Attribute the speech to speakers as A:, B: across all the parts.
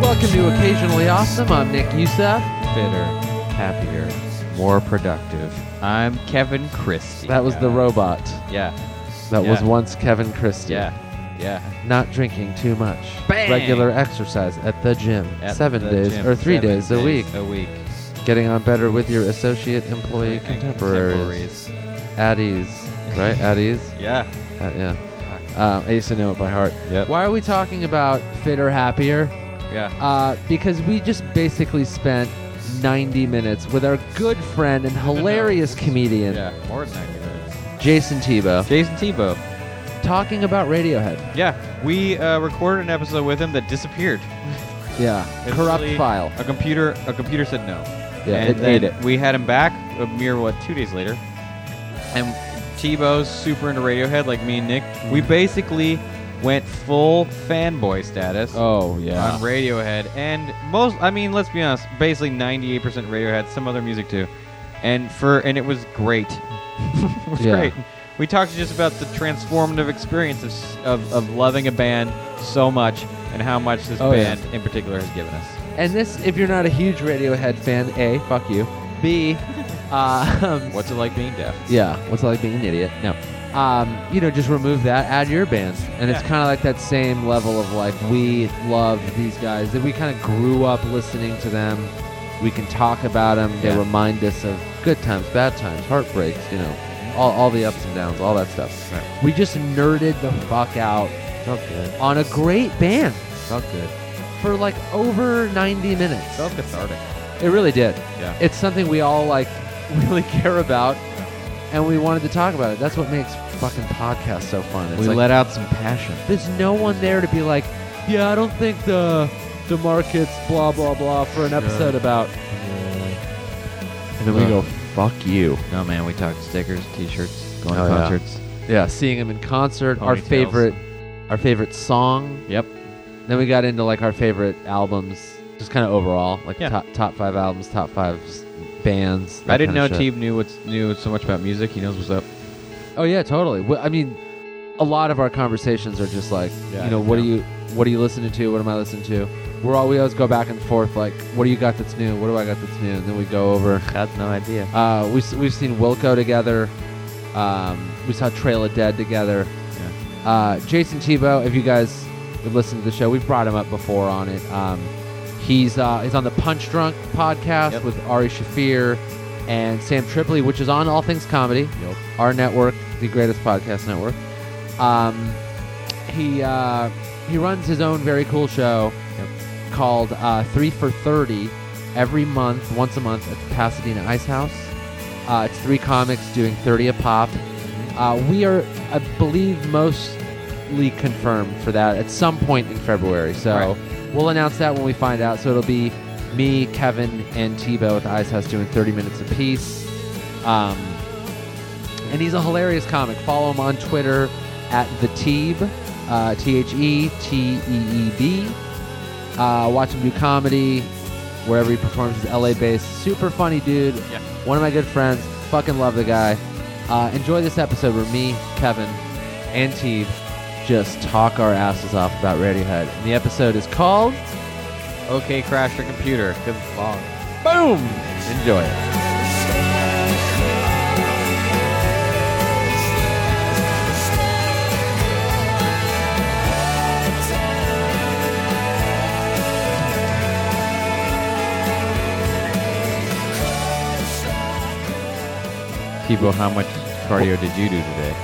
A: Welcome to Occasionally Awesome. I'm Nick Youssef.
B: fitter, happier, more productive. I'm Kevin Christie.
A: That was the
B: guys.
A: robot
B: Yeah,
A: that was
B: Yeah.
A: once Kevin Christie.
B: yeah, yeah.
A: Not drinking too much.
B: Bang!
A: Regular exercise at the gym.
B: At
A: seven
B: the
A: days
B: gym,
A: or three
B: seven
A: days, a week.
B: A week.
A: Getting on better with your associate employee
B: And
A: contemporaries. At ease. Right? At ease?
B: Yeah.
A: Uh, yeah. Um, I used to know it by heart.
B: Yep.
A: Why are we talking about fitter, happier?
B: Yeah.
A: Uh, because we just basically spent 90 minutes with our good friend and hilarious comedian,
B: Yeah. More than 90 minutes.
A: Jason Tebow,
B: Jason Tebow.
A: talking about Radiohead.
B: Yeah. We uh, recorded an episode with him that disappeared.
A: Yeah. Corrupt
B: Eventually,
A: file.
B: A computer. A computer said no.
A: Yeah,
B: and
A: it ate
B: then
A: it.
B: We had him back a mere what two days later, and Tebow's super into Radiohead, like me and Nick. We
A: Mm.
B: basically went full fanboy status.
A: Oh,
B: on Radiohead, and most. I mean, let's be honest. Basically, ninety-eight percent Radiohead, some other music too, and for and it was great. it was
A: Yeah.
B: great. We talked just about the transformative experience of, s- of of loving a band so much, and how much this
A: Oh, yeah.
B: band in particular has given us.
A: And this, if you're not a huge Radiohead fan, A, fuck you. B, um,
B: What's it like being deaf?
A: Yeah, what's it like being an idiot? No. Um, you know, just remove that, add your band. And it's
B: Yeah.
A: kind of like that same level of like, we love these guys, that we kind of grew up listening to them. We can talk about them. They
B: Yeah.
A: remind us of good times, bad times, heartbreaks, you know, all, all the ups and downs, all that stuff.
B: Right.
A: We just nerded the fuck out
B: Felt good.
A: on a great band uh,
B: Felt good.
A: for like over 90 minutes.
B: Felt cathartic.
A: It really did.
B: Yeah.
A: It's something we all like really care about, and we wanted to talk about it. That's what makes fucking podcasts so fun. It's
B: we
A: like,
B: let out some passion.
A: there's no one there to be like, yeah, I don't think the the market's blah blah blah for an episode about. And then we go, fuck you.
B: No man, we talked stickers, t-shirts, going
A: Oh,
B: to
A: yeah.
B: concerts.
A: Yeah, seeing him in concert, our
B: Ponytails.
A: favorite, our favorite song.
B: Yep.
A: Then we got into like our favorite albums, just kind of overall, like
B: Yeah.
A: top top five albums, top five s- bands.
B: I
A: that
B: didn't know
A: kinda shit.
B: Tebe knew what's knew so much about music. He knows what's up.
A: Oh yeah, totally. Wh- I mean, a lot of our conversations are just like,
B: Yeah,
A: you know, what
B: yeah.
A: are you, what are you listening to? What am I listening to? We're all we always go back and forth. Like, what do you got that's new? What do I got that's new? And then we go over.
B: Had no idea.
A: Uh, we s- we've seen Wilco together. Um, we saw Trail of Dead together.
B: Yeah.
A: Uh, Jason Tebow, if you guys have listened to the show, we've brought him up before on it. Um, he's uh, he's on the Punch Drunk podcast
B: Yep.
A: with Ari Shafir and Sam Tripoli, which is on All Things Comedy,
B: Yep.
A: our network, the greatest podcast network. Um, he uh, he runs his own very cool show
B: Yep.
A: called uh, Three for Thirty every month, once a month at the Pasadena Ice House. Uh, it's three comics doing thirty a pop. Uh, we are, I believe, mostly confirmed for that at some point in February. So
B: Right.
A: we'll announce that when we find out. So it'll be me, Kevin, and Tebow with Ice House doing 30 minutes apiece. Um, and he's a hilarious comic. Follow him on Twitter at the Teeb, uh, T H E T E E B. Uh, watch him do comedy wherever he performs. He's LA based. Super funny dude.
B: Yeah.
A: One of my good friends. Fucking love the guy. Uh, enjoy this episode where me, Kevin, and Teve just talk our asses off about Radiohead. And the episode is called
B: Okay, crash your computer. Good long.
A: Boom! Enjoy it.
B: People, how much cardio did you do today?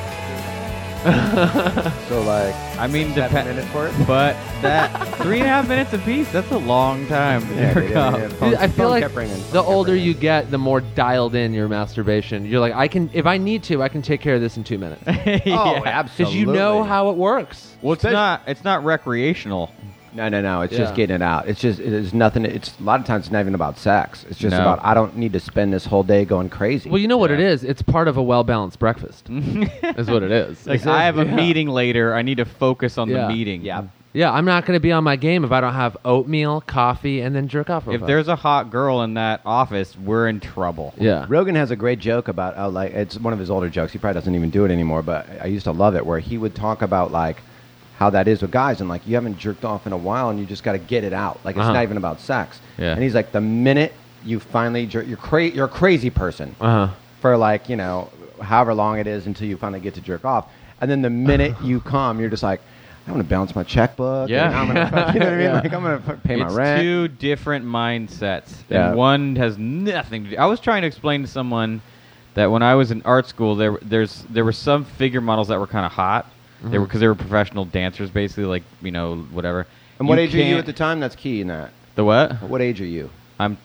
C: So like
B: I mean,
C: seven
B: depend.
C: minutes for it.
B: But that three and a half minutes apiece, that's a long time. to
C: Yeah,
B: work
C: yeah,
B: out.
C: yeah. Phone-
A: Dude, I feel
C: phone
A: like
C: kept ringing, phone
A: the
C: kept
A: older
C: ringing.
A: you get, the more dialed in your masturbation. You're like, I can, if I need to, I can take care of this in two minutes
C: Oh,
B: Yeah.
A: because
C: absolutely.
A: you know how it works.
B: Well, it's not. It's not recreational.
C: No, no, no. It's
A: Yeah.
C: just getting it out. It's just it is nothing. It's a lot of times it's not even about sex. It's just
B: No.
C: about I don't need to spend this whole day going crazy.
A: Well, you know what it is. It's part of a well balanced breakfast. is what it is.
B: Like I have a meeting later. I need to focus on
A: Yeah.
B: the meeting.
C: yeah.
A: Yeah, I'm not going to be on my game if I don't have oatmeal, coffee, and then jerk off. real
B: If
A: fast.
B: there's a hot girl in that office, we're in trouble.
A: yeah,
C: Rogan has a great joke about oh, like it's one of his older jokes. He probably doesn't even do it anymore, but I used to love it where he would talk about like how that is with guys and like you haven't jerked off in a while and you just got to get it out. Like it's
A: Uh-huh.
C: not even about sex.
B: Yeah.
C: And he's like, the minute you finally jerk, you're cra- you're a crazy person
A: Uh huh.
C: for like you know however long it is until you finally get to jerk off, and then the minute you come, you're just like. I'm gonna balance my checkbook. and
B: Yeah.
C: I'm gonna, you know what I mean?
B: Yeah.
C: Like I'm gonna f- pay my
B: it's
C: rent.
B: two different mindsets.
C: Yeah.
B: And one has nothing to do. I was trying to explain to someone that when I was in art school, there there's there were some figure models that were kind of hot. They
C: Mm-hmm.
B: were because they were professional dancers, basically, like you know whatever.
C: and what
B: You
C: age are you
B: can't-
C: at the time? That's key in that.
B: The what?
C: What age are you?
B: I'm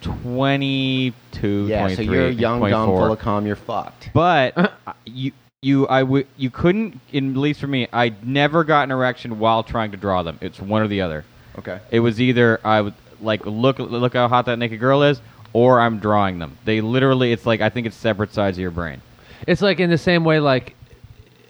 B: 22,
C: Yeah, so
B: 23,
C: you're young, dumb,
B: 24.
C: full of calm. You're fucked.
B: But I- you you I would you couldn't in, at least for me I never got an erection while trying to draw them. It's one or the other.
C: Okay.
B: It was either I would like look look how hot that naked girl is, or I'm drawing them. They literally, it's like I think it's separate sides of your brain.
A: It's like in the same way, like,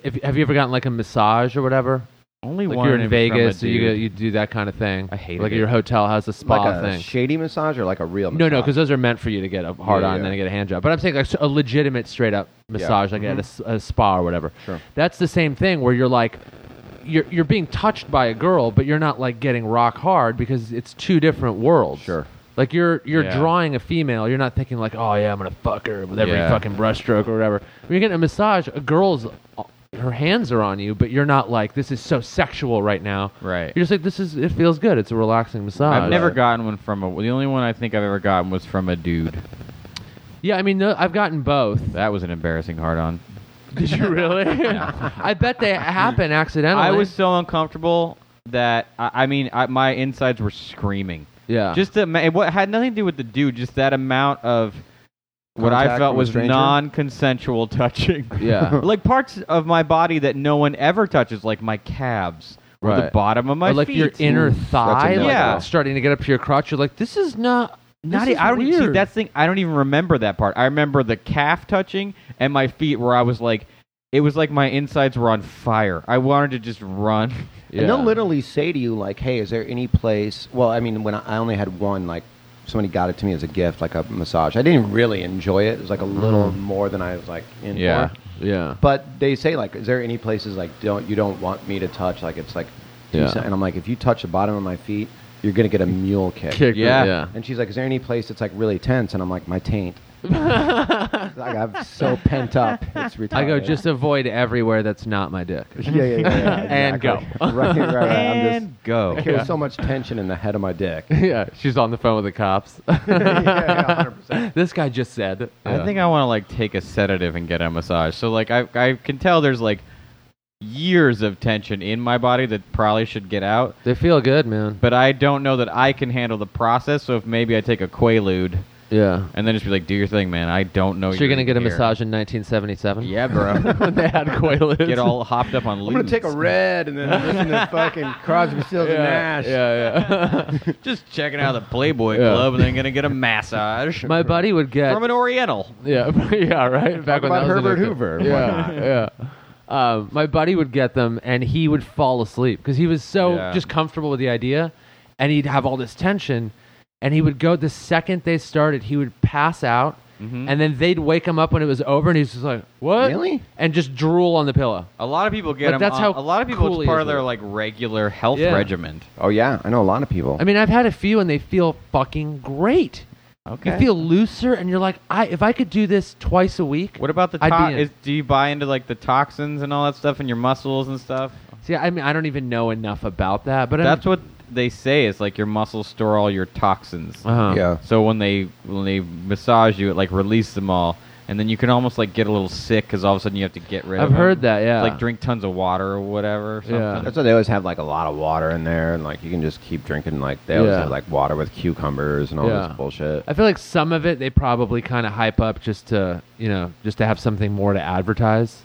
A: if, have you ever gotten like a massage or whatever?
B: Only
A: Like
B: one
A: you're in
B: from a
A: Vegas, so you go,
B: dude.
A: you do that kind of thing.
B: I hated
A: like
B: it.
A: your hotel has a spa
C: like a
A: thing.
C: Uh, shady massage or like a real massage?
A: no, no, because those are meant for you to get a hard
C: Yeah,
A: on and then
C: yeah.
A: get a hand job. But I'm saying like s- a legitimate straight up massage, like at a s- a, spa or whatever.
C: Sure.
A: That's the same thing where you're like, you're you're being touched by a girl, but you're not like getting rock hard because it's two different worlds.
C: Sure.
A: Like you're you're
B: Yeah.
A: drawing a female, you're not thinking like, oh yeah, I'm gonna fuck her with every
B: Yeah.
A: fucking brushstroke or whatever. When you're getting a massage, a girl's uh, her hands are on you, but you're not like this is so sexual right now.
B: Right.
A: You're just like this is it feels good. It's a relaxing massage.
B: I've never gotten one from a. The only one I think I've ever gotten was from a dude.
A: Yeah, I mean, no, I've gotten both.
B: That was an embarrassing hard on.
A: Did you really? I bet they happen accidentally.
B: I was so uncomfortable that I, I mean I, my insides were screaming.
A: yeah.
B: Just the ma- what had nothing to do with the dude. Just that amount of what I
C: Contact
B: felt
C: from a
B: was
C: stranger?
B: non-consensual touching.
A: yeah.
B: like parts of my body that no one ever touches, like my calves or the
A: Right.
B: bottom of my
A: or like
B: feet.
A: your inner thigh, like,
B: Yeah.
A: it's starting to get up to your crotch. You're like, this is not.
B: Not
A: this
B: e-
A: is
B: I don't
A: weird.
B: see that's the thing. I don't even remember that part. I remember the calf touching and my feet, where I was like, it was like my insides were on fire. I wanted to just run.
A: Yeah.
C: And they'll literally say to you like, "Hey, is there any place?" Well, I mean, when I, I only had one, like somebody got it to me as a gift, like a massage. I didn't really enjoy it. It was like a little more than I was like in
B: Mm. Yeah.
C: for.
A: yeah.
C: But they say like, "Is there any places like don't you don't want me to touch?" Like it's like,
A: Yeah.
C: decent. and I'm like, if you touch the bottom of my feet, you're gonna get a mule kick.
A: Kick,
B: Yeah.
A: yeah.
C: And she's like, "Is there any place that's like really tense?" And I'm like, "My taint." like I'm so pent up. It's retarded.
A: I go just avoid everywhere that's not my dick.
C: Yeah, yeah, yeah. yeah,
A: And
C: exactly.
A: go.
C: right, right, right. I'm just,
B: and go.
C: I carry so much tension in the head of my dick.
A: yeah, she's on the phone with the cops.
C: yeah, yeah, 100%.
A: this guy just said.
B: I think I want to like take a sedative and get a massage. So like I I can tell there's like years of tension in my body that probably should get out,
A: they feel good, man.
B: but I don't know that I can handle the process. So if maybe I take a Quaalude
A: Yeah.
B: and then just be like, do your thing, man. I don't know.
A: So you're gonna get a
B: here."
A: massage in 1977?
B: Yeah, bro.
A: when they had Quaaludes.
B: get all hopped up on.
C: I'm gonna take a red and then listen to fucking Crosby, Stills and Nash.
A: Yeah, yeah.
B: just checking out the Playboy
A: Yeah.
B: Club and then gonna get a massage
A: My buddy would get
B: from an Oriental.
A: Yeah, yeah, right. Back when that was
C: about Herbert
A: a thing.
C: Hoover. Why
A: Yeah, yeah. Um, my buddy would get them, and he would fall asleep because he was so
B: Yeah.
A: just comfortable with the idea, and he'd have all this tension, and he would go. The second they started, he would pass out, and then they'd wake him up when it was over, and he's just like, "What?"
C: Mm-hmm. Really?
A: And just drool on the pillow.
B: A lot of people
A: But
B: get them.
A: that's
B: on-
A: how
B: a lot of people
A: cool he
B: it's part
A: is
B: of their
A: with it.
B: like regular health
A: Yeah.
B: regimen.
C: Oh yeah, I know a lot of people.
A: I mean, I've had a few, and they feel fucking great. You feel looser, and you're like, "I if I could do this twice a week."
B: What about the
A: I'd be
B: to-
A: in.
B: is Do you buy into like the toxins and all that stuff in your muscles and stuff?
A: See, I mean, I don't even know enough about that, but
B: That's what they say is like your muscles store all your toxins.
A: I'm, uh-huh.
C: yeah.
B: So when they when they massage you, it like releases them all, and then you can almost like get a little sick because all of a sudden you have to get rid
A: I've
B: of. them.
A: heard that, yeah.
B: Like drink tons of water or whatever. Or something.
A: Yeah.
C: That's why they always have like a lot of water in there, and like you can just keep drinking. Like they always
A: Yeah.
C: have like water with cucumbers and all
A: Yeah.
C: this bullshit.
A: I feel like some of it they probably kind of hype up just to you know just to have something more to advertise.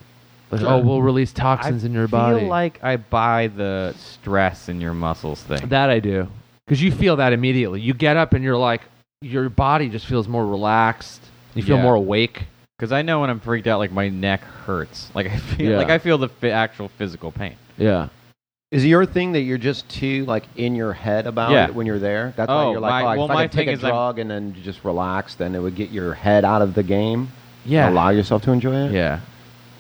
A: Like, oh, we'll release toxins in your
B: I
A: body.
B: feel like I buy the stress in your muscles thing.
A: that I do because you feel that immediately. You get up and you're like, your body just feels more relaxed. You feel
B: Yeah.
A: more awake.
B: Because I know when I'm freaked out, like my neck hurts. Like I feel
A: Yeah.
B: like I feel the fi- actual physical pain.
A: Yeah.
C: Is it your thing that you're just too like in your head about
B: Yeah.
C: it when you're there? That's
B: Oh,
C: why you're like,
B: my-
C: oh,
B: well,
C: if I
B: my
C: could take
B: thing
C: a
B: is I'm-
C: drug and then just relax, then it would get your head out of the game.
A: Yeah.
C: and allow yourself to enjoy it.
B: Yeah.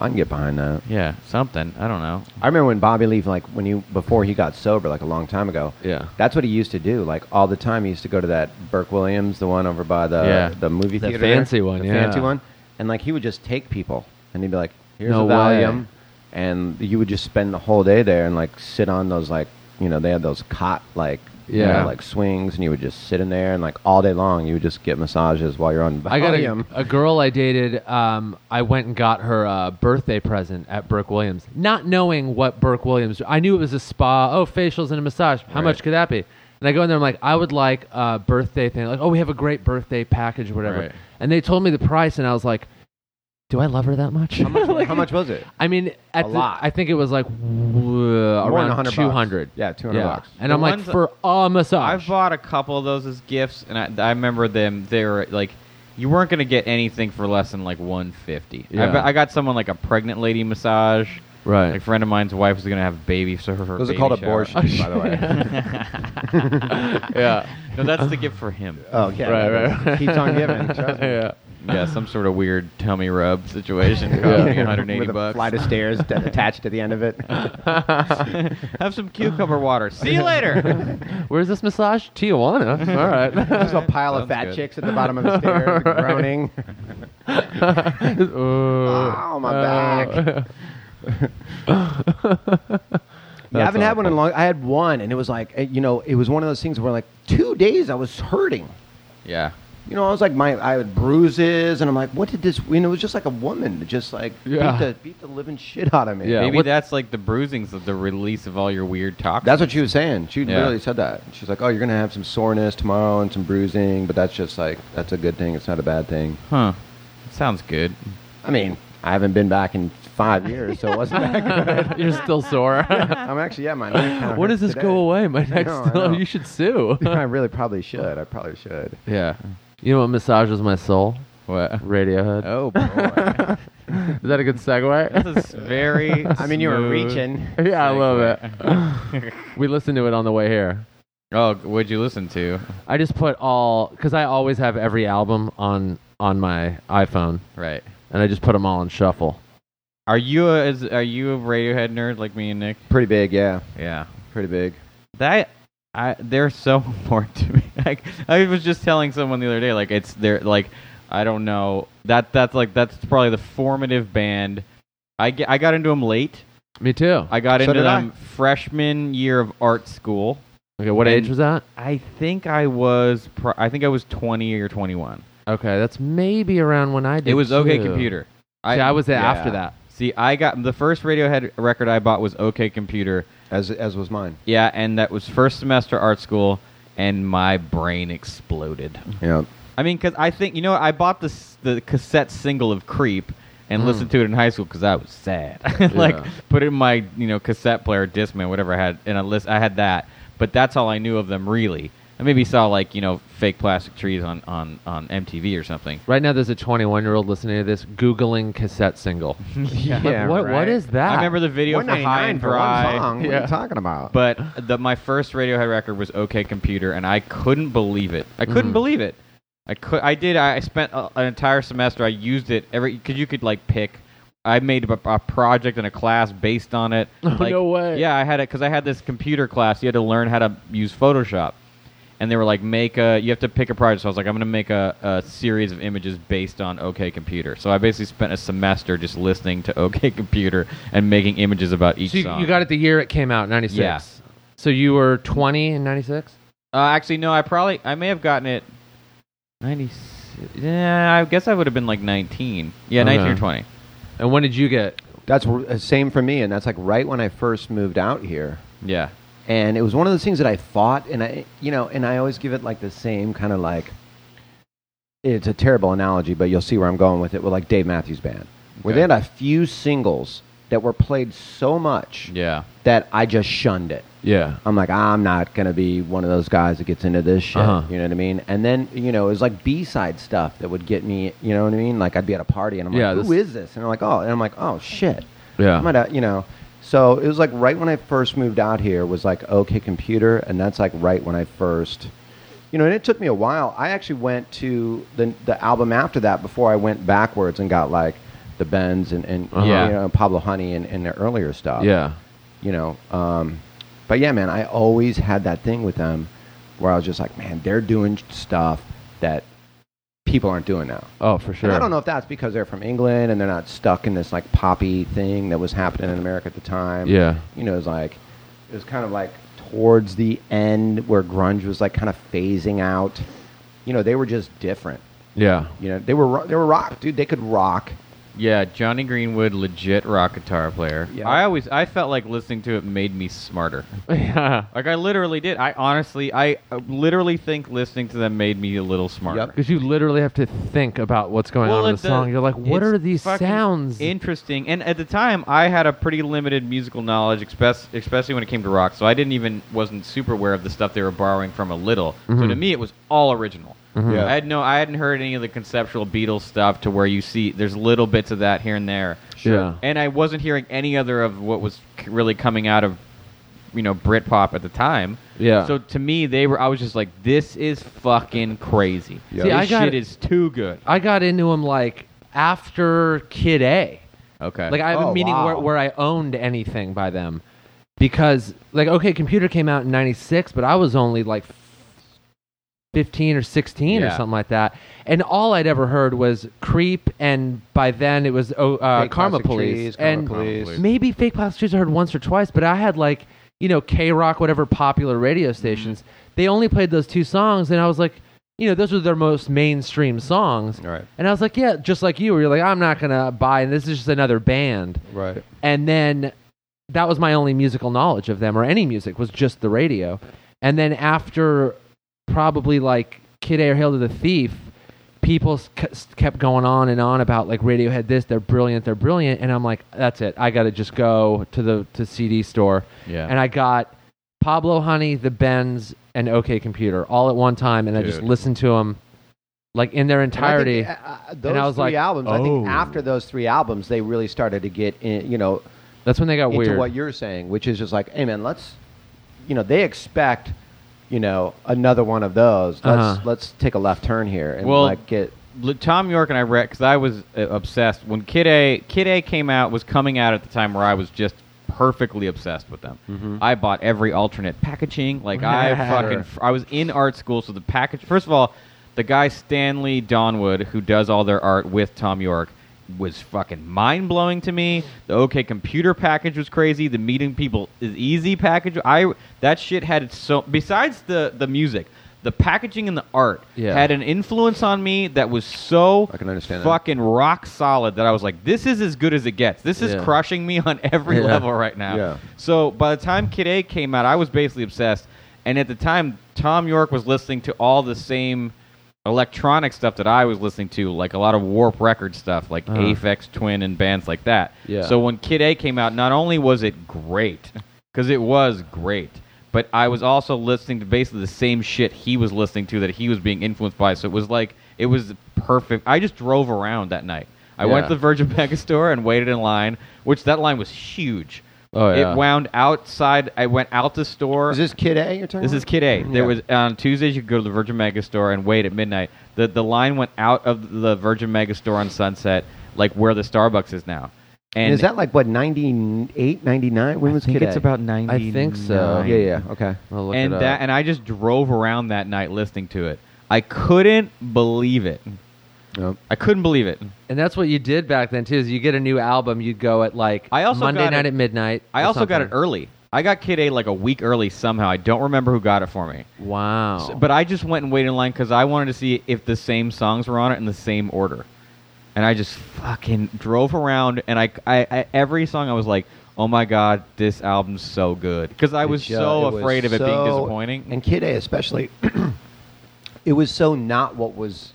C: I can get behind that.
B: Yeah, something. I don't know.
C: I remember when Bobby Lee, like when you before he got sober, like a long time ago.
A: Yeah.
C: That's what he used to do, like all the time. He used to go to that Burke Williams, the one over by the
B: Yeah.
C: the movie
A: The
C: theater,
A: fancy one,
C: the
A: yeah.
C: fancy one, and like he would just take people, and he'd be like, "Here's
A: No
C: a Valium,"
A: way.
C: and you would just spend the whole day there and like sit on those like you know they had those cot like you
A: Yeah.
C: know, like swings, and you would just sit in there and like all day long you would just get massages while you're on Valium.
A: I got a, a girl I dated. Um, I went and got her a birthday present at Burke Williams, not knowing what Burke Williams. I knew it was a spa. Oh, facials and a massage. How much
B: Right.
A: could that be? And I go in there. I'm like, I would like a birthday thing. Like, oh, we have a great birthday package, or whatever.
B: Right.
A: And they told me the price, and I was like, Do I love her that much?
C: how, much, how much was it?
A: I mean, at
C: A
A: the,
C: lot.
A: I think it was like w-
C: More than
A: around
C: 100 bucks.
A: 200.
C: Yeah, 200 bucks.
A: And
B: The
A: I'm like,
B: ones-
A: for a massage.
B: I've bought a couple of those as gifts, and I, I remember them. They were like, you weren't going to get anything for less than like one fifty.
A: Yeah.
B: I, got someone like a pregnant lady massage.
A: Right.
B: Like, a friend of mine's wife was going to have a baby, so her. her
C: Those are
B: baby
C: called
B: shower-
C: abortions, by the way.
A: yeah.
B: No, that's the gift for him.
C: Oh yeah,
A: Right, right, right.
C: Keeps on giving. trust me.
A: yeah.
B: yeah, some sort of weird tummy rub situation. Cost me 180
C: With a
B: bucks.
C: flight of stairs d- attached to the end of it.
B: Have some cucumber water. See you later.
A: Where's this massage? Tijuana. All
C: There's a
A: right.
C: pile
B: Sounds
C: of fat
B: good.
C: chicks at the bottom of the stairs groaning.
A: oh,
C: Ow, Oh, my back. Yeah, I haven't had one in a long. I had one, and it was like eh, you know, it was one of those things where like two days I was hurting.
B: yeah.
C: You know, I was like my I had bruises, and I'm like, what did this? You know, it was just like a woman that just like
A: Yeah.
C: beat the beat the living shit out of me.
A: Yeah,
B: Maybe
A: what-
B: that's like the bruising's of the release of all your weird toxins.
C: That's what she was saying. She
B: Yeah.
C: literally said that. She's like, "Oh, you're gonna have some soreness tomorrow and some bruising, but that's just like that's a good thing. It's not a bad thing."
B: Huh. Sounds good.
C: I mean, I haven't been back in five years, so it wasn't that good.
A: You're still sore.
C: I'm actually, yeah, my neck kinda
A: when does
C: hurts
A: this go
C: today.
A: away? My neck's
C: know, I
A: still.
C: know.
A: You should sue.
C: I really probably should. I probably should.
A: yeah. You know what massages my soul?
B: What?
A: Radiohead.
B: Oh boy.
A: Is that a good segue?
B: This is very.
C: I mean, you were
B: smooth.
C: reaching.
A: yeah, I love it. we listened to it on the way here.
B: Oh, what'd you listen to?
A: I just put all because I always have every album on on my iPhone,
B: Right.
A: and I just put them all on shuffle.
B: Are you a is, are you a Radiohead nerd like me and Nick?
C: Pretty big, yeah.
B: Yeah.
C: Pretty big.
B: That I they're so important to me. Like I was just telling someone the other day, like it's they're like I don't know that that's like that's probably the formative band. I get, I got into them late.
A: Me too.
B: I got
C: So
B: into
C: did I.
B: them freshman year of art school.
A: Okay, what
B: And-
A: age was that?
B: I think I was pro- I think I was 20 or 21.
A: Okay, that's maybe around when I did.
B: It was OK
A: too.
B: Computer.
A: See, I was there
C: yeah.
A: after that.
B: See, I got the first Radiohead record I bought was OK Computer.
C: As as was mine.
B: Yeah, and that was first semester art school, and my brain exploded.
A: Mm.
C: Yeah.
B: I mean, because I think you know, I bought this the cassette single of Creep and
A: Mm.
B: listened to it in high school because I was sad. like,
A: Yeah.
B: put it in my you know cassette player, Discman, whatever I had, and I list I had that. But that's all I knew of them really. I maybe saw like you know fake plastic trees on on on MTV or something.
A: Right now, there's a 21 year old listening to this googling cassette single.
C: Yeah.
A: Like, what, what
C: right.
A: is that?
B: I remember the video for High
C: 199
B: and
C: for one
B: Dry.
C: song. What are
A: Yeah.
C: you talking about?
B: But the, my first Radiohead record was OK Computer, and I couldn't believe it. I couldn't
A: Mhm.
B: believe it. I could. I did. I I spent a, an entire semester. I used it every because you could like pick. I made a, a project in a class based on it.
A: Oh,
B: Like,
A: no way.
B: Yeah, I had it because I had this computer class. You had to learn how to use Photoshop, and they were like, make a. You have to pick a project. So I was like, I'm gonna make a, a series of images based on OK Computer. So I basically spent a semester just listening to OK Computer and making images about each
A: So you,
B: song.
A: you got it the year it came out, 96.
B: Yeah.
A: So you were 20 in 96?
B: Uh, actually, no. I probably I may have gotten it. Ninety. Yeah, I guess I would have been like nineteen. Yeah, nineteen or
A: Okay.
B: twenty.
A: And when did you get?
C: that's r- uh, same for me, and that's like right when I first moved out here.
B: Yeah.
C: and it was one of those things that I fought, and I, you know, and I always give it like the same kind of like. It's a terrible analogy, but you'll see where I'm going with it. With like Dave Matthews Band, where they
B: Okay.
C: had a few singles that were played so much
B: Yeah.
C: that I just shunned it.
A: Yeah.
C: I'm like, I'm not gonna be one of those guys that gets into this shit.
A: Uh-huh.
C: You know what I mean? And then you know, it was like B-side stuff that would get me. You know what I mean? Like I'd be at a party and I'm
A: Yeah,
C: like,
A: this-
C: who is this? And I'm like, oh, and I'm like, oh shit.
A: Yeah.
C: I might have, you know. So it was like right when I first moved out here was like OK Computer, and that's like right when I first, you know. And it took me a while. I actually went to the the album after that before I went backwards and got like the Bends and, and
A: Uh-huh.
C: you
B: Yeah.
C: know, Pablo Honey and, and their earlier stuff.
A: yeah.
C: You know, um, but yeah, man, I always had that thing with them where I was just like, man, they're doing stuff that people aren't doing now.
A: Oh, for sure.
C: And I don't know if that's because they're from England and they're not stuck in this like poppy thing that was happening in America at the time.
A: Yeah.
C: You know, it was like it was kind of like towards the end where grunge was like kind of phasing out. You know, they were just different.
A: Yeah.
C: You know, they were ro- they were rock, dude. They could rock.
B: Yeah, Johnny Greenwood, legit rock guitar player.
C: Yeah.
B: I always I felt like listening to it made me smarter.
A: Yeah.
B: Like I literally did. I honestly, I uh, literally think listening to them made me a little smarter.
C: Yep.
A: Because you literally have to think about what's going on in
B: it
A: the song.
B: does-
A: You're like, what
B: it's
A: are these
B: fucking
A: sounds?
B: Interesting. And at the time, I had a pretty limited musical knowledge, espec- especially when it came to rock. So I didn't even wasn't super aware of the stuff they were borrowing from a little. So
A: Mhm.
B: to me, it was all original.
A: Mhm.
C: Yeah.
B: I had no, I hadn't heard any of the conceptual Beatles stuff to where you see there's little bits of that here and there.
A: Sure. Yeah.
B: And I wasn't hearing any other of what was c- really coming out of, you know, Britpop at the time.
A: Yeah.
B: So to me, they were. I was just like, this is fucking crazy. Yeah.
C: Yeah. See,
B: this
A: I got-
B: shit is too good.
A: I got into him like after Kid A.
B: Okay.
A: Like I have
C: Oh,
A: a meaning where,
C: wow.
A: where I owned anything by them because like okay, computer came out in '96, but I was only like 15 or 16 or
B: Yeah.
A: something like that, and all I'd ever heard was Creep, and by then it was oh, uh,
C: Fake
A: Karma
C: Plastic
A: Police
C: Trees, Karma
A: and
C: Police.
B: Karma
A: maybe Fake Plastic Trees I heard once or twice, but I had like you know K Rock, whatever popular
C: Mm-hmm.
A: radio stations, they only played those two songs, and I was like. You know, those were their most mainstream songs.
C: Right.
A: And I was like, yeah, just like you. where You're like, I'm not going to buy, and this is just another band.
C: Right.
A: And then that was my only musical knowledge of them or any music was just the radio. And then after probably like Kid A or Hail to the Thief, people s- ke- s- kept going on and on about like Radiohead this, they're brilliant, they're brilliant. And I'm like, that's it. I got to just go to the to CD store.
B: Yeah.
A: And I got Pablo Honey, The Bends, and OK Computer all at one time. And I just
B: Dude.
A: listened to them like in their
C: And I think,
A: entirety.
C: uh, uh, those
A: I was
C: three
A: like,
C: albums. I
A: oh.
C: think after those three albums, they really started to get in, you know
A: That's when they got
C: into
A: weird.
C: what you're saying, which is just like, hey man, let's you know they expect you know another one of those. Let's
A: Uh-huh.
C: let's take a left turn here and
B: Well,
C: like get
B: L- Tom York and I read because I was uh, obsessed when Kid A Kid A came out was coming out at the time where I was just perfectly obsessed with them. I bought every alternate packaging. Like I fucking f- I was in art school, so the package. First of all, the guy Stanley Donwood who does all their art with Tom York was fucking mind blowing to me. The OK Computer package was crazy. The meeting people is easy package. I that shit had so besides the the music. The packaging and the art
A: Yeah.
B: had an influence on me that was so
C: I can understand that.
B: fucking rock solid that I was like, this is as good as it gets. This is
A: Yeah.
B: crushing me on every
A: Yeah.
B: level right now.
C: Yeah.
B: So by the time Kid A came out, I was basically obsessed. And at the time, Tom York was listening to all the same electronic stuff that I was listening to, like a lot of Warp record stuff, like
A: Uh-huh.
B: Aphex Twin and bands like that.
A: Yeah.
B: So when Kid A came out, not only was it great, because it was great, but I was also listening to basically the same shit he was listening to that he was being influenced by. So it was like it was perfect. I just drove around that night. I went
A: Yeah.
B: to the Virgin Mega store and waited in line, which that line was huge.
A: Oh, yeah.
B: It wound outside. I went out the store.
C: Is this Kid A you're talking
B: This is
C: about?
B: Kid A. There
C: Yeah.
B: was on Tuesdays you could go to the Virgin Mega store and wait at midnight. The the line went out of the Virgin Mega store on Sunset, like where the Starbucks is now. And
C: is that like what 98, 99? When was
B: I think
C: Kid
B: it's
C: A?
B: about ninety.
A: I think so.
C: Yeah, yeah, okay.
A: I'll look
B: And
A: it up.
B: that and I just drove around that night listening to it. I couldn't believe it.
C: Yep.
B: I couldn't believe it.
A: And that's what you did back then too. Is you get a new album, you'd go at like
B: I also
A: Monday
B: got
A: night
B: it-
A: at midnight.
B: I
A: or
B: also got it
A: something.
B: early. I got Kid A like a week early somehow. I don't remember who got it for me.
A: Wow.
B: So- but I just went and waited in line because I wanted to see if the same songs were on it in the same order. And I just fucking drove around, and I, I, I every song I was like, "Oh my god, this album's so good!" Because I
C: It
B: was
C: ju-
B: so
C: it was
B: afraid of it being
C: so-
B: disappointing.
C: And Kid A especially, it was so not what was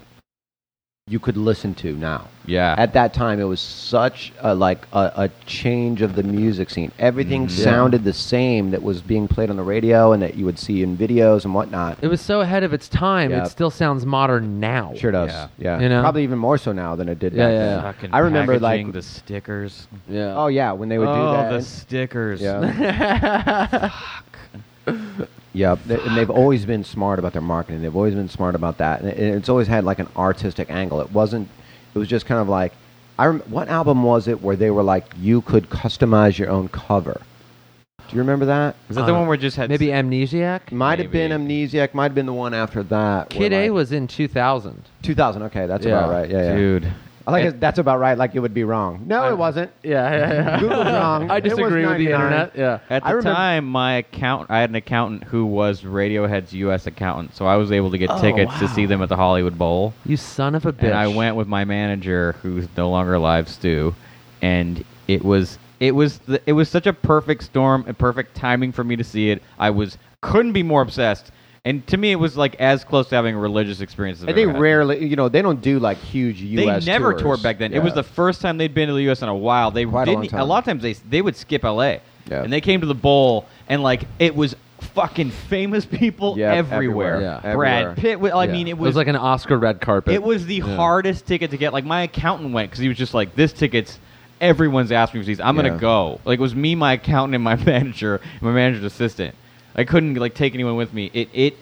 C: you could listen to now.
B: yeah,
C: At that time, it was such a, like a, a change of the music scene. Everything
B: Mm-hmm.
A: Mhm. Yeah.
C: sounded the same that was being played on the radio and that you would see in videos and whatnot.
A: it was so ahead of its time.
C: Yeah.
A: It still sounds modern now.
C: Sure does.
B: Yeah.
C: Yeah.
A: You know?
C: Probably even more so now than it did
A: Yeah,
C: back
A: yeah,
C: then.
A: yeah.
B: Fucking
C: I remember
B: packaging,
C: like
B: the stickers.
A: Yeah.
C: Oh yeah, when they would
B: oh,
C: do that.
B: the stickers.
C: Yeah. yeah, they- and they've always been smart about their marketing. They've always been smart about that, and it- it's always had like an artistic angle. It wasn't. It was just kind of like I rem- what album was it where they were like you could customize your own cover? Do you remember that?
B: Is that the
A: Uh,
B: one where it just had
A: Maybe Amnesiac?
C: Might have been
B: Maybe.
C: Amnesiac. Might have been the one after that. where,
A: Kid A
C: like-
A: was in 2000.
C: 2000. Okay, that's about right. Yeah, yeah.
B: Oh, dude.
C: I like
B: And-
C: it, that's about right. Like it would be wrong. No,
A: I-
C: it wasn't.
A: Yeah, yeah,
C: Google's wrong.
A: I
C: It was
A: disagree with the
C: 99.
A: internet. Yeah.
B: At the
C: I remember-
B: time, my account, I had an accountant who was Radiohead's U.S. accountant, so I was able to get tickets to see them at the Hollywood Bowl.
A: You son of a bitch.
B: And I went with my manager, who's no longer alive, Stu, and it was it was the, it was such a perfect storm and perfect timing for me to see it. I was couldn't be more obsessed, and to me, it was like as close to having a religious experience as I've
C: And they
B: ever had.
C: rarely, you know, they don't do like huge
B: They
C: U.S.
B: never
C: tours.
B: toured back then. It was
C: Yeah.
B: the first time they'd been to the U.S. in a while. They
C: Quite a long
B: didn't. e,
C: time.
B: lot of times they they would skip L.A.
C: Yeah.
B: and they came to the bowl and like it was fucking famous people
C: Yep,
B: everywhere.
C: everywhere.
A: Yeah.
B: Brad
C: Everywhere.
B: Pitt. Well, I
A: Yeah.
B: mean, it
A: it was like an Oscar red carpet.
B: it was the hardest ticket to get. Like my accountant went because he was just like, "This ticket's everyone's asking for these. I'm
C: Yeah.
B: gonna go." Like it was me, my accountant, and my manager, and my manager's assistant. I couldn't like take anyone with me. It it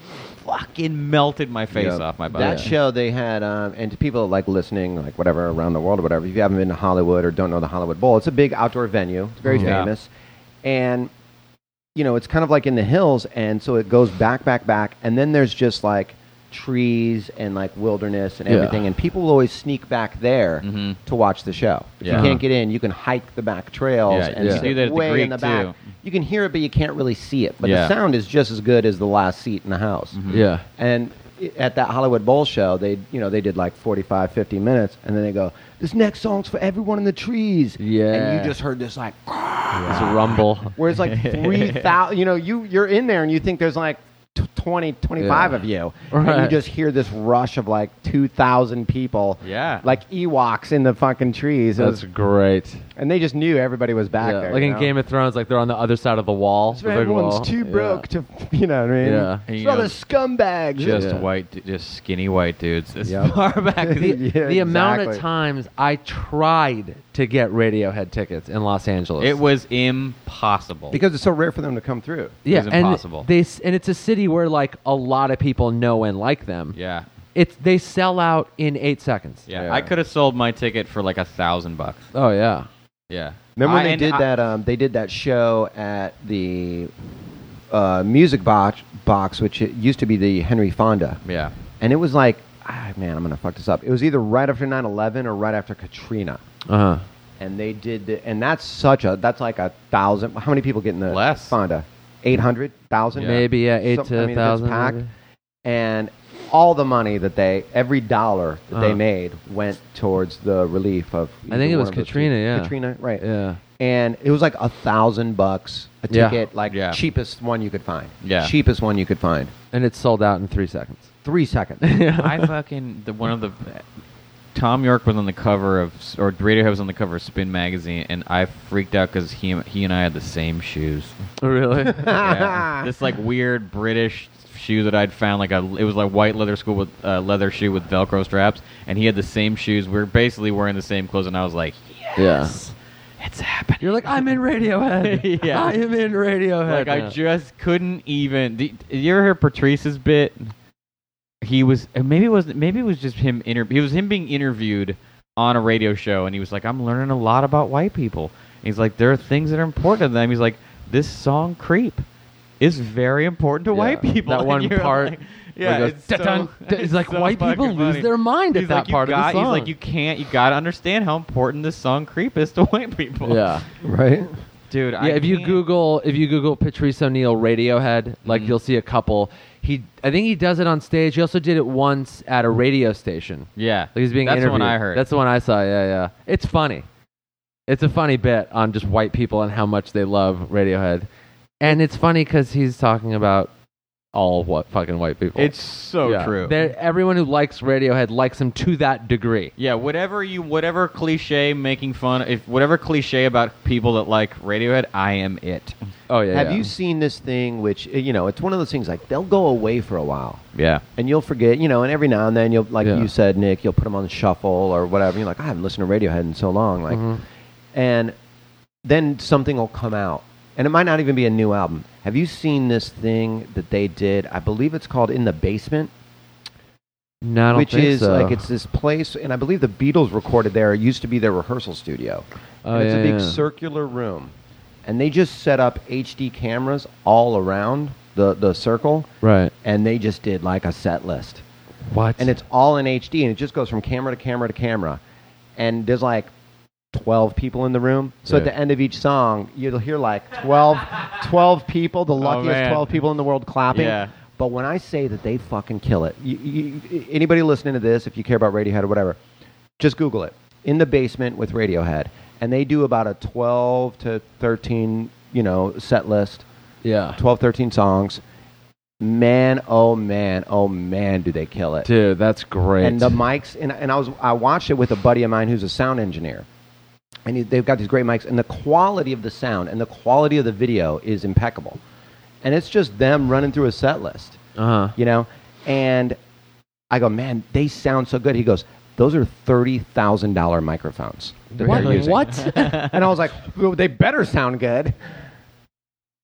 B: fucking melted my face
C: Yeah.
B: off my body.
C: That show they had, um, and to people like listening, like whatever around the world or whatever, if you haven't been to Hollywood or don't know the Hollywood Bowl, it's a big outdoor venue. It's very
B: Mhm. Yeah.
C: famous, and you know it's kind of like in the hills, and so it goes back, back, back, and then there's just like trees and like wilderness and
A: Yeah.
C: everything, and people will always sneak back there
B: Mhm.
C: to watch the show. If
B: Yeah.
C: you can't get in, you can hike the back trails
B: Yeah,
C: and
B: you
C: sit
B: do that at the
C: way
B: Greek,
C: in the back.
B: too.
C: You can hear it, but you can't really see it. But
B: Yeah. Mm-hmm.
C: the sound is just as good as the last seat in the house.
A: Yeah.
C: And i- at that Hollywood Bowl show, they you know they did like 45, 50 minutes, and then they go, "This next song's for everyone in the trees."
A: Yeah.
C: And you just heard this like,
A: It's a rumble.
C: where it's like three thousand. You know, you you're in there and you think there's like. tw- 20, 25
A: Yeah.
C: of you. And
A: Right.
C: you just hear this rush of like 2,000 people.
B: Yeah.
C: Like Ewoks in the fucking trees. It
A: That's
C: was-
A: great.
C: and they just knew everybody was back
A: Yeah,
C: there.
A: like
C: you
A: in
C: know?
A: Game of Thrones, like they're on the other side of the wall.
C: So
A: the big
C: Everyone's
A: wall.
C: too
A: Yeah.
C: broke to, you know what I mean?
A: Yeah.
B: And you
C: It's all
B: know-
C: the scumbags.
B: just
A: Yeah.
B: white, du- just skinny white dudes as
C: Yep.
B: far back. as-
A: The,
C: Yeah,
A: the amount of
C: exactly.
A: times I tried to get Radiohead tickets in Los Angeles,
B: it was impossible.
C: Because it's so rare for them to come through.
A: yeah,
B: was
A: and
B: impossible.
A: They s- and it's a city where like a lot of people know and like them.
B: yeah,
A: it's they sell out in eight seconds.
B: yeah,
C: Yeah.
B: I could have sold my ticket for like a thousand bucks.
A: Oh yeah.
B: Yeah,
C: Remember when
B: I-
C: they
B: and
C: did
B: I-
C: that? Um, they did that show at the uh, music box, box, which it used to be the Henry Fonda,
B: Yeah,
C: and it was like, ah, man, I'm gonna fuck this up. It was either right after 9/11 or right after Katrina,
A: Uh huh.
C: and they did, the, and that's such a, that's like a thousand. How many people get in the
B: Less.
C: Fonda? Eight hundred thousand,
B: Yeah.
A: Maybe yeah, eight
C: Some- I
A: to
C: mean,
A: a
C: it's
A: thousand.
C: packed.
A: maybe.
C: and all the money that they, every dollar that
A: Uh.
C: they made, went towards the relief of.
A: I think
C: either
A: it
C: one
A: was
C: of those two.
A: Katrina, yeah.
C: Katrina, right?
A: Yeah.
C: and it was like a thousand bucks a
A: Yeah.
C: ticket, like
B: Yeah.
C: cheapest one you could find.
B: Yeah.
C: cheapest one you could find.
A: And it's sold out in three seconds.
C: Three seconds.
B: I fucking the one of the Tom York was on the cover of or Radiohead was on the cover of Spin magazine, and I freaked out because he he and I had the same shoes.
A: really?
B: Yeah. this like weird British shoe that I'd found like a it was like white leather school with uh, leather shoe with Velcro straps, and he had the same shoes. We were basically wearing the same clothes, and I was like, yes, it's happening.
A: You're like I'm in Radiohead.
B: Yeah.
A: I am in Radiohead.
B: Like I
A: now.
B: just couldn't even. Did, did you ever hear Patrice's bit? He was uh, maybe it was maybe it was just him. Inter- he was him being interviewed on a radio show, and he was like, "I'm learning a lot about white people." And he's like, "There are things that are important to them." He's like, "This song, Creep, is very important to
A: Yeah,
B: white people."
A: that
B: And
A: one
B: you're
A: part
B: like-
A: where
B: yeah,
A: it goes,
B: it's, so-
A: "Dun-dun." It's like,
B: so
A: white people
B: fucking
A: lose
B: funny.
A: their mind at
B: He's
A: that
B: like, "You
A: part of the
B: got- He's
A: song."
B: like, "You can't. You got to understand how important this song, Creep, is to white people."
A: Yeah.
C: right?
B: dude. I
A: Yeah, if you
B: can't-
A: Google if you Google Patrice O'Neill Radiohead, like
B: Mhm.
A: you'll see a couple. He I think he does it on stage. He also did it once at a radio station.
B: yeah,
A: Like he's being
B: that's the
A: interviewed.
B: one I heard.
A: That's the one I saw. Yeah, yeah. It's funny. It's a funny bit on just white people and how much they love Radiohead, and it's funny because he's talking about all what fucking white people.
B: It's so
A: Yeah.
B: true.
A: They're- everyone who likes Radiohead likes them to that degree.
B: yeah, whatever you, whatever cliche making fun, if whatever cliche about people that like Radiohead, I am it.
A: Oh yeah.
C: Have
A: yeah.
C: you seen this thing? Which uh, you know, it's one of those things like they'll go away for a while,
B: Yeah,
C: and you'll forget. You know, and every now and then you'll, like
A: Yeah.
C: you said, Nick, you'll put them on the shuffle or whatever. You're like, I haven't listened to Radiohead in so long, like,
B: Mm-hmm.
A: Mhm.
C: and then something will come out, and it might not even be a new album. Have you seen this thing that they did? I believe it's called In the Basement.
A: No, I don't
C: which
A: think
C: is
A: so.
C: like it's this place, and I believe the Beatles recorded there. It used to be their rehearsal studio.
A: Oh,
C: and it's
A: yeah,
C: a big
A: yeah.
C: circular room, and they just set up HD cameras all around the the circle,
A: right.
C: and they just did like a set list,
A: What?
C: and it's all in HD, and it just goes from camera to camera to camera, and there's like. 12 people in the room. So at
B: Yeah.
C: the end of each song, you'll hear like 12, 12 people, the luckiest
B: Oh, man.
C: 12 people in the world clapping.
B: Yeah.
C: But when I say that they fucking kill it, you, you, anybody listening to this, if you care about Radiohead or whatever, just Google it. In the basement with Radiohead, and they do about a 12 to 13, you know, set list,
A: yeah.
C: 12, 13 songs. Man, oh man, oh man, do they kill it!
A: Dude, that's great.
C: And the mics, and, and I was I watched it with a buddy of mine who's a sound engineer, and he- they've got these great mics, and the quality of the sound and the quality of the video is impeccable, and it's just them running through a set list
A: uh-huh.
C: you know? And I go, man, they sound so good. He goes, those are $30,000 microphones. that
A: What?
C: they're using."
A: What?
C: And I was like, "Well, they better sound good.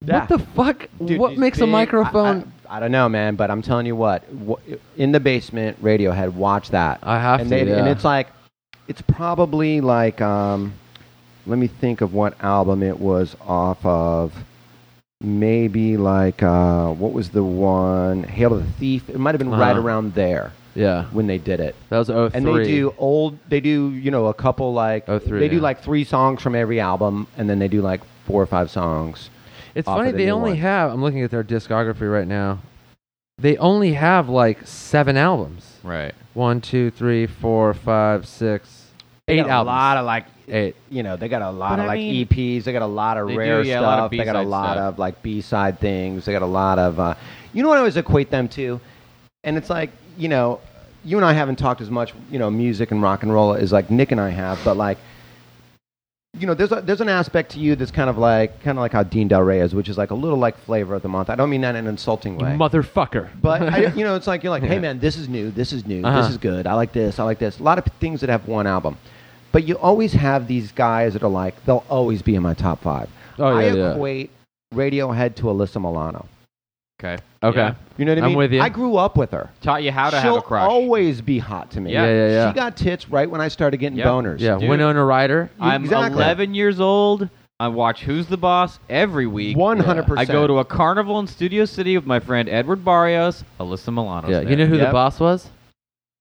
C: Yeah.
A: What the fuck?
C: Dude,
A: what
C: these
A: makes a
C: big-
A: microphone?
C: I, I- I don't know, man, but I'm telling you what, wh- in the basement, Radiohead, watch that.
A: I have
C: and
A: to, yeah.
C: And it's like, it's probably like, um, let me think of what album it was off of. Maybe like, uh, what was the one? Hail to the Thief. It might have been right
A: Uh-huh.
C: around there
A: yeah,
C: when they did it.
A: that was 03.
C: And they do old. They do you know a couple like
A: Oh, three,
C: they do
A: yeah.
C: like three songs from every album, and then they do like four or five songs.
A: It's
C: off
A: funny
C: of the
A: they
C: new
A: only
C: one.
A: have. I'm looking at their discography right now. They only have like seven albums.
B: Right.
A: One, two, three, four, five, six,
C: They
A: eight
C: got
A: albums.
C: A lot of like
A: Eight.
C: you know they got a lot
B: But
C: of
B: I
C: like
B: mean-
C: EPs. They got a lot of
B: They do,
C: rare
B: yeah, a
C: stuff.
B: lot of
C: they got a
B: B-side
C: lot
B: stuff.
C: of like B side things. They got a lot of uh, you know what I always equate them to, and it's like you know you and I haven't talked as much you know music and rock and roll as like Nick and I have, but like. You know, there's, a, there's an aspect to you that's kind of like kind of like how Dean Del Rey is, which is like a little like flavor of the month. I don't mean that in an insulting way.
A: Motherfucker.
C: But I, you know, it's like you're like,
A: Yeah.
C: hey man, this is new, this is new,
A: Uh-huh.
C: this is good. I like this, I like this. A lot of things that have one album, but you always have these guys that are like, they'll always be in my top five.
A: Oh, yeah, yeah.
C: I equate Radiohead to Alyssa Milano.
B: Okay.
A: Okay.
B: Yeah.
C: You know what I
A: I'm
C: mean?
A: with you.
C: I grew up with her.
B: Taught you how to
C: She'll
B: have a crush.
C: always be hot to me.
B: Yeah.
A: Yeah, yeah, yeah.
C: She got tits right when I started getting
B: Yeah.
C: boners.
A: yeah,
B: Dude.
A: Winona Ryder.
B: I'm
C: Exactly.
B: 11 years old. I watch Who's the Boss every week.
C: one hundred
B: I
C: percent.
B: go to a carnival in Studio City with my friend Edward Barrios, Alyssa Milano.
A: Yeah, you know who the
C: Yep.
A: boss was?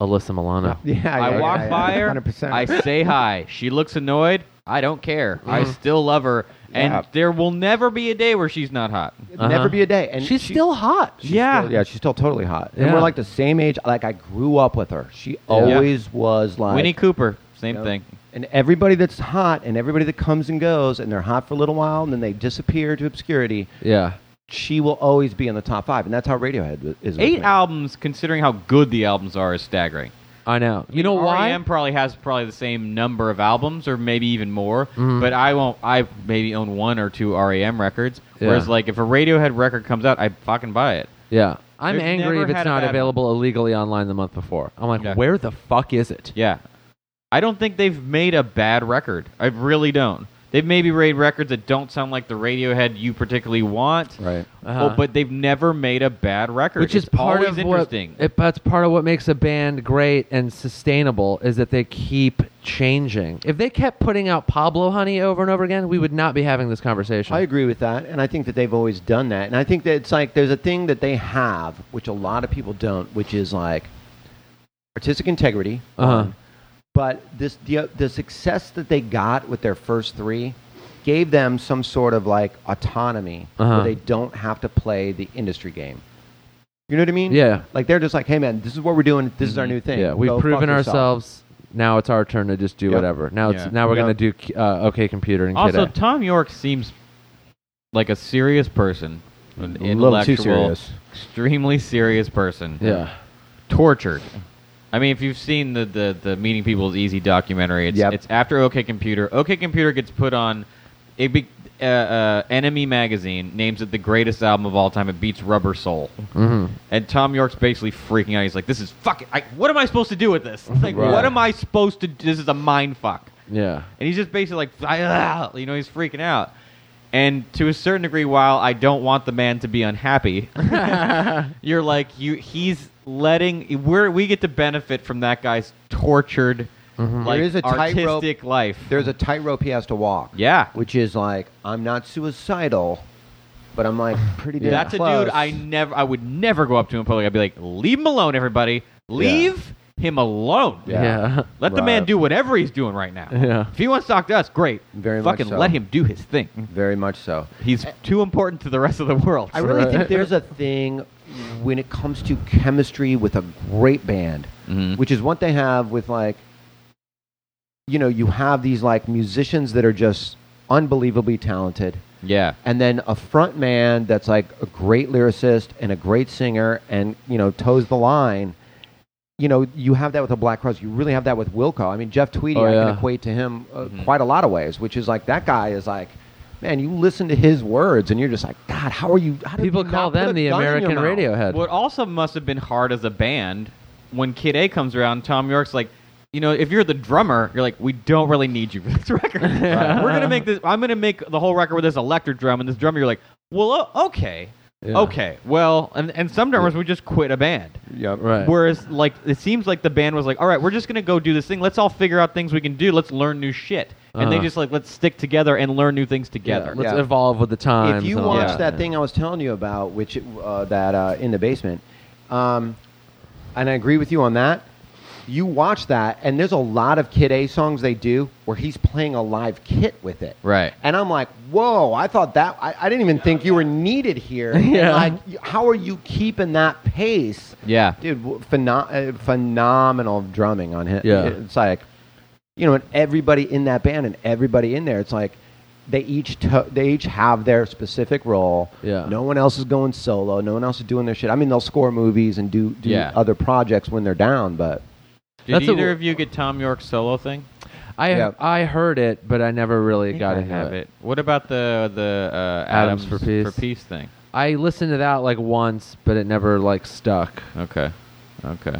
A: Alyssa Milano.
C: Yeah, yeah,
B: I
C: yeah,
B: walk
C: yeah,
B: by her.
D: 100%.
B: I say hi. She looks annoyed. I don't care. I
C: Mm.
B: still love her, and
C: Yeah.
B: there will never be a day where she's not hot.
A: Uh-huh.
C: Never be a day. And
A: She's
C: she-
A: still hot.
B: yeah.
C: yeah, she's still totally hot. And
A: Yeah.
C: we're like the same age. Like I grew up with her. She always was like
B: Winnie Cooper, same
C: you know?
B: thing.
C: And everybody that's hot and everybody that comes and goes and they're hot for a little while and then they disappear to obscurity,
A: Yeah.
C: she will always be in the top five. And that's how Radiohead w- is. with
B: Eight
C: me.
B: albums, considering how good the albums are, is staggering.
A: I know. You know why?
B: REM E probably has probably the same number of albums, or maybe even more.
A: Mhm.
B: But I won't. I maybe own one or two REM records. Whereas,
A: Yeah.
B: like, if a Radiohead record comes out, I fucking buy it.
A: Yeah. I'm
B: They've
A: angry
B: never
A: if it's
B: had a
A: not
B: bad one.
A: available illegally online the month before. I'm like,
B: Yeah.
A: where the fuck is it?
B: Yeah. I don't think they've made a bad record. I really don't. They've maybe made records that don't sound like the Radiohead you particularly want.
C: Right.
A: Uh-huh.
B: Oh, but they've never made a bad record.
A: Which is
B: It's
A: part
B: always
A: of what
B: interesting.
A: it- that's part of what makes a band great and sustainable is that they keep changing. If they kept putting out Pablo Honey over and over again, we would not be having this conversation.
C: I agree with that. And I think that they've always done that. And I think that it's like there's a thing that they have, which a lot of people don't, which is like artistic integrity.
A: Uh-huh.
C: one. But this, the, the success that they got with their first three gave them some sort of like autonomy
A: Uh-huh.
C: where they don't have to play the industry game. You know what I mean?
A: Yeah. Mm-hmm.
C: Like they're just like, hey man, this is what we're doing. This is our new thing.
A: Yeah, we've
C: Go fuck
A: proven
C: yourself."
A: ourselves. Now it's our turn to just do
C: Yep.
A: whatever. Now it's
B: Yeah.
A: now we're
C: Yep.
A: gonna do uh, OK Computer and
B: also,
A: Kid A.
B: Tom York seems like a serious person, an
C: A little too
B: intellectual,
C: serious.
B: extremely serious person.
A: yeah.
B: tortured. I mean, if you've seen the the, the Meeting People is Easy documentary, it's
C: Yep.
B: it's after OK Computer. OK Computer gets put on. It be, uh, uh, Enemy magazine names it the greatest album of all time. It beats Rubber Soul,
A: Mm-hmm.
B: and Tom York's basically freaking out. He's like, "This is fucking. I, what am I supposed to do with this? Like,
A: Right.
B: what am I supposed to? This is a mind fuck."
A: Yeah.
B: And he's just basically like, "Ah," you know, he's freaking out. And to a certain degree, while I don't want the man to be unhappy, you're like you. He's letting we're we get to benefit from that guy's tortured, like
C: There is a tightrope-
B: artistic life.
C: There's a tightrope he has to walk.
B: yeah,
C: Which is like, I'm not suicidal, but I'm like pretty damn
B: that's a
C: close.
B: dude I never. I would never go up to in public. I'd be like, leave him alone, everybody. Leave him alone.
C: Yeah.
A: yeah.
B: Let the man
C: Right.
B: do whatever he's doing right now.
A: Yeah.
B: If he wants to talk to us, great.
C: Very much
B: Fucking
C: so.
B: let him do his thing.
C: Very much so.
B: He's too important to the rest of the world.
C: I really think there's a thing when it comes to chemistry with a great band,
B: Mhm.
C: which is what they have with like, you know, you have these like musicians that are just unbelievably talented,
B: yeah.
C: and then a front man that's like a great lyricist and a great singer, and you know, toes the line. You know, you have that with the Black Cross. You really have that with Wilco. I mean, Jeff Tweedy,
A: Oh,
C: I
A: yeah. Mm-hmm.
C: can equate to him uh,
B: Mhm.
C: quite a lot of ways, which is like that guy is like. Man, you listen to his words, and you're just like, God, how are you? How did
A: People
C: you
A: call
C: not put a
A: them the
C: gun in your
A: American
C: mouth?
A: Radiohead.
B: What also must have been hard as a band when Kid A comes around, Tom York's like, you know, if you're the drummer, you're like, we don't really need you for this record. We're gonna make this. I'm gonna make the whole record with this electric drum and this drummer. You're like, well, o- okay,
A: Yeah.
B: okay, well, and and some drummers would just quit a band.
C: Yep.
A: Right.
B: Whereas, like, it seems like the band was like, all right, we're just going to go do this thing. Let's all figure out things we can do. Let's learn new shit. And they
A: Uh-huh.
B: just, like, let's stick together and learn new things together.
A: Let's
C: Yeah.
A: evolve with the times.
C: If you
A: and all
C: watch
B: Yeah.
C: that thing I was telling you about, which uh, that uh, in the basement, um, and I agree with you on that. You watch that, and there's a lot of Kid A songs they do where he's playing a live kit with it.
B: Right.
C: And I'm like, whoa! I thought that I, I didn't even think you were needed here. And,
A: Yeah.
C: like, y- how are you keeping that pace?
B: Yeah.
C: dude, w- pheno- uh, phenomenal drumming on him.
A: Yeah.
C: It's like, you know, and everybody in that band and everybody in there, it's like they each to- they each have their specific role.
A: Yeah.
C: No one else is going solo. No one else is doing their shit. I mean, they'll score movies and do, do
B: Yeah.
C: other projects when they're down, but
B: Did
A: That's a-
B: either of you get Tom York's solo thing?
A: I
C: Yeah.
A: I heard it, but I never really got
B: I
A: into
B: have
A: it.
B: it. What about the the uh,
A: Adams
B: Adams,
A: for Peace.
B: thing?
A: I listened to that like once, but it never like stuck.
B: Okay. Okay.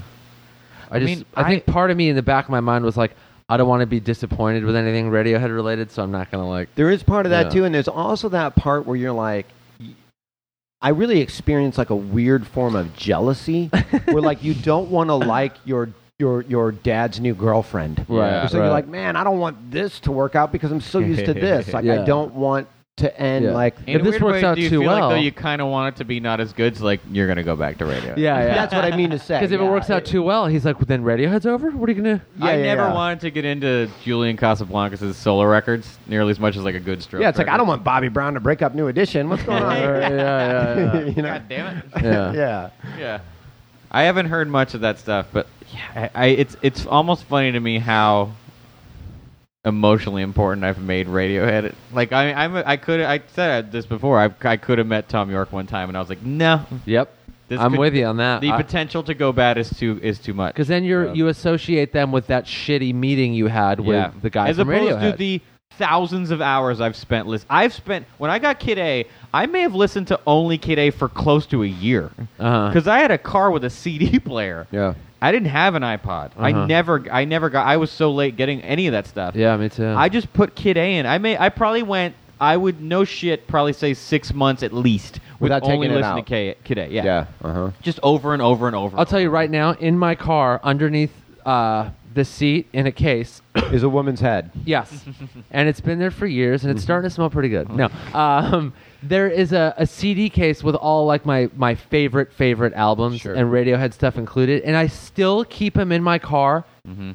A: I just I,
B: mean,
A: think part of me in the back of my mind was like, I don't want to be disappointed with anything Radiohead related, so I'm not gonna like.
C: There is part of that
A: Yeah.
C: too, and there's also that part where you're like, y- I really experience like a weird form of jealousy, where like you don't want to like your your your dad's new girlfriend.
A: Right,
C: So
A: right.
C: you're like, man, I don't want this to work out because I'm so used to this. Like
A: Yeah.
C: I don't want to end
A: Yeah.
C: like.
A: If
B: In a
A: this
B: weird
A: works
B: way,
A: out
B: do you
A: too
B: feel like,
A: well-
B: though, you kind of want it to be not as good, so, like, you're going to go back to radio.
A: Yeah, yeah.
C: That's what I mean to say.
A: Because if it
C: yeah.
A: works out too well, he's like, well, then Radiohead's over. What are you gonna?
C: Yeah,
B: I
C: yeah,
B: never
C: yeah.
B: wanted to get into Julian Casablancas' solo records nearly as much as, like, a good stroke.
C: Yeah, it's like I
B: record.
C: don't want Bobby Brown to break up New Edition. What's going on?
A: yeah, yeah,
C: you know?
B: God damn it.
A: yeah. yeah.
C: yeah.
B: yeah. I haven't heard much of that stuff, but yeah, I, I it's it's almost funny to me how emotionally important I've made Radiohead. Like I I'm a, I could I said this before. I I could have met Tom York one time, and I was like, no,
A: Yep.
B: This
A: I'm
B: could-
A: with you on that.
B: the potential to go bad is too is too much.
A: Because then you are
B: Yeah.
A: you associate them with that shitty meeting you had with
B: yeah.
A: the guy
B: as
A: from
B: opposed
A: Radiohead.
B: to the thousands of hours I've spent. List I've spent when I got Kid A. I may have listened to only Kid A for close to a year
A: uh-huh.
B: because I had a car with a CD player.
C: Yeah.
B: I didn't have an iPod.
A: Uh-huh.
B: I never I never got I was so late getting any of that stuff.
A: Yeah, me too.
B: I just put Kid A in. I may I probably went I would no shit probably say 6 months at least with
C: Without
B: only
C: taking it
B: listening to K,
C: out.
B: Kid A. Yeah.
C: Yeah. Uh huh.
A: Uh-huh.
B: Just over and over and over.
A: I'll tell you right now, in my car, underneath uh, the seat in a case,
C: Is a woman's head.
A: yes, and it's been there for years, and it's starting to smell pretty good. No, um, there is a, a CD case with all like my my favorite favorite albums
C: Sure.
A: and Radiohead stuff included, and I still keep them in my car.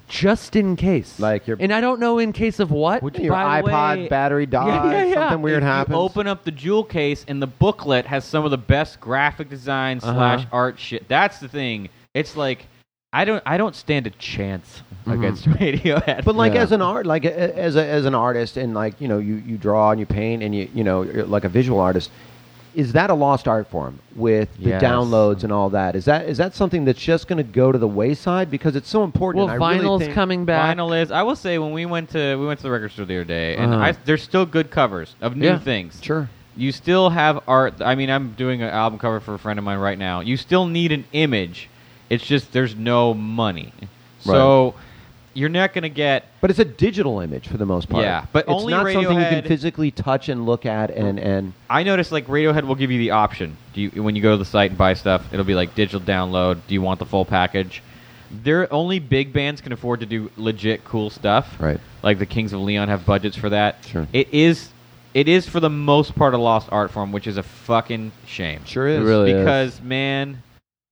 A: Just in case,
C: Like your-
A: and I don't know in case of what.
C: Your
A: by the
C: iPod
A: way-
C: battery dies.
A: yeah, yeah.
C: Something weird
B: If you
C: happens.
B: open up the jewel case and the booklet has some of the best graphic design
A: Uh-huh.
B: slash art shit. That's the thing. It's like I don't I don't stand a chance against Radiohead.
C: But like
A: Yeah.
C: as an art, like a- a- as a, as an artist, and like you know, you, you draw and you paint and you you know, you're like a visual artist, is that a lost art form with the
B: Yes.
C: downloads and all that? Is that is that something that's just going to go to the wayside because it's so important?
A: Well,
C: and I really
A: vinyl's
C: think-
A: coming back.
B: Vinyl is. I will say when we went to we went to the record store the other day, and
A: Uh-huh.
B: I, there's still good covers of new
A: Yeah.
B: things.
C: Sure.
B: You still have art. I mean, I'm doing an album cover for a friend of mine right now. You still need an image. It's just there's no money. So you're not going to get
C: But it's a digital image for the most part.
B: Yeah, but
C: it's
B: only
C: not something you can
B: Radiohead- Mm.
C: physically touch and look at and and
B: I noticed like Radiohead will give you the option. Do you when you go to the site and buy stuff, it'll be like digital download. Do you want the full package? They're only big bands can afford to do legit cool stuff.
C: Right.
B: Like the Kings of Leon have budgets for that.
C: Sure.
B: It is it is for the most part a lost art form, which is a fucking shame.
C: sure
A: It
C: is
A: really is.
B: Because man,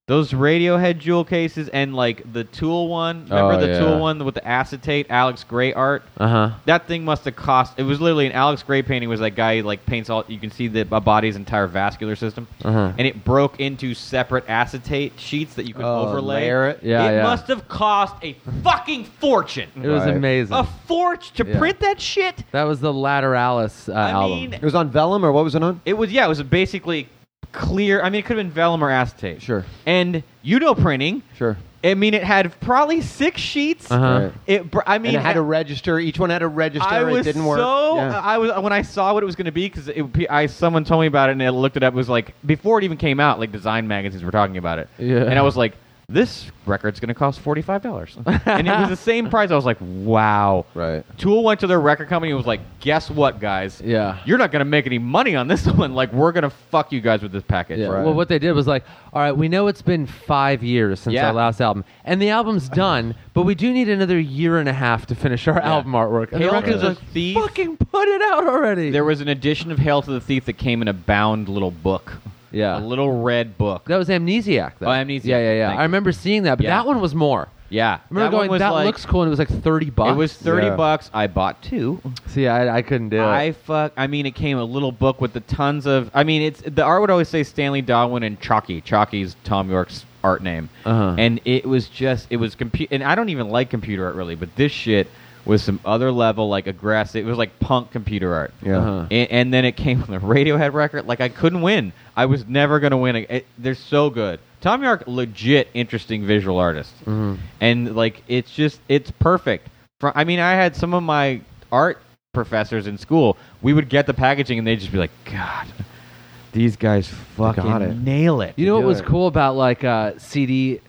B: those Radiohead jewel cases and like the Tool one, remember
A: Oh,
B: the
A: yeah.
B: Tool one with the acetate, Alex Gray art?
A: Uh huh.
B: That thing must have cost. It was literally an Alex Gray painting. Was that guy like paints all? You can see the a body's entire vascular system,
A: Uh-huh.
B: and it broke into separate acetate sheets that you could
C: Oh,
B: overlay.
C: layer it?
A: Yeah,
B: it
A: yeah.
B: must have cost a fucking
A: It
B: fortune,
A: was
C: Right.
A: amazing.
B: a forge to
A: Yeah.
B: print that shit.
A: that was the Lateralis uh,
B: I
A: album.
B: mean,
C: It was on vellum or what was it on?
B: it was yeah, it was basically clear. I mean, it could have been vellum or acetate.
C: Sure.
B: And you know printing.
C: Sure.
B: I mean, it had probably six sheets.
A: Uh-huh.
C: Right.
B: It. br- I mean,
C: and it had to register. Each one had to register.
B: I was
C: it didn't work.
B: so
C: Yeah.
B: I was when I saw what it was going to be because I someone told me about it and I looked it up. It was like before it even came out, like design magazines were talking about it.
A: Yeah.
B: and I was like, this record's going to cost forty five dollars, and it was the same price. I was like, wow.
C: Right.
B: Tool went to their record company and was like, guess what, guys?
A: Yeah.
B: You're not going to make any money on this one. Like, we're going to fuck you guys with this package.
A: Yeah.
C: Right.
A: Well, what they did was like, all right, we know it's been five years since
B: Yeah.
A: our last album, and the album's done, but we do need another year and a half to finish our album artwork. And the
B: Hail to
A: record's
B: the
A: like,
B: Thief.
A: fucking put it out already.
B: There was an edition of Hail to the Thief that came in a bound little book.
A: Yeah.
B: A little red book.
A: that was Amnesiac. Though.
B: Oh, Amnesiac.
A: Yeah, yeah, yeah.
B: Thank
A: I
B: you.
A: remember seeing that, but
B: Yeah.
A: that one was more.
B: Yeah.
A: I remember
B: one
A: going,
B: was
A: that
B: like-
A: looks cool, and it was like thirty bucks.
B: It was thirty
C: Yeah.
B: bucks. I bought two.
A: See, I, I couldn't do it.
B: I fuck. I mean, it came a little book with the tons of. I mean, it's the art would always say Stanley Godwin and Chalky. Chalky's Tom York's art name,
A: Uh-huh.
B: and it was just it was computer. And I don't even like computer art really, but this shit was some other level like aggressive. It was like punk computer art.
C: Yeah.
A: Uh-huh.
B: And, and then it came on the Radiohead record. Like I couldn't win. I was never gonna win. It, they're so good. Tom York, legit interesting visual artist, and like it's just it's perfect. From I mean, I had some of my art professors in school. We would get the packaging, and they'd just be like, "God, these guys fucking
C: got it."
B: nail it."
A: You know what
C: do
A: was
C: it.
A: cool about like uh, CD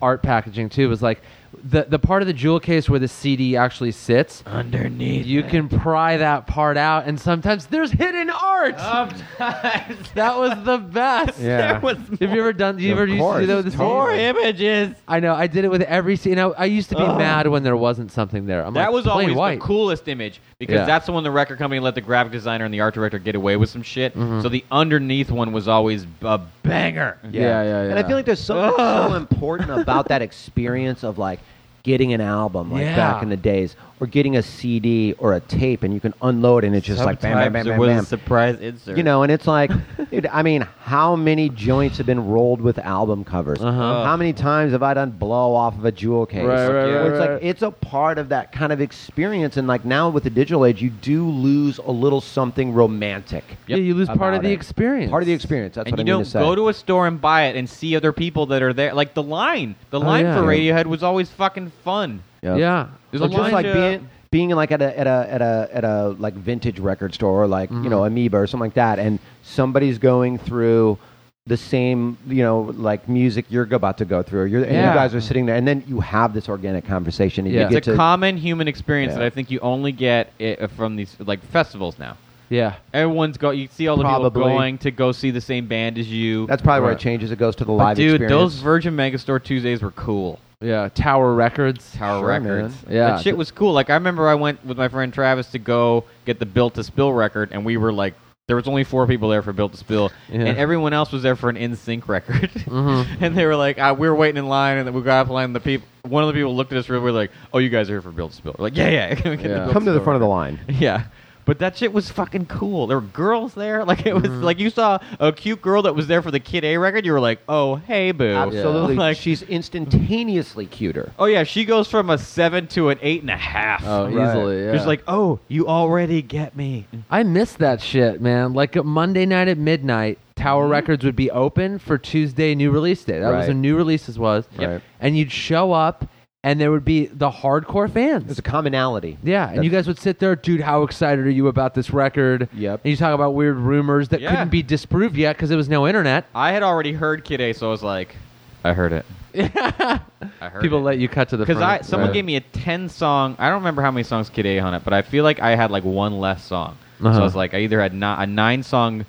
A: art packaging too was like the the part of the jewel case where the CD actually sits.
B: underneath
A: You can pry that part out, and sometimes there's hidden art. that was the best.
C: Yeah.
B: there was
A: Have you ever done? You
C: Of
A: ever used to do
C: course.
A: that with the CD?
B: more images.
A: I know. I did it with every CD. You know, I used to be mad when there wasn't something there. I'm
B: That
A: like,
B: was
A: plain
B: always
A: white.
B: the coolest image because
A: Yeah.
B: that's the one the record company let the graphic designer and the art director get away with some shit. So the underneath one was always a banger.
A: Yeah, yeah, yeah.
C: And I feel like there's something so important about that experience of like getting an album like
A: Yeah.
C: back in the days or getting a CD or a tape and you can unload and it's just like bam bam bam
B: Sometimes
C: bam
B: it was
C: bam.
B: a surprise insert.
C: You know, and it's like, dude, I mean, how many joints have been rolled with album covers?
A: Uh-huh.
C: How many times have I done blow off of a jewel case?
A: Right, right,
C: Where
A: right,
C: it's
A: right.
C: like it's a part of that kind of experience, and like now with the digital age, you do lose a little something romantic.
A: yeah, you lose part of
C: about
A: the
C: it.
A: experience.
C: Part of the experience. That's
B: and
C: what
B: you
C: I
B: don't
C: mean to say.
B: go to a store and buy it and see other people that are there. Like the line, the
A: Oh,
B: line
A: yeah.
B: for Radiohead was always fucking fun.
C: Yeah.
A: Yeah.
B: There's
C: Or
B: a line
C: just like
B: to-
C: being being like at a at a at a at a like vintage record store or like you know
A: Mm-hmm.
C: Amoeba or something like that, and somebody's going through the same you know like music you're about to go through. You're, and
A: Yeah.
C: you guys are sitting there, and then you have this organic conversation. And
A: Yeah.
C: you get
B: It's a
C: to,
B: common human experience
C: Yeah.
B: that I think you only get i from these like festivals now.
A: Yeah.
B: Everyone's go. You see all the
C: Probably.
B: people going to go see the same band as you.
C: that's probably where it
A: Right.
C: changes. It goes to the
B: But
C: live
B: dude,
C: experience.
B: those Virgin Megastore Tuesdays were cool.
A: Yeah. Tower Records.
B: Tower
C: Sure,
B: Records.
A: man. Yeah.
B: That shit was cool. Like I remember I went with my friend Travis to go get the Built to Spill record and we were like there was only four people there for Built to Spill
A: Yeah. Mm-hmm.
B: and everyone else was there for an In Sync record. and they were like uh, we were waiting in line and then we got up in line and the people one of the people looked at us real we're like, "Oh, you guys are here for Built to Spill." We're like, "Yeah, yeah." Can we get
A: Yeah.
B: Built
C: come to the
B: Spill
C: front of the
B: record?"
C: line.
B: Yeah. But that shit was fucking cool. There were girls there. Like it was
A: Mm-hmm.
B: like you saw a cute girl that was there for the Kid A record. You were like, "Oh, hey, boo!"
C: Absolutely,
B: Like,
C: she's instantaneously cuter.
B: Oh yeah, she goes from a seven to an eight and a half.
A: Oh,
C: Right.
A: easily. Yeah.
B: She's like, oh, you already get me.
A: I miss that shit, man. Like a Monday night at midnight, Tower
B: Mm-hmm.
A: Records would be open for Tuesday new release day. That was
C: Right.
A: when new releases was.
C: Yep. Right.
A: And you'd show up and there would be the hardcore
C: There's
A: fans.
C: a commonality.
A: yeah, and you guys would sit there, dude. How excited are you about this record?
C: Yep.
A: And you talk about weird rumors that
B: Yeah.
A: couldn't be disproved yet because there was no internet.
B: I had already heard Kid A, so I was like, I heard it. I heard
A: People
B: it.
A: let you cut to the
B: Because I
A: front.
B: someone
A: Right.
B: gave me a ten song. I don't remember how many songs Kid A on it, but I feel like I had like one less song. So
A: Uh-huh.
B: I was like, I either had not, a nine song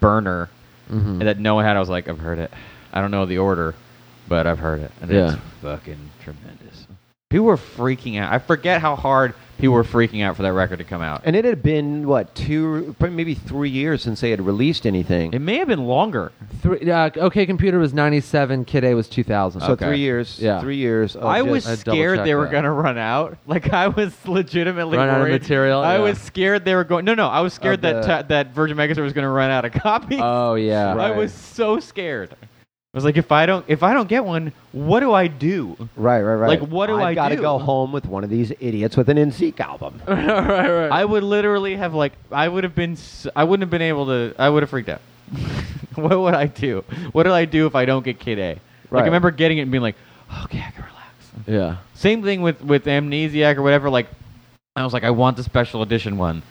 B: burner
A: Mhm.
B: that no one had. I was like, I've heard it. I don't know the order, but I've heard it, and
A: Yeah.
B: it's fucking tremendous. People were freaking out. I forget how hard people were freaking out for that record to come out.
C: And it had been what two, probably maybe three years since they had released anything.
B: It may have been longer.
A: Three, uh, okay, computer was ninety seven. Kid A was two thousand.
C: so
B: Okay.
C: three years.
A: Yeah.
C: Three years. Of
B: I
C: just-
B: was
A: Oh, I
B: scared they
A: double-checked
B: were
A: that.
B: gonna run out. Like I was legitimately
A: Run out of
B: worried.
A: material,
B: I
A: yeah.
B: was scared they were going. No, no, I was scared that
C: the-
B: ta- that Virgin Megastore was gonna run out of copies.
A: Oh yeah.
B: I
C: right.
B: was so scared. I was like, if I don't, if I don't get one, what do I do?
C: right, right, right.
B: Like, what do I
C: I've got to
B: do?
C: go home with one of these idiots with an NSYNC album.
A: right, right.
B: I would literally have like, I would have been, s- I wouldn't have been able to. I would have freaked out. what would I do? What do I do if I don't get Kid A? Like,
C: Right.
B: I remember getting it and being like, okay, I can relax.
A: yeah.
B: Same thing with with Amnesiac or whatever. Like, I was like, I want the special edition one,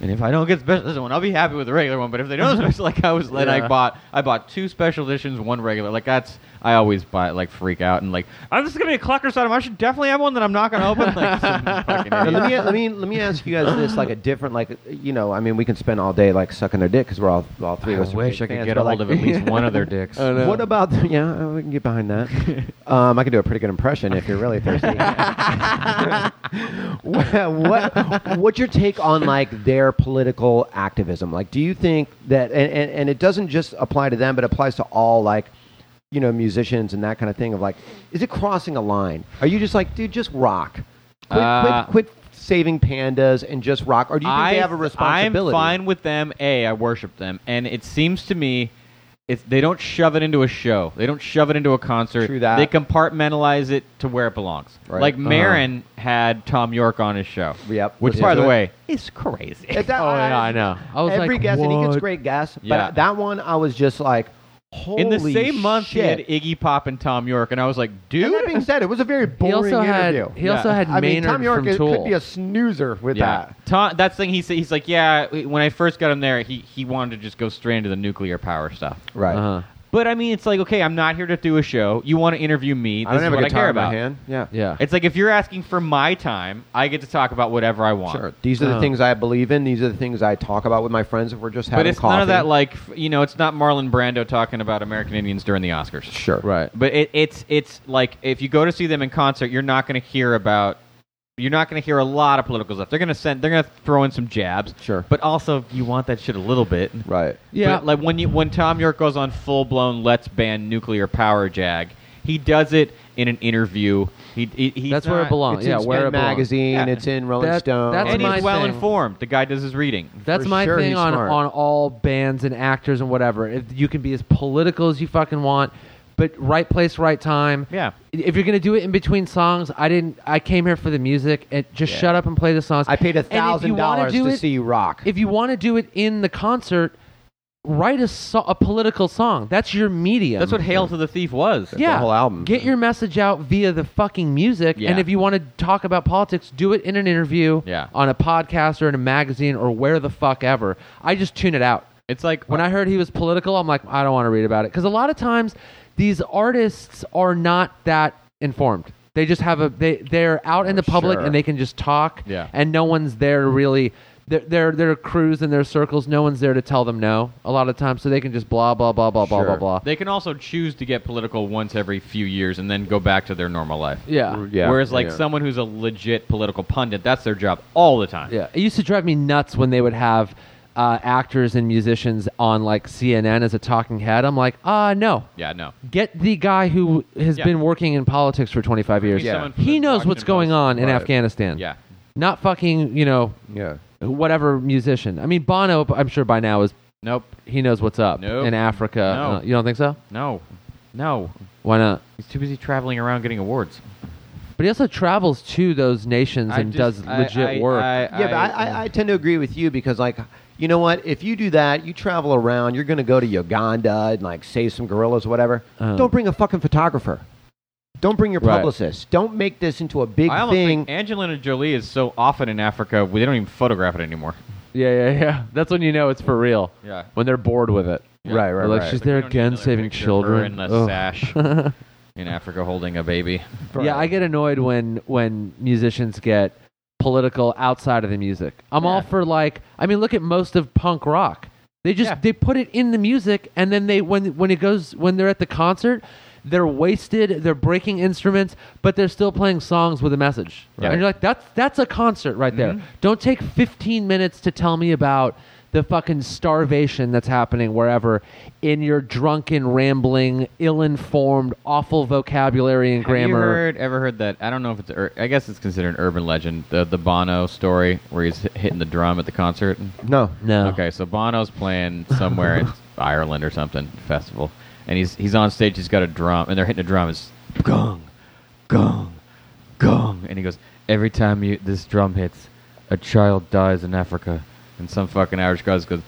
B: and if I don't get the special edition one, I'll be happy with the regular one. But if they don't, special, like I was, then
A: Yeah.
B: I bought I bought two special editions, one regular. Like that's I always buy like freak out and like I'm just gonna be a collector's item. I should definitely have one that I'm not gonna open. Like, some fucking
C: Now,
B: idiot.
C: let me let me let me ask you guys this like a different like you know I mean we can spend all day like sucking their dick because we're all all
B: I
C: three of us. are
B: wish
C: big
B: I could
C: fans,
B: get
C: but,
B: a
C: like,
B: hold of at least one of their dicks.
A: Oh, no.
C: What about the, yeah? uh, We can get behind that. um, I can do a pretty good impression if you're really thirsty. what, what what's your take on like their political activism? Like, do you think that and, and, and it doesn't just apply to them, but applies to all like you know musicians and that kind of thing of like, is it crossing a line? Are you just like, dude, just rock? Quit,
B: Uh,
C: quit, quit saving pandas and just rock. Or do you think they have a responsibility?
B: I'm fine with them. A, I worship them, and it seems to me, it's they don't shove it into a show. They don't shove it into a concert.
C: True that.
B: They compartmentalize it to where it belongs.
C: Right. Uh-huh.
B: Like Marin had Tom York on his show.
C: Yep.
B: Which,
C: Let's
B: by
C: do
B: the
C: it.
B: way, is crazy.
C: It- that-
A: Oh yeah, I know. I was
C: every
A: like,
C: guest, and he gets
A: what?
C: great guests. But
B: Yeah.
C: that one, I was just like, holy
B: In the same month, he had
C: shit.
B: Iggy Pop and Tom York, and I was like, dude.
C: and that being said, it was a very
A: He
C: boring
A: also had.
C: interview.
A: He also
B: Yeah.
A: had
C: I mean,
A: Maynard
C: Tom York
A: from
C: is-
A: Tool.
C: could be a snoozer with
B: yeah,
C: that.
B: Tom, that's the thing he said. He's like, yeah. When I first got him there, he he wanted to just go straight into the nuclear power stuff.
C: Right.
A: Uh-huh.
B: But I mean, it's like, okay, I'm not here to do a show. You want to interview me? This
C: I don't
B: is
C: have a
B: what I
C: guitar
B: care
C: in my
B: about.
C: hand. Yeah.
A: Yeah.
B: It's like if you're asking for my time, I get to talk about whatever I want.
C: Sure. These are the
A: Uh-huh.
C: things I believe in. These are the things I talk about with my friends if we're just having
B: But it's
C: coffee.
B: none of that like f- you know, it's not Marlon Brando talking about American Indians during the Oscars.
C: Sure.
A: right.
B: But it, it's it's like if you go to see them in concert, you're not going to hear about you're not going to hear a lot of political stuff. They're going to send they're going to throw in some jabs.
C: Sure.
B: But also you want that shit a little bit.
C: Right.
A: Yeah.
B: But, like when you when Tom York goes on full blown let's ban nuclear power jag, he does it in an interview. He, he he's
A: That's where it
B: not-
A: belongs.
C: It's
A: yeah,
C: in Spin
A: where it belongs.
C: magazine.
B: Yeah.
C: It's in Rolling
A: That-
C: Stone.
A: that's
B: and
A: my
B: he's well
A: thing.
B: informed. The guy does his reading.
A: That's
C: For
A: my
C: sure
A: thing
C: he's
A: on,
C: smart.
A: on all bands and actors and whatever. If you can be as political as you fucking want, but right place, right time.
B: Yeah.
A: If you're gonna do it in between songs, I didn't. I came here for the music. And just
B: Yeah.
A: shut up and play the songs.
C: I paid
A: And
C: a
A: if you wanna
C: thousand dollars
A: do
C: to
A: it-
C: see you rock.
A: If you want to do it in the concert, write a so- a political song. That's your medium.
B: That's what Hail to the Thief was.
A: yeah,
C: whole album.
A: Get your message out via the fucking music,
B: Yeah.
A: and if you want to talk about politics, do it in an interview,
B: Yeah.
A: on a podcast or in a magazine or where the fuck ever. I just tune it out.
B: It's like
A: When I heard he was political, I'm like, I don't want to read about it because a lot of times these artists are not that informed. They just have a they they're out in the public
C: sure.
A: and they can just talk,
B: Yeah.
A: and no one's there to really. Their, their their crews and their circles, no one's there to tell them no. A lot of times, so they can just blah blah blah blah blah
C: Sure.
A: blah blah.
B: they can also choose to get political once every few years and then go back to their normal life.
A: Yeah,
C: Yeah.
B: Whereas like
C: Yeah.
B: someone who's a legit political pundit, that's their job all the time.
A: Yeah, it used to drive me nuts when they would have uh, actors and musicians on like CNN as a talking head. I'm like, ah, no.
B: Yeah, no.
A: Get the guy who has
B: Yeah.
A: been working in politics for 25 years.
B: Be someone from
A: He
B: the
A: knows
B: Washington
A: what's going
B: Post.
A: on in
C: Right.
A: Afghanistan.
B: Yeah.
A: Not fucking, you know,
C: yeah.
A: whatever musician. I mean, Bono, I'm sure by now is
B: Nope.
A: he knows what's up
B: Nope.
A: in Africa.
B: No.
A: Uh, you don't think so?
B: No. No.
A: Why not?
B: He's too busy traveling around getting awards.
A: But he also travels to those nations
B: I
A: and
B: just-
A: does
B: I-
A: legit
B: I-
A: work.
B: I-
C: Yeah, but I, I, I tend to agree with you because, like, you know what? If you do that, you travel around, you're going to go to Uganda and, like, save some gorillas, whatever.
A: Uh-huh.
C: Don't bring a fucking photographer. Don't bring your
A: Right.
C: publicist. Don't make this into a big
B: I almost
C: thing.
B: think Angelina Jolie is so often in Africa, we- they don't even photograph it anymore.
A: yeah, yeah, yeah. That's when you know it's for real.
B: Yeah.
A: When they're bored with it.
B: Yeah.
C: Right, right,
A: They're like,
C: right.
A: she's there
B: We don't need
A: again
B: another
A: saving
B: picture of her
A: children.
B: in the
A: Ugh.
B: sash. in Africa holding a baby.
A: Yeah, I get annoyed when when musicians get political outside of the music. I'm all
B: Yeah.
A: for like I mean look at most of punk rock. They just
B: Yeah.
A: they put it in the music and then they when when it goes when they're at the concert, they're wasted, they're breaking instruments, but they're still playing songs with a message.
B: Yeah. Mm-hmm.
A: And you're like that's that's a concert right there. Don't take 15 minutes to tell me about the fucking starvation that's happening wherever in your drunken rambling ill-informed awful vocabulary and
B: Have you
A: grammar
B: heard, ever heard that? I don't know if it's. Ur- I guess it's considered an urban legend. The the Bono story where he's hit- hitting the drum at the concert.
C: No.
A: No.
B: Okay, so Bono's playing somewhere in Ireland or something festival, and he's he's on stage. He's got a drum, and they're hitting a drum. It's gong, gong, gong, and he goes every time you this drum hits, a child dies in Africa, and some fucking Irish guy just goes.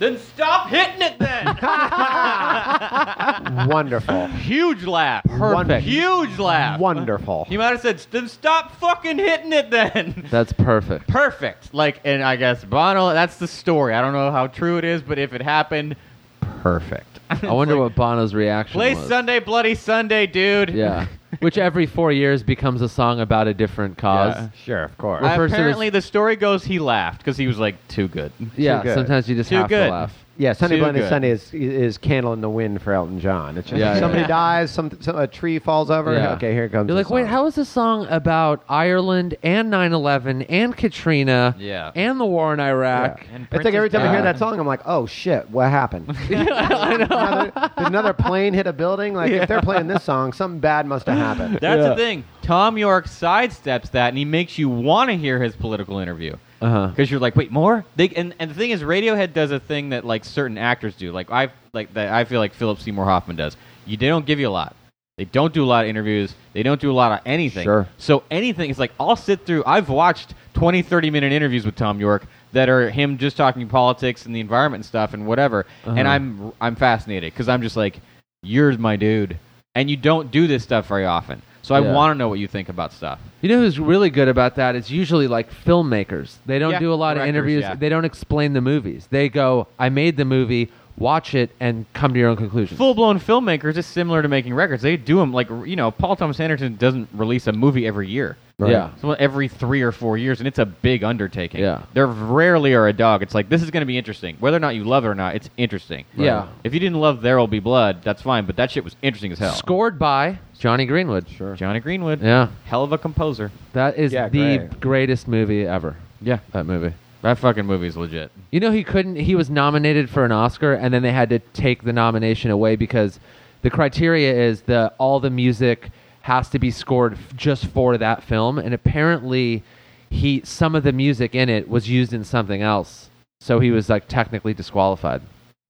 B: Then stop hitting it then.
C: Wonderful.
B: Huge laugh.
C: Perfect.
B: Huge laugh.
C: Wonderful.
B: He might have said, then stop fucking hitting it then.
A: That's perfect.
B: Perfect. Like, and I guess Bono, that's the story. I don't know how true it is, but if it happened, perfect.
A: I wonder what Bono's reaction
B: Play
A: was.
B: Sunday, Bloody Sunday, dude.
A: Yeah. Which every four years becomes a song about a different cause.
B: Yeah.
C: Sure, of course.
A: Well, first it
B: Apparently, the story goes he laughed because he was like, too good.
A: Yeah,
C: good.
A: sometimes you just
B: Too
A: have
B: good.
A: to laugh.
C: Yeah, Sunday
B: Too
C: Bloody
B: good.
C: Sunday is is candle in the wind for Elton John. It's just
A: Yeah, yeah.
C: somebody dies, some, some a tree falls over.
A: Yeah.
C: Okay, here comes.
A: You're
C: the
A: like, wait,
C: song."
A: how is this song about Ireland and 9 11 and Katrina
B: Yeah.
A: and the war in Iraq?
C: Yeah.
B: And
C: It's like every
B: Princess
C: time I hear
A: Di-
C: that song, I'm like, oh shit, what happened? another, did another plane hit a building? Like if they're playing this song, something bad must have happened.
B: That's
A: Yeah.
B: the thing. Tom York sidesteps that, and he makes you want to hear his political interview.
A: Uh-huh.
B: Because you're like, wait, more? They, and, and the thing is, Radiohead does a thing that like certain actors do. Like I like that. I feel like Philip Seymour Hoffman does. You they don't give you a lot. They don't do a lot of interviews. They don't do a lot of anything.
C: Sure.
B: So anything is like I'll sit through. I've watched 20, 30 minute interviews with Tom York that are him just talking politics and the environment and stuff and whatever. And I'm I'm fascinated because I'm just like, you're my dude, and you don't do this stuff very often. So I
A: Yeah.
B: want to know what you think about stuff.
A: You know who's really good about that? It's usually like filmmakers. They don't
B: Yeah,
A: do a lot of
B: directors,
A: interviews.
B: yeah.
A: They don't explain the movies. They go, I made the movie, watch it, and come to your own conclusion.
B: Full blown filmmakers is similar to making records. They do them like you know Paul Thomas Anderson doesn't release a movie every year.
C: Right.
A: Yeah.
B: So every three or four years, and it's a big undertaking.
A: Yeah.
B: There rarely are a dog. It's like this is going to be interesting, whether or not you love it or not. It's interesting.
A: Yeah.
B: If you didn't love There Will Be Blood, that's fine, but that shit was interesting as hell.
A: Scored by Johnny Greenwood.
C: Sure.
B: Johnny Greenwood.
A: Yeah.
B: Hell of a composer.
A: That is
C: Yeah,
A: the
C: great.
A: greatest movie ever.
B: Yeah.
A: That movie.
B: That fucking movie's legit.
A: You know, he couldn't. He was nominated for an Oscar, and then they had to take the nomination away because the criteria is the all the music has to be scored f- just for that film, and apparently, he some of the music in it was used in something else, so he was like technically disqualified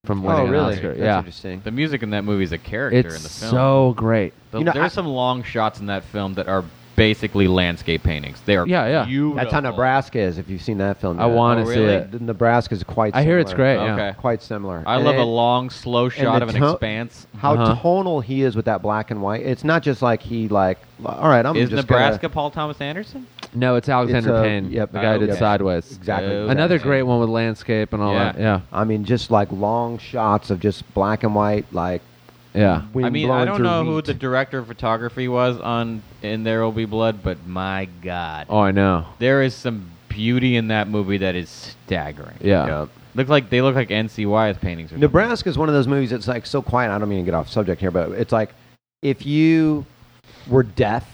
A: from winning
C: Oh,
A: an
C: really?
A: Oscar.
C: That's
A: yeah,
C: interesting.
B: The music in that movie is a character
A: it's
B: in the film.
A: so great.
B: The-
C: You know,
B: there's
C: I-
B: some long shots in that film that are basically landscape paintings. They are
A: Yeah, yeah.
B: beautiful.
C: That's how Nebraska is. If you've seen that film,
A: I want to
B: Oh,
A: see
B: really? Oh,
A: it.
C: Nebraska is quite.
A: I hear it's
C: similar.
A: great.
B: Okay.
A: Yeah.
C: Quite similar.
B: I
C: And
B: love a
C: it-
B: long, slow shot
C: the
B: of an
C: to-
B: expanse.
C: How
A: Uh-huh.
C: tonal he is with that black and white. It's not just like he like. All right, I'm
B: Is
C: just
B: Nebraska
C: Gonna,
B: Paul Thomas Anderson?
A: No, it's Alexander
C: It's a-
A: Payne,
C: yep,
A: the guy who did
B: okay.
A: Sideways.
C: exactly.
B: Uh,
A: Another
B: Exactly.
A: great one with landscape and all
B: Yeah.
A: that. Yeah,
C: I mean, just like long shots of just black and white, like
A: yeah.
C: wind
B: I mean,
C: blowing
B: I don't
C: through
B: know who
C: wheat.
B: the director of photography was on In There Will Be Blood, but my God.
A: Oh, I know.
B: There is some beauty in that movie that is staggering.
A: Yeah.
C: Yep.
B: Look like they look like NCY's paintings. Or
C: Nebraska is one of those movies that's like so quiet. I don't mean to get off subject here, but it's like if you were deaf,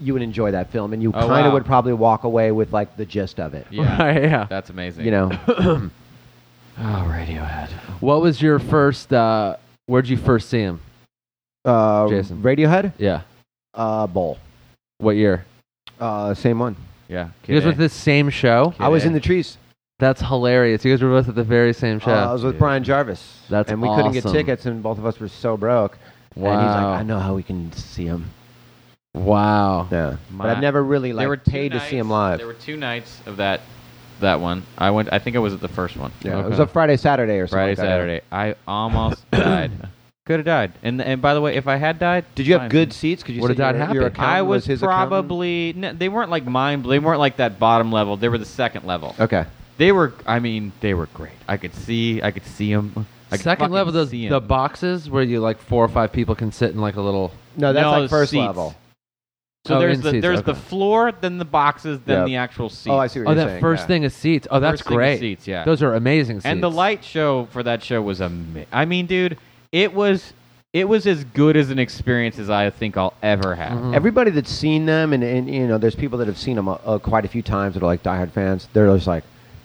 C: you would enjoy that film, and you
B: Oh,
C: kind of
B: wow.
C: would probably walk away with like the gist of it.
B: something. Yeah.
A: Right, yeah.
B: That's amazing.
C: You know,
B: Oh, Radiohead.
A: What was your first? Uh, where'd you first see him?
C: uh,
A: Jason.
C: Radiohead,
A: Yeah.
C: uh, Bowl,
A: What year?
C: uh, same one.
B: Yeah.
A: You guys were at the same show.
B: Kid
C: I was
B: A.
C: in the trees.
A: That's hilarious. You guys were both at the very same show.
C: Uh, I was with
B: Yeah.
C: Brian Jarvis.
A: That's
C: and we couldn't get
A: awesome.
C: tickets, and both of us were so broke. And he's
A: Wow.
C: like, I know how we can see him.
A: wow.
C: Yeah, but
B: My-
C: I've never really like
B: there were two
C: paid to see him
B: nights-
C: live.
B: There were two nights of that that one. I went I think I was at the first one.
C: yeah,
A: Okay.
C: it was a Friday, Saturday, or something.
B: Friday,
C: like that.
B: Saturday. I almost died. Could have died. And and by the way, if I had died,
C: Did you have
B: fine.
C: good seats? Because you
A: What
C: said
A: did that
C: your,
A: happen?
C: Your
A: I
C: accountant
B: I was
C: his accountant?
B: probably no, they weren't like mine. They weren't like that bottom level. They were the second level.
C: okay.
B: They were. I mean, they were great. I could see. I could see them. I could
A: Second
B: fucking
A: level, those
B: see 'em.
A: the boxes where you like four or five people can sit in like a little.
C: No, that's
B: No,
C: like
B: it's
C: first
B: seats.
C: level.
B: So
A: Oh,
B: there's
A: in
B: the
A: seats,
B: there's
A: okay.
B: the floor, then the boxes, then
C: Yep.
B: the actual seats.
C: Oh, I see what
A: Oh,
C: you're
A: that
C: saying.
A: first
C: yeah.
A: thing is seats. Oh, that's
B: First thing is
A: great.
B: seats, yeah.
A: Those are amazing seats.
B: And the light show for that show was amazing. I mean, dude, it was it was as good as an experience as I think I'll ever have.
A: Mhm.
C: Everybody that's seen them, and, and you know, there's people that have seen them uh, uh, quite a few times that are like diehard fans. They're just like,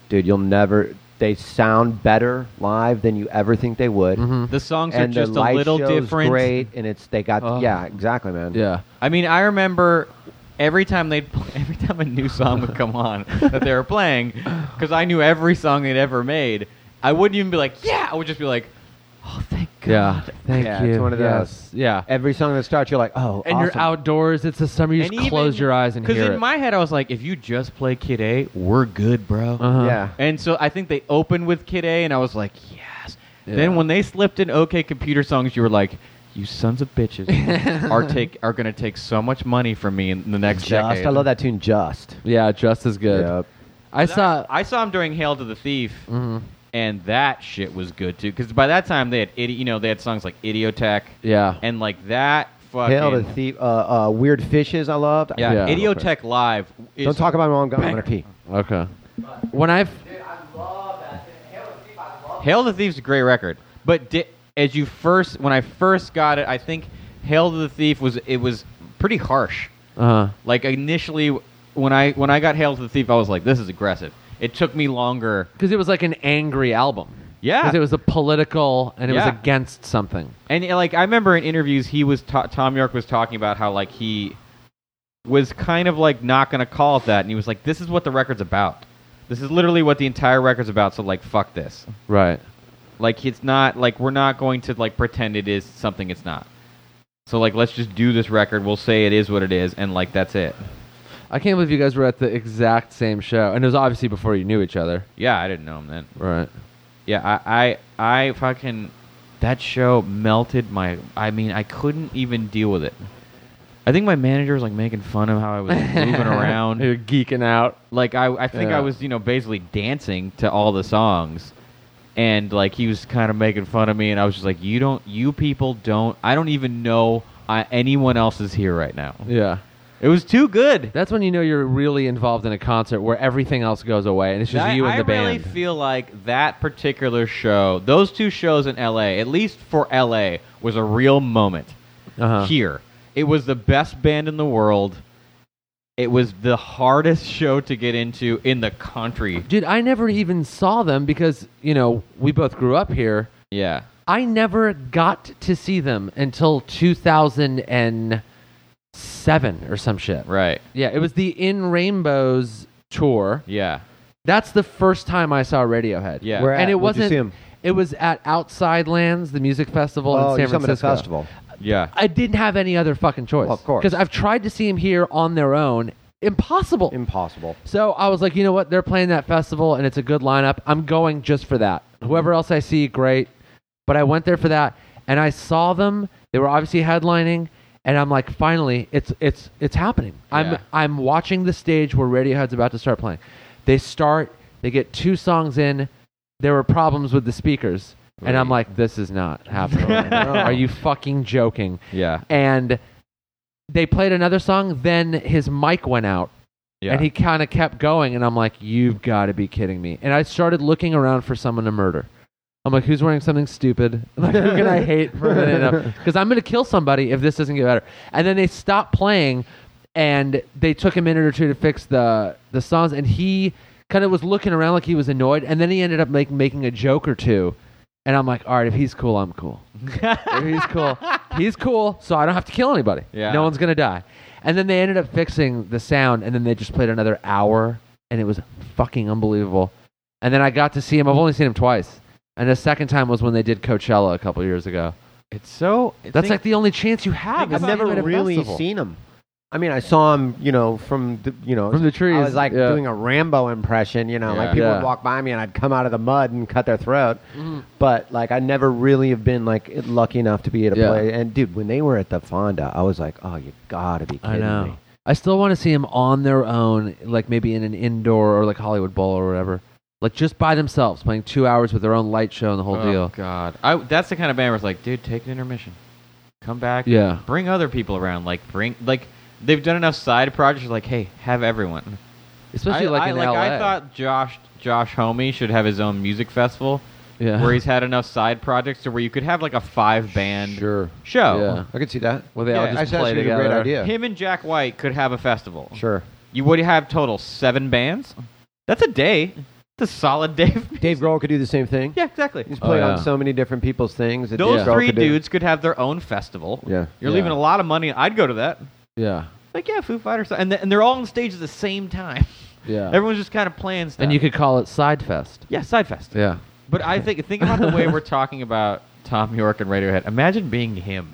C: dude, you'll never. They sound better live than you ever think they would.
A: Mhm.
B: The songs
C: And
B: are just
C: the
B: a
C: light
B: little
C: show's
B: different.
C: Great, and it's they got
A: Oh.
C: yeah, exactly, man.
A: Yeah.
B: I mean, I remember every time they'd pl- every time a new song would come on that they were playing, because I knew every song they'd ever made. I wouldn't even be like, yeah. I would just be like, oh, thank God.
A: Yeah. Thank
C: Yeah,
A: you.
C: it's one of
A: Yes.
C: those.
A: Yeah.
C: Every song that starts, you're like, oh,
A: And you're
C: awesome.
A: outdoors. It's the summer. You
B: And
A: just close
B: even-
A: your eyes and hear
B: in
A: it.
B: my head, I was like, if you just play Kid A, we're good, bro.
A: Uh-huh.
C: Yeah.
B: And so I think they opened with Kid A, and I was like, yes. Then
A: Yeah.
B: when they slipped in OK Computer songs, you were like, you sons of bitches are take are gonna take so much money from me in the next
C: Just,
B: decade.
C: I love that tune, Just.
A: Yeah, just as good.
C: Yep.
A: I saw.
B: I saw him during Hail to the Thief,
C: Mm-hmm.
A: Mhm.
B: and that shit was good too. Because by that time they had idi- you know they had songs like Idiotech
A: Yeah.
B: and like that fucking
C: Hail to Thief, uh, uh, Weird Fishes, I loved.
B: yeah,
A: Yeah.
B: Idiotech live. is-
C: Don't talk about my mom. I'm going to
B: Banger.
C: pee.
A: okay. When I've
B: Hail to the Thief's a great record, but di- as you first when I first got it, I think Hail to the Thief was it was pretty harsh.
A: uh,
B: Like initially when I when I got Hail to the Thief, I was like, this is aggressive. It took me longer.
A: because it was like an angry album.
B: Yeah.
A: Because it was a political and it
B: Yeah.
A: was against something.
B: And uh, like I remember in interviews, he was ta- Tom York was talking about how like he was kind of like not going to call it that, and he was like, "This is what the record's about. This is literally what the entire record's about. So like, fuck this.
A: Right.
B: Like it's not like we're not going to like pretend it is something it's not. So like, let's just do this record. We'll say it is what it is, and like that's it.
A: I can't believe you guys were at the exact same show, and it was obviously before you knew each other.
B: Yeah, I didn't know him then.
A: Right.
B: Yeah, I I, I fucking that show melted my. I mean, I couldn't even deal with it. I think my manager was like making fun of how I was moving around.
A: You're geeking out.
B: Like I, I think
A: Yeah.
B: I was, you know, basically dancing to all the songs, and like he was kind of making fun of me, and I was just like, "You don't, you people don't. I don't even know I, anyone else is here right now.
A: Yeah.
B: It was too good."
A: That's when you know you're really involved in a concert where everything else goes away and it's just
B: I,
A: you and
B: I
A: the
B: really
A: band.
B: feel like that particular show, those two shows in L.A., at least for L.A., was a real moment.
A: Uh-huh.
B: Here, it was the best band in the world. It was the hardest show to get into in the country.
A: Dude, I never even saw them because, you know, we both grew up here.
B: Yeah.
A: I never got to see them until 2007 or some shit.
B: Right.
A: Yeah, it was the In Rainbows tour.
B: Yeah.
A: That's the first time I saw Radiohead.
B: Yeah.
C: Where at?
A: and it
C: Where'd you
A: wasn't.
C: see 'em?
A: It was at Outside Lands, the music festival
C: oh,
A: in San
C: you're talking about the
A: Francisco.
C: festival.
B: Yeah.
A: I didn't have any other fucking choice.
C: Well, of course.
A: because I've tried to see him here on their own. Impossible.
C: Impossible.
A: so I was like, you know what? They're playing that festival, and it's a good lineup. I'm going just for that. Whoever else I see, great. But I went there for that, and I saw them. They were obviously headlining, and I'm like, finally, it's it's it's happening.
B: Yeah.
A: I'm I'm watching the stage where Radiohead's about to start playing. They start. They get two songs in. There were problems with the speakers, and I'm like, this is not happening. Are you fucking joking?
B: Yeah.
A: and they played another song then his mic went out
B: Yeah.
A: and he kind of kept going and i'm like you've got to be kidding me and i started looking around for someone to murder i'm like who's wearing something stupid like who can i hate for because i'm going to kill somebody if this doesn't get better and then they stopped playing and they took a minute or two to fix the the songs and he kind of was looking around like he was annoyed and then he ended up make, making a joke or two and i'm like all right if he's cool i'm cool he's cool. He's cool, so I don't have to kill anybody.
B: Yeah.
A: No one's gonna die. And then they ended up fixing the sound, and then they just played another hour, and it was fucking unbelievable. And then I got to see him. I've only seen him twice, and the second time was when they did Coachella a couple years ago.
B: It's so. I
A: That's
B: think-
A: like the only chance you have.
B: Think
A: is
C: I've
A: to see
B: about-
C: never
A: him at a
C: really
A: festival.
C: seen him. I mean, I saw him, you know, from the, you know,
A: From the trees,
C: I was like
A: yeah.
C: doing a Rambo impression, you know,
B: Yeah.
C: like people
A: Yeah. Mm-hmm.
C: would walk by me and I'd come out of the mud and cut their throat. But like, I never really have been like lucky enough to be able to
A: Yeah.
C: play. And dude, when they were at the Fonda, I was like, oh, you gotta be
A: I
C: kidding me.
A: know. I still want to see him on their own, like maybe in an indoor or like Hollywood Bowl or whatever. like just by themselves, playing two hours with their own light show and the whole
B: oh,
A: deal.
B: God, I, that's the kind of band where it's like, dude, take an intermission, come back,
A: Yeah.
B: bring other people around, like bring like they've done enough side projects, like hey, have everyone.
A: Especially
B: I,
A: like
B: I,
A: in
B: like
A: LA.
B: I thought Josh Josh Homey should have his own music festival
A: yeah.
B: where he's had enough side projects to where you could have like a five band
C: Sure.
B: show.
C: Oh, I could see that.
A: Where they all
B: Yeah,
A: just
B: I
C: said
A: play
C: that's a great
A: together.
C: idea. Yeah.
B: Him and Jack White could have a festival.
C: Sure.
B: You would have total seven bands. That's a day. It's a solid day. of-
C: Dave Grohl could do the same thing.
B: yeah, exactly.
C: He's
A: Oh,
C: played
A: yeah.
C: on so many different people's things. that
B: Those
C: Dave Grohl
B: three
C: could do.
B: dudes could have their own festival.
C: Yeah.
A: Yeah.
B: You're leaving a lot of money. I'd go to that.
A: Yeah.
B: Like, yeah, Foo Fighters. And, th- and they're all on stage at the same time.
A: Yeah.
B: Everyone's just kind of playing stuff.
A: and you could call it Sidefest.
B: Yeah, side fest.
A: Yeah.
B: But I think think about the way we're talking about Tom York and Radiohead. Imagine being him.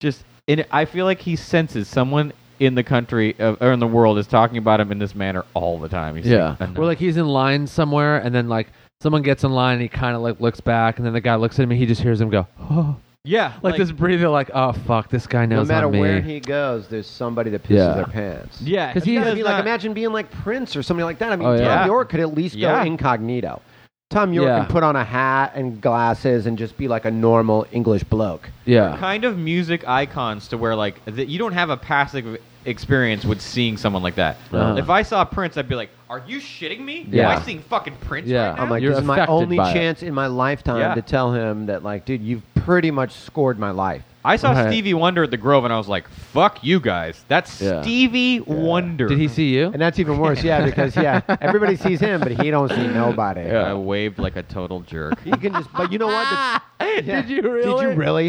B: Just and I feel like he senses someone in the country of, or in the world is talking about him in this manner all the time. He's
A: Yeah.
B: Like,
A: Or like he's in line somewhere and then like someone gets in line and he kind of like looks back and then the guy looks at him and he just hears him go, oh.
B: yeah,
A: Like, this breather, like, oh, fuck, this guy
C: No
A: knows
C: matter
A: not me.
C: where he goes, there's somebody that pisses
A: Yeah.
C: their pants.
B: Yeah,
A: 'Cause he
C: You gotta
A: does
C: be like, imagine being like Prince or something like that. I mean,
A: Oh,
C: Tom
A: yeah.
C: York could at least
B: Yeah.
C: go incognito. Tom York
A: Yeah.
C: can put on a hat and glasses and just be like a normal English bloke.
A: yeah.
B: kind of music icons to where like th- you don't have a passive experience with seeing someone like that.
A: Uh-huh.
B: If I saw Prince, I'd be like, "Are you shitting me?
A: Yeah.
B: Am I seeing fucking Prince
A: Yeah.
B: right now?"
A: I'm
C: I'm like,
A: You're
C: this is my
A: affected
C: only
A: by it.
C: chance in my lifetime
B: Yeah.
C: to tell him that, like, dude, you've pretty much scored my life.
B: I saw
A: Right.
B: Stevie Wonder at the Grove, and I was like, "Fuck you guys! That's
A: Yeah.
B: Stevie Wonder."
A: Did he see you?
C: And that's even worse, yeah, because yeah, everybody sees him, but he don't see nobody.
B: I waved like a total jerk.
C: You can just, but you know what? The- yeah.
A: Did you
C: Did
A: really?
C: you really?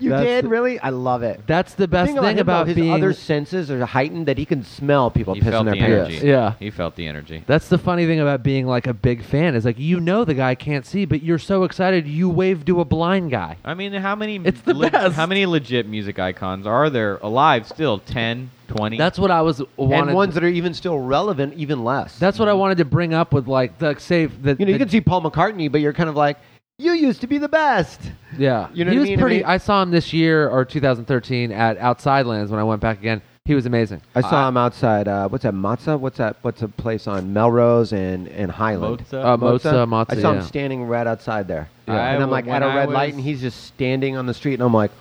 C: You
A: That's
C: did
A: the-
C: really? I love it.
A: That's the best
C: about,
A: thing
C: him, though,
A: about
C: his
A: being.
C: other senses are heightened that he can smell people
B: he
C: pissing
B: felt
C: their
B: the
C: pants.
B: energy.
A: Yeah.
B: he felt the energy.
A: That's the funny thing about being like a big fan is like you know the guy can't see, but you're so excited you wave to a blind guy.
B: I mean, how many?
A: It's the best.
B: How many legit music icons are there alive still? 10, 20?
A: That's what I was wanted.
C: and ones that are even still relevant, even less.
A: that's what I wanted to bring up with like the save the
C: you know, you
A: the-
C: can see Paul McCartney, but you're kind of like, you used to be the best.
A: yeah.
C: you know
A: he
C: what I
A: was
C: mean? I
A: pretty.
C: mean-
A: saw him this year or 2013 at Outside Lands when I went back again. He was amazing.
C: I saw him outside. Uh, what's that? Matza? What's that? What's a place on Melrose and, and Highland?
B: Mozart.
A: Uh, Mozza, Mozza,
C: I saw
A: yeah.
C: him standing right outside there,
B: Yeah. I
C: and I'm
B: w-
C: like at
B: when
C: a
B: I
C: red light,
B: was-
C: and he's just standing on the street, and I'm like,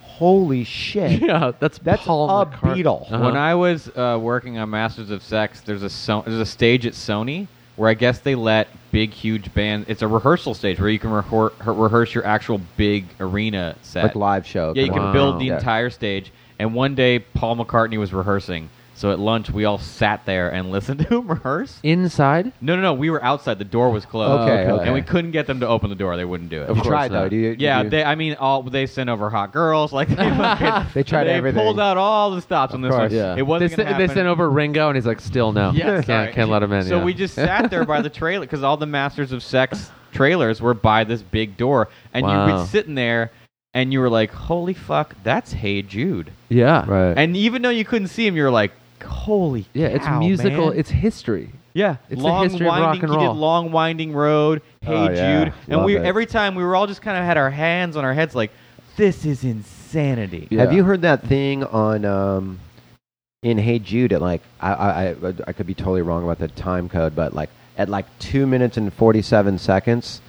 C: holy shit.
A: Yeah, that's
C: That's
A: Paul
C: a
A: McCart-
C: Beatle.
A: Uh-huh.
B: When I was uh, working on Masters of Sex, there's a so- there's a stage at Sony where I guess they let big, huge bands. It's a rehearsal stage where you can rehear- rehearse your actual big arena set,
C: Like live show.
B: Yeah, you
A: Wow.
C: kind
B: can
C: of-
B: build the
C: Yeah.
B: entire stage. And one day, Paul McCartney was rehearsing. So at lunch, we all sat there and listened to him rehearse.
A: Inside.
B: No, no, no. We were outside. The door was closed.
C: Okay, Okay.
B: And we couldn't get them to open the door. They wouldn't do it.
A: Of
C: You
A: course
C: tried
A: not.
C: though. Do you, did
B: yeah,
C: you-
B: they. I mean, all they sent over hot girls. Like they, fucking,
C: They tried everything.
B: pulled out all the stops on this one.
C: course. Yeah.
B: It wasn't.
A: They,
B: gonna
A: sent, they
B: happen.
A: sent over Ringo, and he's like, still no.
B: Yeah, sorry.
A: can't, can't let him in.
B: So
A: yeah.
B: we just sat there by the trailer because all the Masters of Sex trailers were by this big door, and you
A: Wow.
B: were sitting there, and you were like, "Holy fuck, that's Hey Jude!"
A: yeah,
C: Right.
B: And even though you couldn't see him, you were like, "Holy
A: yeah. It's
B: cow,
A: musical.
B: man."
A: It's history.
B: yeah,
A: it's the
B: long
A: history of rock
B: winding.
A: and
B: He
A: roll.
B: did long winding road. Hey
C: Oh, yeah.
B: Jude, and
C: Love
B: we
C: it.
B: every time we were all just kind of had our hands on our heads, like, "This is insanity."
A: Yeah.
C: Have you heard that thing on um, in Hey Jude? At like, I, I, I, I could be totally wrong about the time code, but like at like two minutes and forty-seven seconds,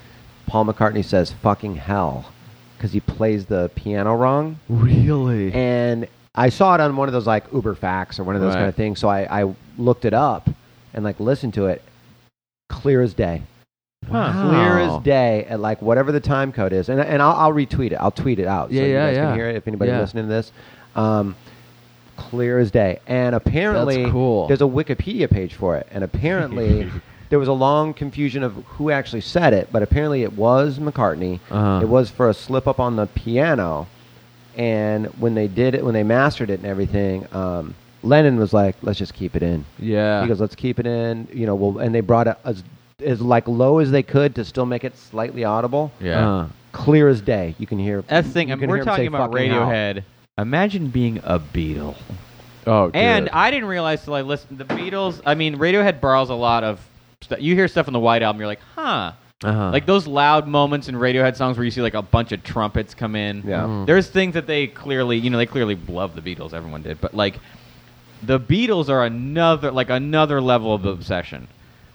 C: Paul McCartney says "fucking hell" because he plays the piano wrong.
A: Really?
C: And I saw it on one of those like Uber Facts or one of those
A: Right.
C: kind of things. So I, I looked it up and like listened to it, clear as day
A: Wow.
C: clear as day at like whatever the time code is, and and I'll, I'll retweet it. I'll tweet it out
A: Yeah,
C: so you
A: yeah,
C: guys
A: yeah.
C: can hear it if anybody's
A: Yeah.
C: listening to this. Um, clear as day, and apparently
A: That's cool.
C: there's a Wikipedia page for it, and apparently. There was a long confusion of who actually said it, but apparently it was McCartney.
A: Uh-huh.
C: It was for a slip up on the piano, and when they did it, when they mastered it and everything, um, Lennon was like, "Let's just keep it in."
A: Yeah.
C: He goes, let's keep it in. You know, we'll, and they brought it as, as like low as they could to still make it slightly audible.
B: Yeah.
A: Uh,
C: Clear as day. You can hear.
B: That's the thing.
C: you
B: I mean,
C: can
B: we're
C: hear him say
B: talking about
C: fucking hell.
B: Radiohead. Imagine being a Beatle.
A: oh, dude.
B: And I didn't realize till I listened. The Beatles. I mean, Radiohead borrows a lot of. Stu- you hear stuff on the White Album, you're like, huh.
A: Uh-huh.
B: Like those loud moments in Radiohead songs where you see like a bunch of trumpets come in.
C: Yeah. Mm.
B: There's things that they clearly, you know, they clearly love the Beatles. Everyone did, but like, the Beatles are another like another level of obsession.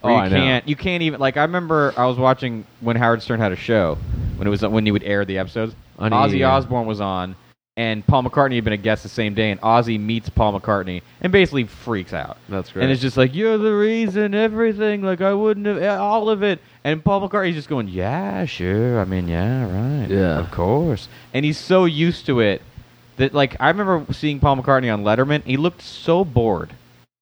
B: where
A: Oh,
B: you
A: I know.
B: can't you can't even like I remember I was watching when Howard Stern had a show when it was when he would air the episodes.
A: On
B: Ozzy
A: E!
B: Osbourne was on, and Paul McCartney had been a guest the same day, and Ozzy meets Paul McCartney and basically freaks out.
A: That's
B: And
A: great.
B: it's just like you're the reason everything. Like I wouldn't have eh, all of it. And Paul McCartney's just going, yeah, sure. I mean, yeah, right.
A: Yeah.
B: of course. And he's so used to it that like I remember seeing Paul McCartney on Letterman. He looked so bored.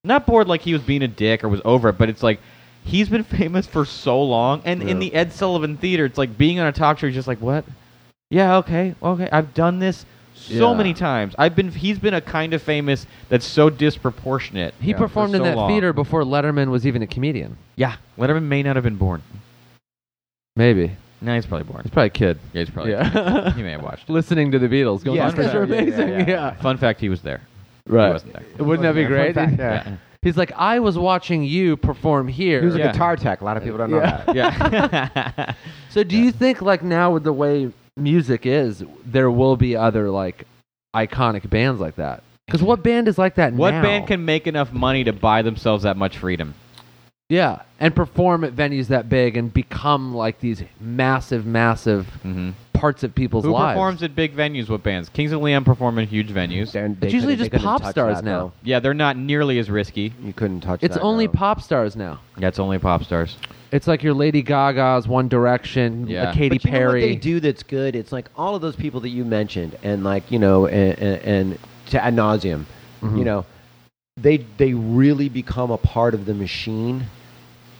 B: Not bored like he was being a dick or was over it, but it's like he's been famous for so long. And in
A: Yeah.
B: the Ed Sullivan Theater, it's like being on a talk show. He's just like, what? Yeah, okay, okay. I've done this so
A: Yeah.
B: many times. I've been. He's been a kind of famous that's so disproportionate.
A: He
B: for
A: performed in
B: so
A: that
B: long.
A: theater before Letterman was even a comedian.
B: Yeah, Letterman may not have been born.
A: Maybe.
B: No, he's probably born.
A: He's probably a kid.
B: Yeah, he's probably.
A: Yeah.
B: he may have watched.
A: Listening to the Beatles. Going,
C: Yeah,
A: yeah,
B: yeah,
A: are
C: yeah, yeah,
A: amazing. Yeah.
C: yeah.
B: Fun fact: he was there. He
A: Right.
B: wasn't there.
A: Wouldn't that be
C: Fun
A: great?
C: fact,
B: Yeah.
A: He's like, I was watching you perform here.
C: He was
B: Yeah.
C: a guitar tech. A lot of people don't know
A: Yeah.
C: that.
B: Yeah.
A: So do you think like now with the way music is, there will be other like iconic bands like that? Because what band is like that
B: what
A: now?
B: band can make enough money to buy themselves that much freedom?
A: yeah and perform at venues that big and become like these massive, massive
B: Mhm.
A: parts of people's
B: Who
A: lives?
B: performs at big venues? What bands? Kings of Leon perform at huge venues.
C: They- they
A: It's usually
C: couldn't- they
A: just
C: couldn't
A: pop
C: touch
A: stars
C: that,
A: now.
B: Yeah, they're not nearly as risky.
C: though. You couldn't touch
A: It's
C: that,
A: only
C: no.
A: pop stars now.
B: That's only pop stars.
A: It's like your Lady Gaga's, One Direction,
B: Yeah.
A: a Katy
C: but you know
A: Perry.
C: what they do that's good? It's like all of those people that you mentioned, and like you know, and, and, and to ad nauseum,
A: Mm-hmm.
C: you know, they they really become a part of the machine.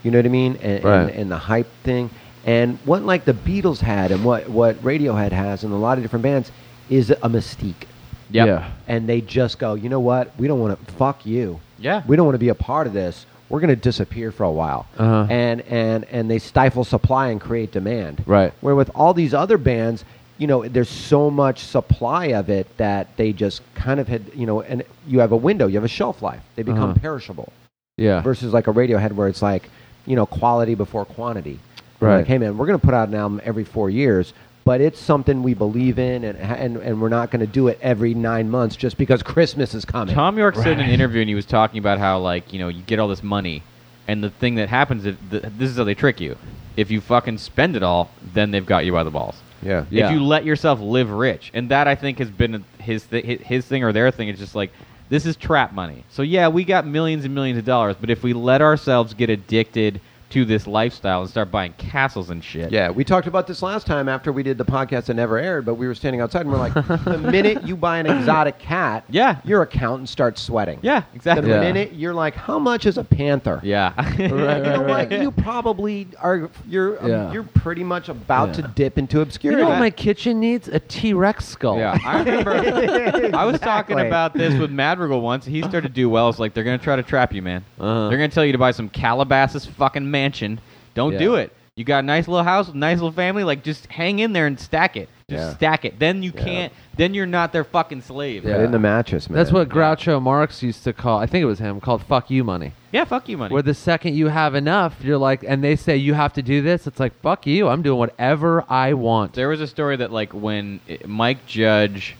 C: You know what I mean? And,
A: Right.
C: and, and the hype thing, and what like the Beatles had, and what what Radiohead has, and a lot of different bands, is a mystique.
B: Yep.
A: Yeah.
C: And they just go, you know what? We don't want to fuck you.
B: Yeah.
C: We don't want to be a part of this. We're going to disappear for a while.
A: Uh-huh.
C: And and and they stifle supply and create demand.
A: Right.
C: Where with all these other bands, you know, there's so much supply of it that they just kind of had, you know, and you have a window, you have a shelf life. They become
A: Uh-huh.
C: perishable
A: yeah.
C: versus like a Radiohead where it's like, you know, quality before quantity. We're
A: Right.
C: Like, hey man, we're going to put out an album every four years, but it's something we believe in, and and, and we're not going to do it every nine months just because Christmas is coming.
B: Tom York said in an interview, and he was talking about how, like, you know, you get all this money, and the thing that happens is th- this is how they trick you. If you fucking spend it all, then they've got you by the balls.
C: yeah.
A: Yeah.
B: If you let yourself live rich, and that I think has been his th- hi- his thing or their thing, it's just like this is trap money. So yeah, we got millions and millions of dollars, but if we let ourselves get addicted to this lifestyle and start buying castles and shit,
C: Yeah, we talked about this last time after we did the podcast that never aired, but we were standing outside and we're like, the minute you buy an exotic cat,
B: Yeah.
C: your accountant starts sweating.
B: yeah,
C: The
B: exactly,
A: Yeah.
C: minute you're like, how much is a panther?
B: yeah,
A: Right,
C: You know
A: right,
C: what? You probably are. You're um,
A: Yeah.
C: you're pretty much about
A: Yeah.
C: to dip into
A: you
C: obscurity.
A: know what my kitchen needs? A T Rex skull.
B: Yeah, I remember. I was talking
C: Exactly.
B: about this with Madrigal once. He started to do well. It's like they're gonna try to trap you, man.
A: Uh-huh.
B: They're gonna tell you to buy some Calabasas fucking mansion. Don't
A: Yeah.
B: do it. You got a nice little house with a nice little family. Like just hang in there and stack it. Just
C: Yeah.
B: stack it. Then you can't. Then you're not their fucking slave.
A: Yeah.
B: Yeah,
C: But in the mattress, man.
A: That's what Groucho Marx used to call, I think it was him, called fuck you money.
B: fuck you, money.
A: Where the second you have enough, you're like, and they say you have to do this. It's like, fuck you. I'm doing whatever I want.
B: There was a story that like when i- Mike Judge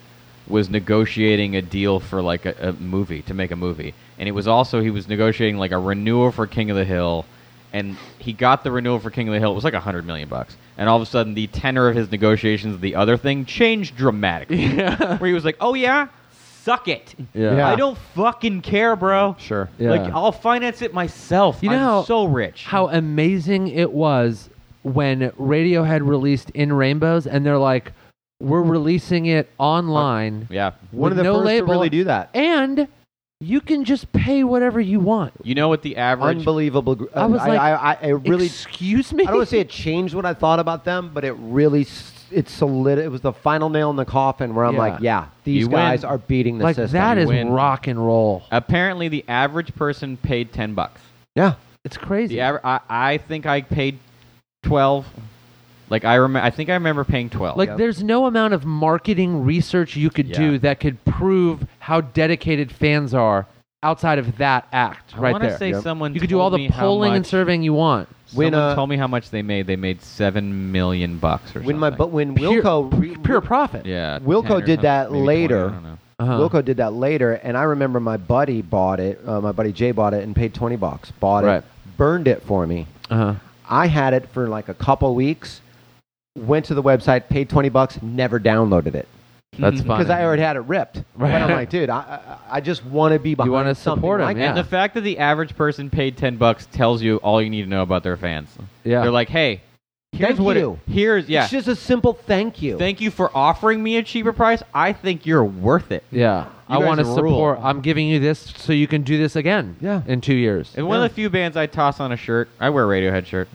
B: was negotiating a deal for like a, a movie to make a movie, and it was also he was negotiating like a renewal for King of the Hill, and he got the renewal for King of the Hill. It was like a hundred million bucks, and all of a sudden the tenor of his negotiations, of the other thing, changed dramatically. Where he was like, "Oh yeah, suck it,
A: Yeah.
C: Yeah.
B: I don't fucking care, bro.
C: Sure.
A: Yeah.
B: Like I'll finance it myself.
A: You know
B: I'm
A: how-
B: so rich.
A: How amazing it was when Radiohead released In Rainbows, and they're like, we're releasing it online.
B: yeah."
C: One of
A: with
C: the
A: no
C: first
A: label.
C: to really do that.
A: And you can just pay whatever you want.
B: You know what the average
C: Unbelievable. gr-
A: I was
C: I,
A: like,
C: I, I, I really
A: Excuse me?
C: I don't want to say it changed what I thought about them, but it really s- it solid. It was the final nail in the coffin where I'm
A: Yeah.
C: like, yeah, these
B: You win.
C: guys are beating the
A: like,
C: system.
A: that is
B: win.
A: rock and roll.
B: Apparently, the average person paid ten bucks.
C: yeah.
A: It's crazy.
B: The aver- I, I think I paid twelve. Like I remember, I think I remember paying twelve.
A: Like,
C: Yep.
A: there's no amount of marketing research you could
B: Yeah.
A: do that could prove how dedicated fans are outside of that act
B: I
A: right
B: wanna
A: there.
B: say
C: Yep.
B: someone
A: you could do
B: told
A: all
B: me
A: the
B: how
A: polling and
B: much-
A: surveying you want.
B: Someone
C: When, uh,
B: told me how much they made. They made seven million bucks or
C: When
B: something.
C: my but when
A: Pure-
C: Wilco re-
A: Pure profit.
B: yeah,
C: Wilco
B: 10 or
C: did
B: something,
C: that
B: maybe
C: later.
B: 20, I don't know.
A: Uh-huh.
C: Wilco did that later, and I remember my buddy bought it. Uh, my buddy Jay bought it and paid twenty bucks. Bought
A: Right.
C: it, burned it for me.
A: Uh-huh.
C: I had it for like a couple weeks. Went to the website, paid twenty bucks, never downloaded it
A: That's fun.
C: because I already had it ripped.
A: Right.
C: But I'm like, dude, I I, I just want to be behind.
A: wanna
C: something
A: support 'em,
C: like
A: yeah.
B: And the fact that the average person paid ten bucks tells you all you need to know about their fans.
A: Yeah.
B: They're like, hey, here's
C: Thank
B: what it-
C: you.
B: here's yeah.
C: It's just a simple thank you.
B: Thank you for offering me a cheaper price. I think you're worth it.
A: Yeah. I
B: guys
A: want to
B: rule.
A: support. I'm giving you this so you can do this again.
C: Yeah.
A: In two years.
B: And one of the few bands I toss on a shirt. I wear a Radiohead shirt.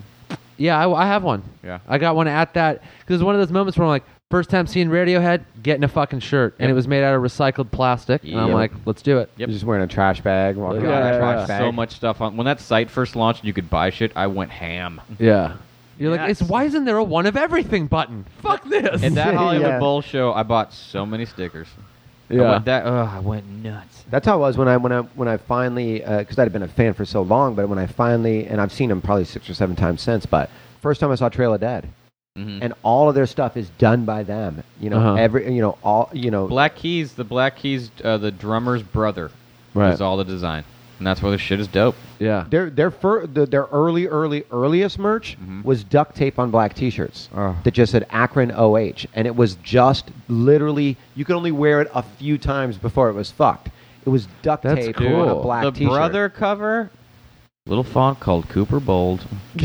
A: Yeah, I, I have one.
B: Yeah.
A: I got one at that because it's one of those moments where I'm like, first time seeing Radiohead, getting a fucking shirt, and
B: Yep.
A: it was made out of recycled plastic, and I'm
B: Yep.
A: like, let's do it.
B: Yep.
C: You're just wearing a trash bag, walking
A: Yeah,
C: around in a
A: yeah,
C: trash
A: yeah.
C: bag.
B: So much stuff on when that site first launched. and You could buy shit. I went ham.
A: Yeah. You're like,
B: Yes.
A: it's why isn't there a one of everything button? Fuck this.
B: At that Hollywood
C: Yeah.
B: Bowl show, I bought so many stickers. I
A: Yeah.
B: went that. Ugh, I went nuts.
C: That's how it was when I when I when I finally because I'd been a fan for so long, but when I finally and I've seen them probably six or seven times since, but first time I saw Trail of Dead,
B: Mhm.
C: and all of their stuff is done by them. You know,
A: Mm-hmm. Uh-huh.
C: every you know all you know.
B: Black Keys, the Black Keys, uh, the drummer's brother,
A: Right.
B: is all the design, and that's why the shit is dope.
A: yeah.
C: Their their fir- the, their early early earliest merch
A: Mm-hmm.
C: was duct tape on black T-shirts
A: Ah.
B: Oh.
C: that just said Akron OH, and it was just literally you could only wear it a few times before it was fucked. It was duct
A: That's
C: tape
A: cool.
C: on a black
B: the
C: T-shirt.
B: brother cover, little font called Cooper Bold.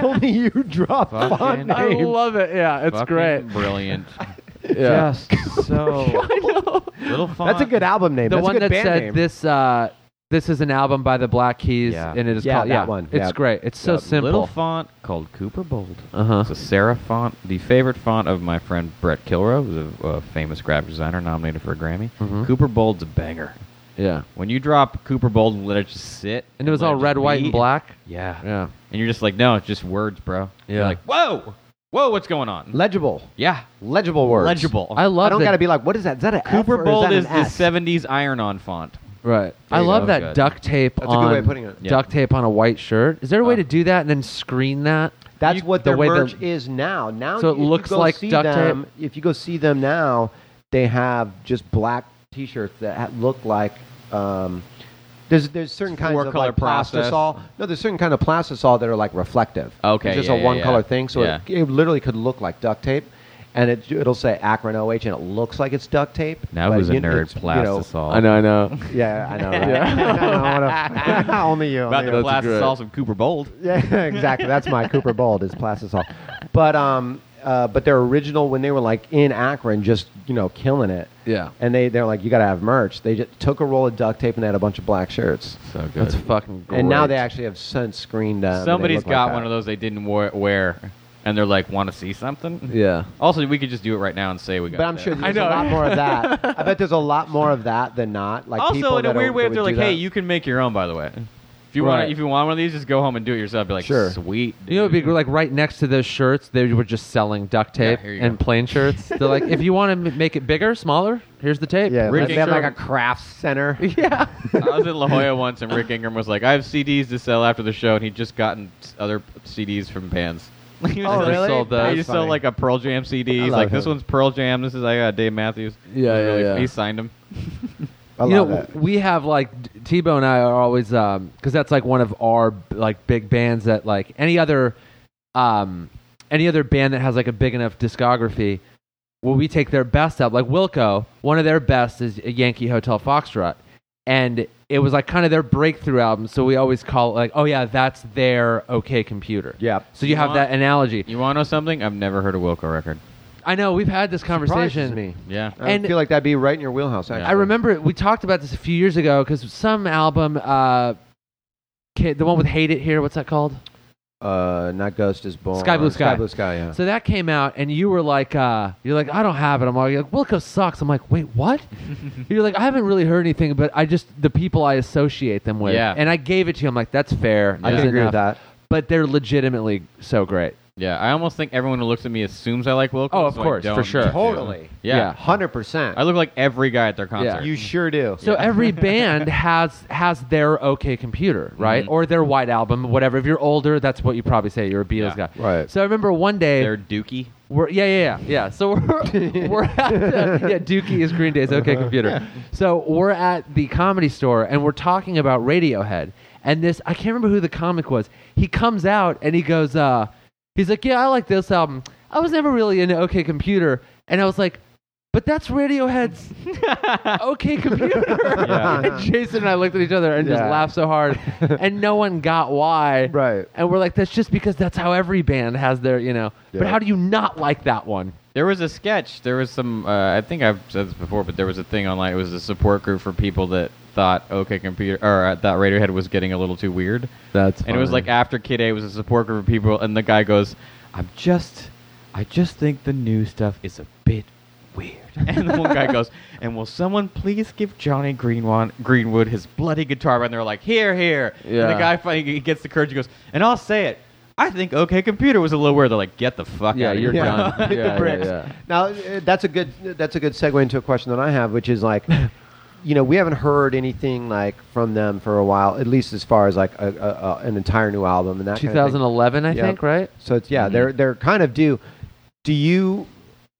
C: only you drop
B: Fucking-
C: font
A: I
C: names.
A: love it. Yeah, it's
B: Fucking
A: great.
B: brilliant.
A: Yeah.
B: Just so
A: I know.
B: little font.
C: That's a good album name.
A: The
C: That's
A: one
C: a good
A: that
C: band
A: said
C: name.
A: this uh this is an album by the Black Keys
B: Yeah.
A: and it is
C: Yeah,
A: called
C: that
A: yeah.
C: one.
A: It's
C: Yeah.
A: great. It's so
B: uh, Little
A: simple.
B: font called Cooper Bold.
A: Uh-huh.
B: It's a serif font, the favorite font of my friend Brett Kilroy, who's a, a famous graphic designer nominated for a Grammy.
A: Mhm.
B: Cooper Bold's a banger.
A: yeah.
B: When you drop Cooper Bold and let it just sit,
A: And it was
B: let
A: all
B: just
A: red, white, and
B: be-
A: black.
B: Yeah.
A: Yeah.
B: And you're just like, no, it's just words, bro.
A: Yeah.
B: You're like, whoa, whoa, what's going on?
C: legible,
B: yeah.
C: legible words.
B: Legible.
A: I love
C: I don't
A: that-
C: gotta be like, what is that? Is that a F or
B: Cooper Bold
C: is,
B: is,
C: that an
B: the
C: S?
B: 70s iron on font.
A: Right. I
B: you
A: love
B: go.
A: that
B: Good.
A: duct tape
C: That's a good
A: on
C: way of putting it.
B: Yeah.
A: duct tape on a white shirt. Is there a way
B: Uh.
A: to do that and then screen that?
C: That's
B: You-
C: what
A: the
C: their
A: way the-
C: merch is now. Now,
A: So it
C: if you
A: looks
C: go
A: like
C: see
A: duct tape?
C: them, If you go see them now, they have just black T-shirts that ha- look like. Um, there's there's certain kinds of
B: Four-color
C: like
B: process.
C: plastisol. No, there's certain kind of plastisol that are like reflective.
B: Okay,
C: It's just
B: yeah,
C: a
B: yeah,
C: one color
B: yeah.
C: thing, so it,
B: Yeah.
C: it literally could look like duct tape, and it it'll say Akron OH, and it looks like it's duct tape.
B: Now
C: but
B: who's a
C: you-
B: nerd?
C: it's, you know,
B: Plastisol.
A: I know.
C: Yeah, I know. Right?
B: Yeah.
C: I know, I wanna- only you.
B: About
C: Only
B: the
C: you.
A: That's great.
B: Plastisol from Cooper Bold.
C: Yeah, exactly. That's my Cooper Bold is plastisol. But um, uh, but their original when they were like in Akron, just you know, killing it.
A: Yeah.
C: And they they're like, you gotta have merch. They just took a roll of duct tape and they had a bunch of black shirts.
B: So good.
A: That's fucking great.
C: And now they actually have sunscreen. screened up. and they
B: Somebody's
C: look
B: got
C: like
B: one
C: that.
B: of those they didn't wa- wear, and they're like, want to see something?
A: Yeah.
B: Also, we could just do it right now and say we got
C: But I'm
B: that.
C: sure
A: I
C: there's
A: know.
C: a lot more of that. I bet there's a lot more of that than not. Like people
B: also, in a
C: that
B: weird
C: are,
B: way,
C: that
B: if they're
C: would
B: like,
C: do
B: "Hey,
C: that.
B: you can make your own," by the way. If you want,
A: Right.
B: if you want one of these, just go home and do it yourself. Be like,
C: Sure.
B: sweet."
A: You know, it'd be
B: dude."
A: gr- like right next to those shirts, they were just selling duct
B: Yeah,
A: tape
B: here you
A: and
B: go.
A: plain shirts. They're like, if you want to m- make it bigger, smaller, here's the tape.
C: yeah,
B: Rick
C: they have like a
B: Ingram-
C: craft center.
A: yeah.
B: I was in La Jolla once, and Rick Ingram was like, "I have CDs to sell after the show," and he'd just gotten s- other p- CDs from bands. he was
C: Oh,
B: just
C: really?
B: Sold those.
C: That's
B: He just sold
C: funny.
B: like a Pearl Jam CD.
C: I
B: He's
C: love
B: like, "This
C: him.
B: one's Pearl Jam. This is I got Dave Matthews."
A: Yeah,
B: It was
A: yeah, yeah.
B: He signed him.
C: I
A: you know,
C: love that.
A: we have like Tebow and I are always because that's like one of our like big bands that like any other um, any other band that has like a big enough discography. Well, we take their best out. Like Wilco, one of their best is Yankee Hotel Foxtrot, and it was like kind of their breakthrough album. So we always call it like, oh yeah, that's their OK Computer.
C: Yeah.
A: So you,
B: You
A: have
B: want-
A: that analogy.
B: You want to know something? I've never heard a Wilco record.
A: I know we've had this conversation.
C: Surprises me.
B: Yeah.
C: I
A: And-
C: feel like that'd be right in your wheelhouse. Actually.
A: I remember it- we talked about this a few years ago because some album, uh, Kid, the one with "Hate It Here," what's that called?
C: Uh, not Ghost is Born.
A: Sky Blue Sky.
C: Sky Blue Sky, yeah.
A: So that came out, and you were like, uh, "You're like, I don't have it." I'm like, you're like, "Wilco sucks." I'm like, "Wait, what?" you're like, "I haven't really heard anything, but I just the people I associate them with."
B: Yeah.
A: And I gave it to you. I'm like, "That's fair."
B: I
A: It's
B: can
C: agree with
A: enough."
C: that.
A: But they're legitimately so great.
B: Yeah, I almost think everyone who looks at me assumes I like Wilco.
A: Oh, of
B: so I
A: course, for
B: don't
A: sure.
B: need to.
C: Totally.
B: Yeah.
A: Yeah.
C: 100%.
B: I look like every guy at their concert.
A: Yeah.
C: you sure do.
A: So every band has has their OK computer, right, or their White Album, whatever. If you're older, that's what you probably say. You're a Beatles
B: Yeah.
A: guy,
C: Right.
A: So I remember one day
B: They're Dookie.
A: We're, yeah, yeah, yeah, yeah. So we're, we're at the, yeah, Dookie is
C: Uh-huh.
A: Green Day's OK Computer. So we're at the comedy store and we're talking about Radiohead. And this, I can't remember who the comic was. He comes out and he goes, uh, he's like, yeah, I like this album. I was never really into OK Computer. And I was like, but that's Radiohead's OK Computer.
B: Yeah.
A: and Jason and I looked at each other and just
C: Yeah.
A: laughed so hard. and no one got why.
C: Right.
A: And we're like, that's just because that's how every band has their, you know. But
C: Yeah.
A: how do you not like that one?
B: There was a sketch. There was some. Uh, I think I've said this before, but there was a thing online. It was a support group for people that thought OK Computer or uh, thought Radiohead was getting a little too weird.
A: That's
B: and it was like after Kid A it was a support group of people, and the guy goes, "I'm just, I just think the new stuff is a bit weird." And the one guy goes, "And will someone please give Johnny Greenwan- Greenwood his bloody guitar?" back?" And they're like, "Here, here." And
A: Yeah.
B: the guy finally he gets the courage. He goes, "And I'll say it. I think OK Computer was a little weird." They're like, "Get the fuck
A: Yeah,
B: out of
A: you're
B: here!"
A: done.
B: Hit the
A: Yeah, yeah,
B: bricks.
A: yeah.
C: Now uh, that's a good that's a good segue into a question that I have, which is like, you know, we haven't heard anything like from them for a while, at least as far as like a, a, a, an entire new album and that. kind of thing.
A: 2011, I
C: Yeah.
A: think, right?
C: So it's
B: Mm-hmm.
C: yeah, they're they're kind of due. Do you?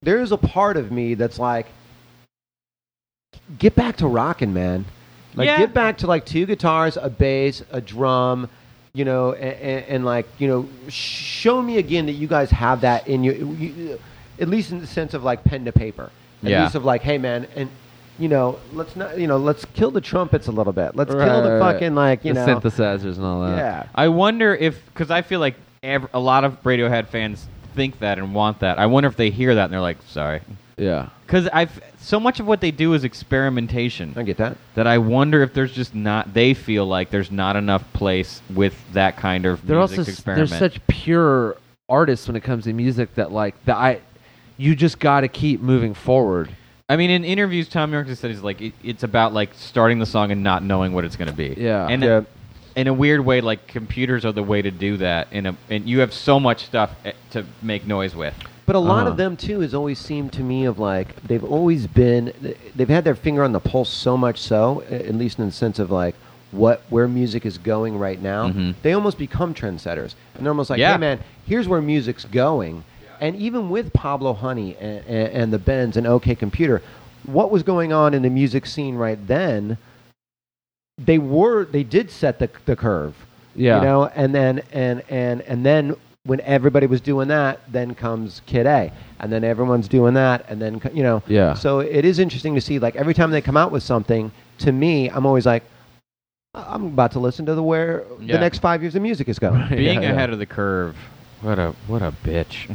C: There is a part of me that's like, get back to rocking, man. Like
B: Yeah.
C: get back to like two guitars, a bass, a drum, you know, and, and like you know, show me again that you guys have that in you, you at least in the sense of like pen to paper. At
B: Yeah.
C: least of like, hey man, and you know, let's not, you know, let's kill the trumpets a little bit. Let's kill the fucking like, you
A: the
C: know,
A: synthesizers and all that.
C: yeah.
B: I wonder if, because I feel like ev- a lot of Radiohead fans think that and want that. I wonder if they hear that and they're like, sorry.
A: Yeah.
B: Because I've so much of what they do is experimentation
C: I get that.
B: that I wonder if there's just not. They feel like there's not enough place with that kind of
A: They're
B: music
A: also s-
B: experiment.
A: they're such pure artists when it comes to music that like the I you just got to keep moving forward.
B: I mean, in interviews, Tom York has said he's like it, it's about like starting the song and not knowing what it's going to be.
A: Yeah.
B: and
C: Yeah.
B: in a weird way, like computers are the way to do that. In a and you have so much stuff eh, to make noise with.
C: But a lot
A: Uh-huh.
C: of them too has always seemed to me of like they've always been they've had their finger on the pulse so much so a- at least in the sense of like what where music is going right now
A: Mm-hmm.
B: Mhm.
C: they almost become trendsetters and they're almost like
B: Yeah.
C: hey man here's where music's going and even with Pablo Honey and, and, and the Bends and OK Computer what was going on in the music scene right then they were they did set the the curve
A: Yeah.
C: you know and then and and and then when everybody was doing that then comes kid a and then everyone's doing that and then co- you know
A: Yeah.
C: so it is interesting to see like every time they come out with something to me i'm always like I- i'm about to listen to the where
B: Yeah.
C: the next five years of music is going
B: Being
A: Yeah, yeah.
B: ahead of the curve. What a what a bitch.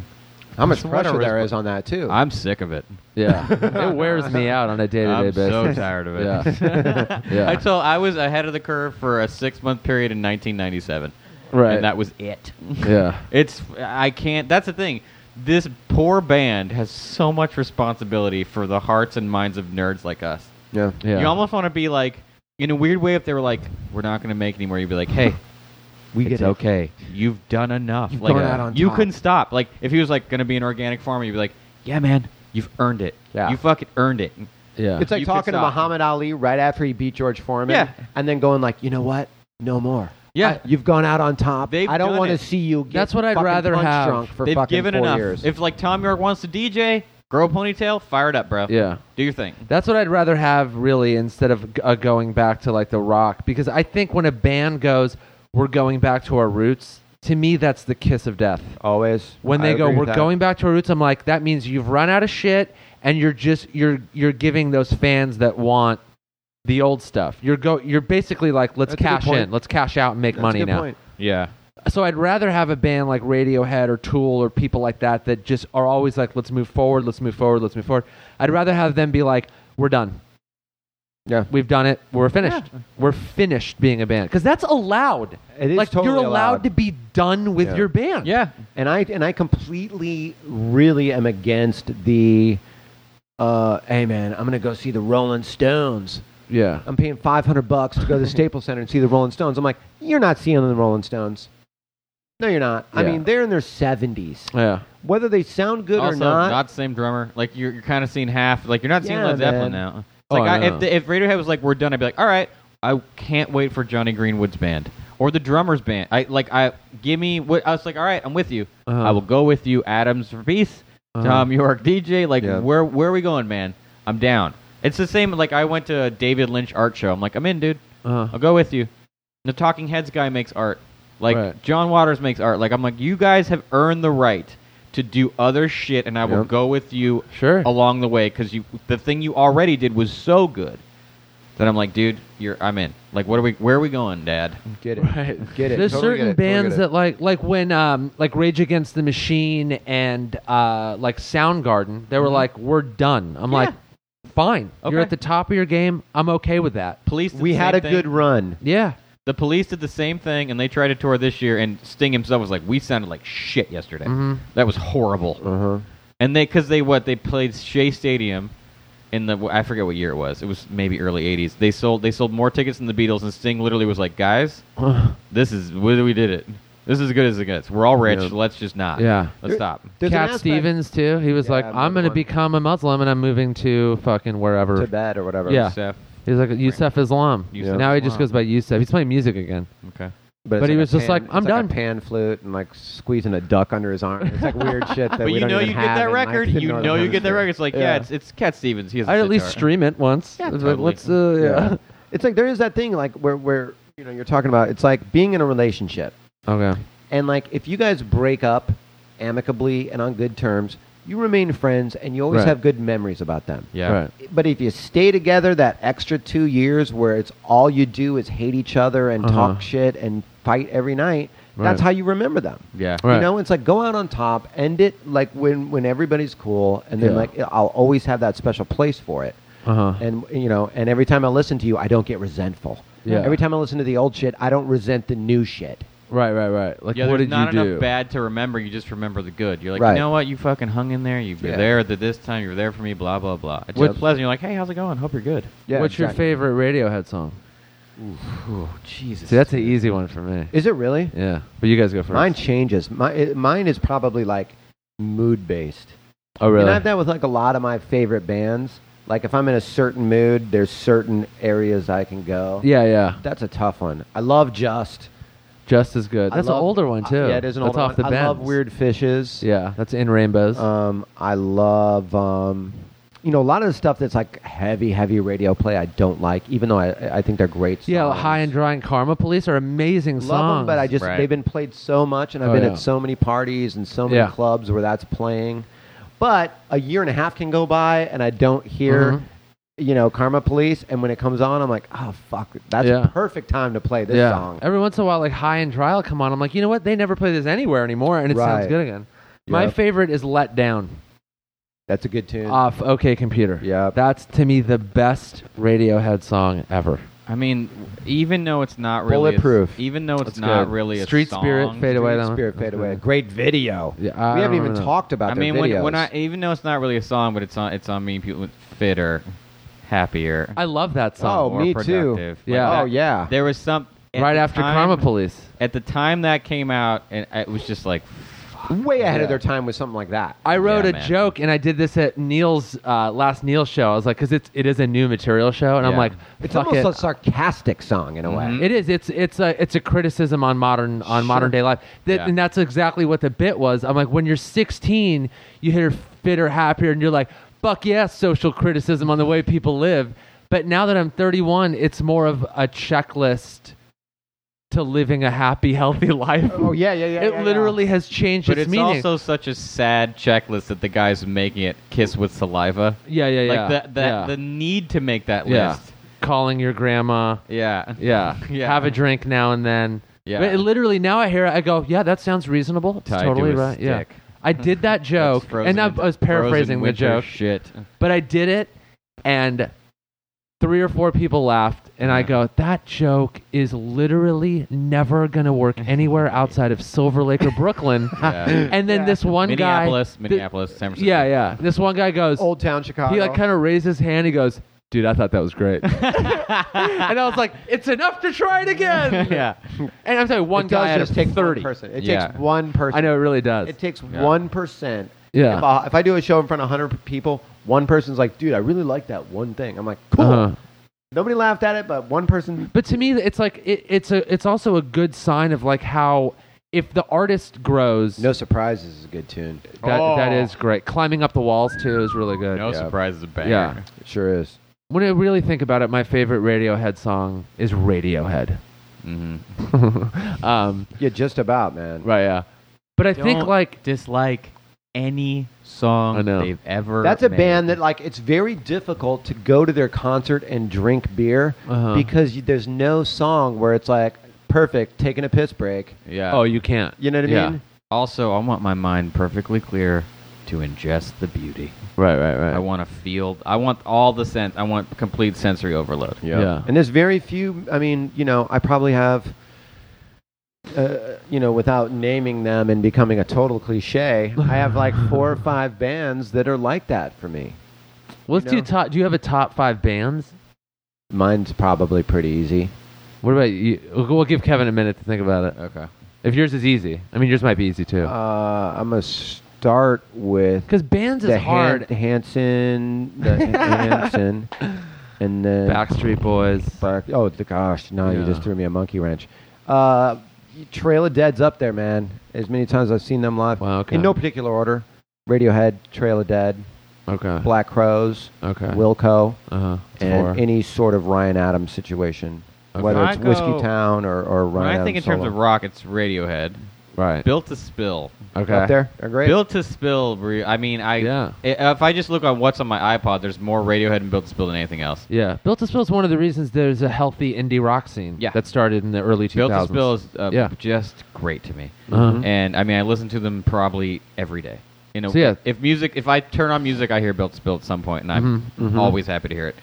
C: how much
B: What a
C: pressure there
B: resp-
C: is on that too
B: I'm sick of it.
A: Yeah. it wears me out on a day-to-day
B: I'm
A: basis.
B: so tired of it.
A: Yeah. Yeah.
B: I told I was ahead of the curve for a six month period in 1997.
A: Right.
B: And that was it.
A: yeah.
B: It's I can't. That's the thing. This poor band has so much responsibility for the hearts and minds of nerds like us.
C: yeah
A: Yeah.
B: You almost want to be like, in a weird way, if they were like, "We're not going to make anymore," you'd be like, "Hey,
C: we
B: it's
C: get it.
B: okay. You've done enough. like,
C: gone out on
B: you
C: top.
B: couldn't stop. Like, if he was like going to be an organic farmer, you'd be like, "Yeah, man, you've earned it.
A: Yeah.
B: You fucking earned it."
A: Yeah.
C: it's like
B: You could
C: talking to
B: stop.
C: muhammad ali right after he beat george foreman
B: Yeah.
C: and then going like you know what no more
B: Yeah.
C: I- you've gone out on top.
B: They've
C: I don't
B: done
C: want to
B: it.
C: see you. Get
A: That's what I'd
C: fucking
A: rather
C: punch
A: have.
C: Drunk for
B: They've
C: fucking
B: given
C: four
B: enough.
C: Years.
B: If like Tom York wants to DJ, grow a ponytail, fire it up, bro.
A: Yeah.
B: do your thing.
A: That's what I'd rather have, really, instead of g- uh, going back to like the rock. Because I think when a band goes, we're going back to our roots, to me, that's the kiss of death.
C: Always.
A: When they go, we're going back to our roots, I'm like, that means you've run out of shit and you're just, you're, you're giving those fans that want the old stuff. You're go, you're basically like, let's
C: That's a good
A: cash
C: point.
A: in, let's cash out and make money now.
B: Yeah,
A: So I'd rather have a band like Radiohead or Tool or people like that that just are always like, let's move forward, let's move forward, let's move forward. I'd rather have them be like, we're done.
C: Yeah.
A: We've done it. We're finished. We're finished being a band because that's allowed.
C: It is
A: like you're
C: totally
A: allowed,
C: allowed.
A: to be done with
C: Yeah.
A: your band.
B: yeah.
C: And I and I completely really am against the. Uh, hey man, I'm gonna go see the Rolling Stones.
A: yeah,
C: I'm paying 500 bucks to go to the Staples Center and see the Rolling Stones. I'm like, you're not seeing the Rolling Stones. No, you're not. I
A: Yeah.
C: mean, they're in their 70s.
A: yeah.
C: Whether they sound good
B: also,
C: or not,
B: the same drummer. Like you're, you're kind of seeing half. Like you're not seeing
C: Yeah,
B: Led Zeppelin
C: man.
B: now. It's
A: Oh,
B: like I,
A: I know.
B: if, the, if Radiohead was like, "We're done," I'd be like, "All right, I can't wait for Johnny Greenwood's band or the drummer's band." I like I give me what I was like. All right, I'm with you.
C: uh,
A: Uh-huh.
B: I will go with you. Adams for peace.
A: Uh-huh.
B: Tom York DJ. Like
C: Yeah.
B: where where are we going, man? I'm down. It's the same. Like I went to a David Lynch art show. I'm like, I'm in, dude.
A: Uh-huh.
B: I'll go with you. The Talking Heads guy makes art. Like
A: Right.
B: John Waters makes art. Like I'm like, you guys have earned the right to do other shit, and I will
A: Yep.
B: go with you
A: Sure.
B: along the way because you the thing you already did was so good that I'm like, dude, you're I'm in. Like, what are we? Where are we going, Dad?
C: Get it.
A: Right.
C: Get it.
A: There's
C: Totally
A: certain
C: get it. Totally
A: bands
C: get it.
A: that like like when um like Rage Against the Machine and uh like Soundgarden, they were like, We're done. I'm like, Fine. You're
B: Mm-hmm. Okay.
A: at the top of your game. I'm okay with that.
B: Police. did
C: we
B: the
C: had
B: same
C: a
B: thing.
C: good run.
A: Yeah.
B: The police did the same thing, and they tried to tour this year. And Sting himself was like, "We sounded like shit yesterday.
C: Mm-hmm.
A: Mhm.
B: That was horrible."
C: Uh-huh.
B: And they, because they what they played Shea Stadium in the I forget what year it was. It was maybe early '80s. They sold they sold more tickets than the Beatles, and Sting literally was like, "Guys, this is we we did it. This is as good as it gets. We're all rich.
C: Yeah.
B: Let's just not.
A: Yeah.
B: let's stop."
C: There's an
A: Cat
C: aspect
A: Stevens too. He was
C: Yeah,
A: like,
C: I'm
A: I'm gonna
C: one.
A: become a Muslim and I'm moving to fucking wherever.
C: to bed or whatever.
A: Yeah.
B: Steph.
A: He's like Yusuf Islam.
B: Yusuf
A: now he just
B: Islam.
A: goes by Yusuf. He's playing music again.
B: Okay.
A: But
C: it's
A: he
C: a
A: was just
C: pan-
A: like,
C: it's
A: "I'm
C: a
A: done."
C: pan flute and like squeezing a duck under his arm. It's like weird shit that
B: But
C: we
B: you
C: don't
B: know
C: even
B: you get
C: have
B: that
C: in, like,
B: record.
C: the
B: You
C: Northern
B: know you get that
C: Hemisphere.
B: record. It's like yeah, it's it's Cat Stevens. He has. a
A: I'd at least
B: sitar.
A: stream it once.
B: Yeah,
A: It's like,
B: totally.
A: Let's uh, yeah.
C: It's like there is that thing like where where you know you're talking about. It's like being in a relationship,
A: Okay.
C: and like if you guys break up amicably and on good terms, you remain friends, and you always
A: Right.
C: have good memories about them.
B: Yeah.
A: Right.
C: But if you stay together that extra two years where it's all you do is hate each other and
A: Uh-huh.
C: talk shit and fight every night, that's
A: Right.
C: how you remember them.
B: Yeah.
A: Right.
C: You know, it's like go out on top, end it like when when everybody's cool, and then
A: Yeah.
C: like I'll always have that special place for it.
A: Uh huh.
C: And you know, and every time I listen to you, I don't get resentful.
A: Yeah.
C: Every time I listen to the old shit, I don't resent the new shit.
A: Right, right, right. Like,
B: yeah,
A: what
B: there's
A: did
B: not
A: you
B: enough
A: do?
B: bad to remember. You just remember the good. You're like,
C: Right.
B: you know what? You fucking hung in there. You were
C: Yeah.
B: there at the, this time. You were there for me. Blah blah blah. It's
A: What-
B: just pleasant. You're like, hey, how's it going? Hope you're good.
A: What's your favorite Radiohead song?
B: Oh Jesus.
A: See, that's an easy one for me.
C: Is it really?
A: yeah, but you guys go first.
C: Mine changes. My, it, mine is probably like mood based.
A: oh, really?
C: And I have that with like a lot of my favorite bands. Like if I'm in a certain mood, there's certain areas I can go.
A: yeah, yeah.
C: That's a tough one. I love Just.
A: Just as good.
C: I
A: That's
C: love-
A: an older one
C: uh,
A: too.
C: yeah, it is an
A: that's
C: older
A: off
C: one.
A: the
C: I love
A: Bends.
C: Weird Fishes.
A: Yeah, that's in rainbows.
C: Um, I love, um, you know, a lot of the stuff that's like heavy, heavy radio play. I don't like, even though I, I think they're great. Songs.
A: yeah, High and Dry and Karma Police are amazing
C: Love
A: songs.
C: them, but I just
B: Right.
C: they've been played so much, and I've
A: Oh,
C: been
A: yeah.
C: at so many parties and so many
A: Yeah.
C: clubs where that's playing. But a year and a half can go by, and I don't hear.
A: Mhm.
C: You know, Karma Police, and when it comes on, I'm like, oh fuck, that's
A: Yeah.
C: a perfect time to play this
A: yeah.
C: song.
A: Every once in a while, like High and Dry will come on. I'm like, you know what? They never play this anywhere anymore, and it sounds
C: Right.
A: good again. My Uh,
C: Yep.
A: favorite is Let Down
C: That's a good tune.
A: off OK Computer.
C: Yep.
A: that's to me the best Radiohead song ever.
B: I mean, even though it's not really a s-
C: Bulletproof.
B: even though it's
A: That's
B: not
A: good.
B: really a
A: Street Spirit,
B: song,
A: Fade Away, that one.
C: Spirit Fade Away. Mm-hmm. Great video.
A: Yeah, I
C: we haven't
A: don't
C: even
A: know.
C: talked about.
B: I
C: their
B: mean, when, when
C: videos.
B: I even though it's not really a song, but it's on it's on me people fitter, happier.
A: I love that
C: Oh,
A: song.
B: more
C: me too.
B: productive. Like
A: Yeah.
B: that-
C: Oh yeah.
B: There was some at
A: right
B: the
A: after
B: time-
A: Karma Police.
B: At the time that came out, and it was just like,
C: way ahead
A: Yeah.
C: of their time with something like that.
A: I wrote
B: Yeah,
A: a
B: man.
A: joke and I did this at Neil's uh, last Neil show. I was like, because it's it is a new material show, and I'm
B: Yeah.
A: like,
C: It's
A: fuck
C: almost
A: it.
C: a sarcastic song in a way.
B: Mhm.
A: It is. It's it's a it's a criticism on modern on modern day life. That,
B: Yeah.
A: And that's exactly what the bit was. I'm like, when you're 16, you hear fitter, happier, and you're like, fuck yeah, social criticism on the way people live. But now that I'm 31, it's more of a checklist to living a happy, healthy life.
C: Oh yeah, yeah, yeah.
A: it
C: yeah, yeah.
A: literally has changed
B: but
A: its,
B: it's
A: meaning.
B: also such a sad checklist that the guys making it kiss with saliva.
A: yeah, yeah, yeah.
B: Like that, that
A: yeah.
B: the need to make that
A: Yeah.
B: list.
A: calling your grandma.
B: Yeah.
A: Yeah.
B: Yeah.
A: Have a drink now and then.
B: Yeah.
A: But it literally, now I hear it, I go, yeah, that sounds reasonable. It's
B: Tied to
A: totally
B: a
A: right. Yeah.
B: stick.
A: I did that joke,
B: That's frozen
A: and I
B: in-
A: was
B: frozen
A: paraphrasing the
B: winter
A: joke,
B: Shit.
A: but I did it, and three or four people laughed, and I
B: Yeah.
A: go, that joke is literally never going to work anywhere outside of Silver Lake or Brooklyn.
B: Yeah.
A: And then this one
B: Minneapolis,
A: guy.
B: Minneapolis, San
A: thi-
B: Francisco.
A: yeah, yeah. This one guy goes,
C: Old Town Chicago.
A: he like kind of raised his hand. He goes, "Dude, I thought that was great." and I was like, "It's enough to try it again."
B: Yeah.
A: And I'm saying one
C: it
A: guy
C: does
A: out
C: just
A: of
C: take
A: thirty.
C: One person. It
B: Yeah.
C: takes one person.
A: I know it really does.
C: It takes
B: Yeah.
C: one percent.
A: Yeah.
C: If I, if I do a show in front of hundred people, one person's like, "Dude, I really like that one thing." I'm like, "Cool."
A: Uh-huh.
C: Nobody laughed at it, but one person.
A: But to me, it's like it, it's a it's also a good sign of like how if the artist grows,
C: No surprises is a good tune.
A: that that
B: Oh.
A: is great. Climbing up the walls too is really good.
B: No
C: Yeah.
B: surprises, a banger.
A: Yeah.
C: It sure is.
A: When I really think about it, my favorite Radiohead song is Radiohead. um,
C: Yeah, just about, man.
A: right, yeah. But I think
B: Don't
A: like
B: dislike any song
A: I know.
B: they've ever.
C: That's a
B: made.
C: band that like it's very difficult to go to their concert and drink beer
A: Uh-huh.
C: because you, there's no song where it's like perfect taking a piss break.
B: Yeah.
A: oh, you can't.
C: You know what I
A: Yeah.
C: mean?
B: Also, I want my mind perfectly clear to ingest the beauty.
A: Right, right, right.
B: I want to feel. I want all the sense. I want complete sensory overload.
A: Yeah.
C: And there's very few. I mean, you know, I probably have, uh, you know, without naming them and becoming a total cliche, I have like four or five bands that are like that for me.
A: Let's
C: you know?
A: do top. Do you have a top five bands?
C: Mine's probably pretty easy.
A: What about you? We'll we'll give Kevin a minute to think about it.
B: Okay.
A: If yours is easy, I mean, yours might be easy too.
C: Uh, I'm gonna start with
A: Because bands is
C: the
A: hard.
C: Han- Hanson, the Hanson, and then
A: Backstreet Boys.
C: Back- oh the gosh, no, you
A: Yeah.
C: just threw me a monkey wrench. Uh, Trail of Dead's up there, man. As many times I've seen them live.
A: Wow, okay.
C: In no particular order. Radiohead, Trail of Dead,
A: Okay.
C: Black Crows,
A: Okay.
C: Wilco,
A: Uh-huh.
C: and
A: Four.
C: any sort of Ryan Adams situation,
A: Okay.
C: whether it's
B: I
C: Whiskey
B: go-
C: Town or, or Ryan
B: When I
C: Adams.
B: think in terms
C: solo.
B: of rock, it's Radiohead.
A: right.
B: Built to Spill.
A: okay.
C: up there, they're great.
B: Built to Spill. re- I mean, I
A: Yeah.
B: i- if I just look on what's on my iPod, there's more Radiohead and Built to Spill than anything else.
A: Yeah. Built to Spill is one of the reasons there's a healthy indie rock scene
B: Yeah.
A: that started in the early 2000s.
B: Built to Spill is uh,
A: Yeah.
B: just great to me.
A: Uh-huh.
B: And I mean, I listen to them probably every day. You know,
A: So, yeah.
B: if music, if I turn on music, I hear Built to Spill at some point, and I'm
A: Mhm, mhm.
B: always happy to hear it.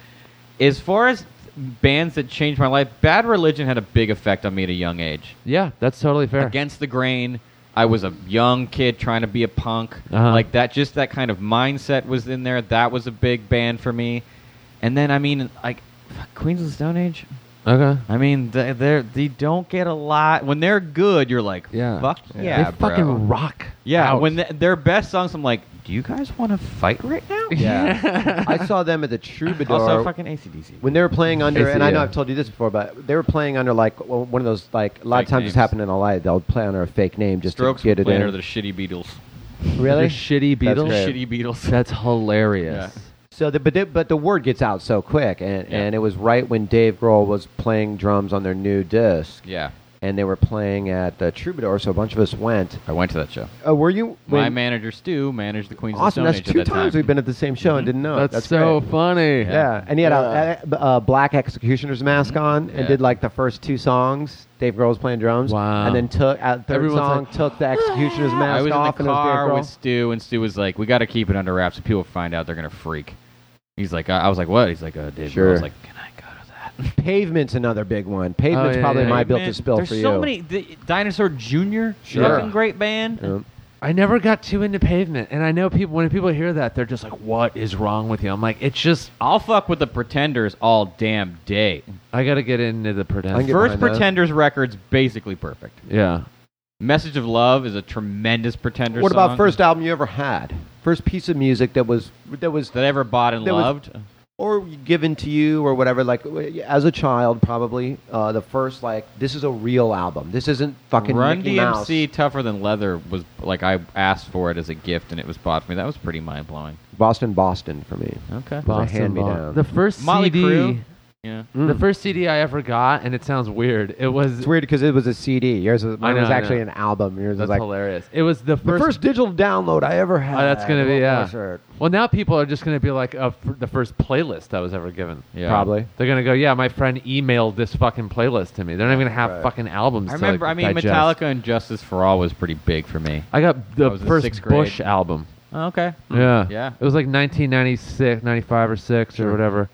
B: As far as bands that changed my life, Bad Religion had a big effect on me at a young age.
A: Yeah, that's totally fair.
B: Against the grain, I was a young kid trying to be a punk.
A: Uh-huh.
B: Like that, just that kind of mindset was in there. That was a big band for me. And then, I mean, like fuck, Queens of the Stone Age.
A: Okay.
B: I mean, they they're, they don't get a lot. When they're good, you're like,
A: Yeah.
B: fuck yeah,
A: They
B: bro.
A: fucking rock.
B: Yeah,
A: out.
B: when th their best songs, I'm like, do you guys want to fight right now?
C: yeah. I saw them at the Troubadour.
B: Also, fucking ACDC.
C: when they were playing under, and I know
A: ACL.
C: I've
B: uh,
C: told you this before, but they were playing under like w- one of those like a lot
B: Fake
C: of times
B: names.
C: this happened in LA. They'll play under a fake name just
B: Strokes
C: to get it
B: playing
C: in.
B: the shitty Beatles.
C: really?
A: They're shitty
C: That's
A: Beatles.
C: great.
B: Shitty Beatles.
A: That's hilarious.
B: Yeah.
C: So, the, but the, but the word gets out so quick, and,
B: Yeah.
C: and it was right when Dave Grohl was playing drums on their new disc,
B: yeah,
C: and they were playing at the Troubadour. So a bunch of us went.
B: I went to that show.
C: Oh, were you?
B: My
C: wait,
B: manager Stu managed the Queens
C: Awesome.
B: of Stone Age
C: That's
B: at
C: two
B: that
C: times
B: time. Mm-hmm.
C: we've been at the same show and didn't know. it.
A: Oh, That's, so
C: great.
A: funny.
C: Yeah. and he had a, a, a black executioner's mask on and
B: Yeah.
C: did like the first two songs. Dave Grohl was playing drums.
A: Wow.
C: And then took at third
A: Everyone's
C: song
A: like,
C: took the executioner's mask
B: I was
C: off
B: in the car
C: and it
B: with
C: was
B: Stu, and Stu was like, "We got to keep it under wraps. If people find out, they're gonna freak." He's like, "I, I was like, what?" He's like, uh, "Dave." Grohl." I
C: Sure.
B: was like, "Can I go to that?"
C: Dave Grohl. Pavement's another big one. Pavement's
A: yeah,
C: probably
A: yeah,
C: my
A: yeah.
C: built to spill
B: There's
C: for you.
B: so many. The, Dinosaur Junior,
C: Sure.
B: fucking great band.
C: Yeah.
A: I never got too into pavement, and I know people. When people hear that, they're just like, "What is wrong with you?" I'm like, "It's just
B: I'll fuck with the Pretenders all damn day.
A: I got to get into the pretend."
C: I can get
B: First
C: behind that.
B: Pretenders record's basically perfect.
A: yeah.
B: Message of Love is a tremendous Pretender
C: What
B: song
C: about first album you ever had? First piece of music that was that was
B: that I ever bought and
C: There was-
B: loved?
C: or given to you or whatever like w- as a child probably uh, the first like this is a real album. This isn't fucking
B: Run
C: Mickey Mouse.
B: DMC Tougher Than Leather was like I asked for it as a gift and it was bought for me. That was pretty mind blowing.
C: Boston Boston for me.
B: Okay.
C: Well, Boston hand-me-down.
A: Ball. The first
B: Motley
A: CD.
B: Crue. Yeah.
C: Mm.
A: The first CD I ever got, and it sounds Hmm. weird. It was.
C: It's weird because it was a CD. Yours was, mine
A: know,
C: was
A: I
C: actually
A: know.
C: an album. Yours was
A: That's
C: like
A: hilarious. It was the
C: the
A: first.
C: first, digital download I ever had.
A: Oh, that's gonna be
C: Well,
A: yeah.
C: that's right.
A: Well, now people are just gonna be like, uh, f- the first playlist I was ever given.
B: Yeah.
C: Probably.
A: They're gonna go, yeah, my friend emailed this fucking playlist to me. They're not even gonna have
C: Right.
A: fucking albums. to,
B: I remember,
A: like,
B: I mean,
A: digest.
B: Metallica and Justice for All was pretty big for me.
A: I got
B: I
A: the
B: was in
A: first
B: sixth grade.
A: Bush album.
C: Oh,
B: Okay.
C: Hmm. Mm-hmm.
A: Yeah.
B: Yeah.
A: It was like 1996, 95 or 6 or whatever.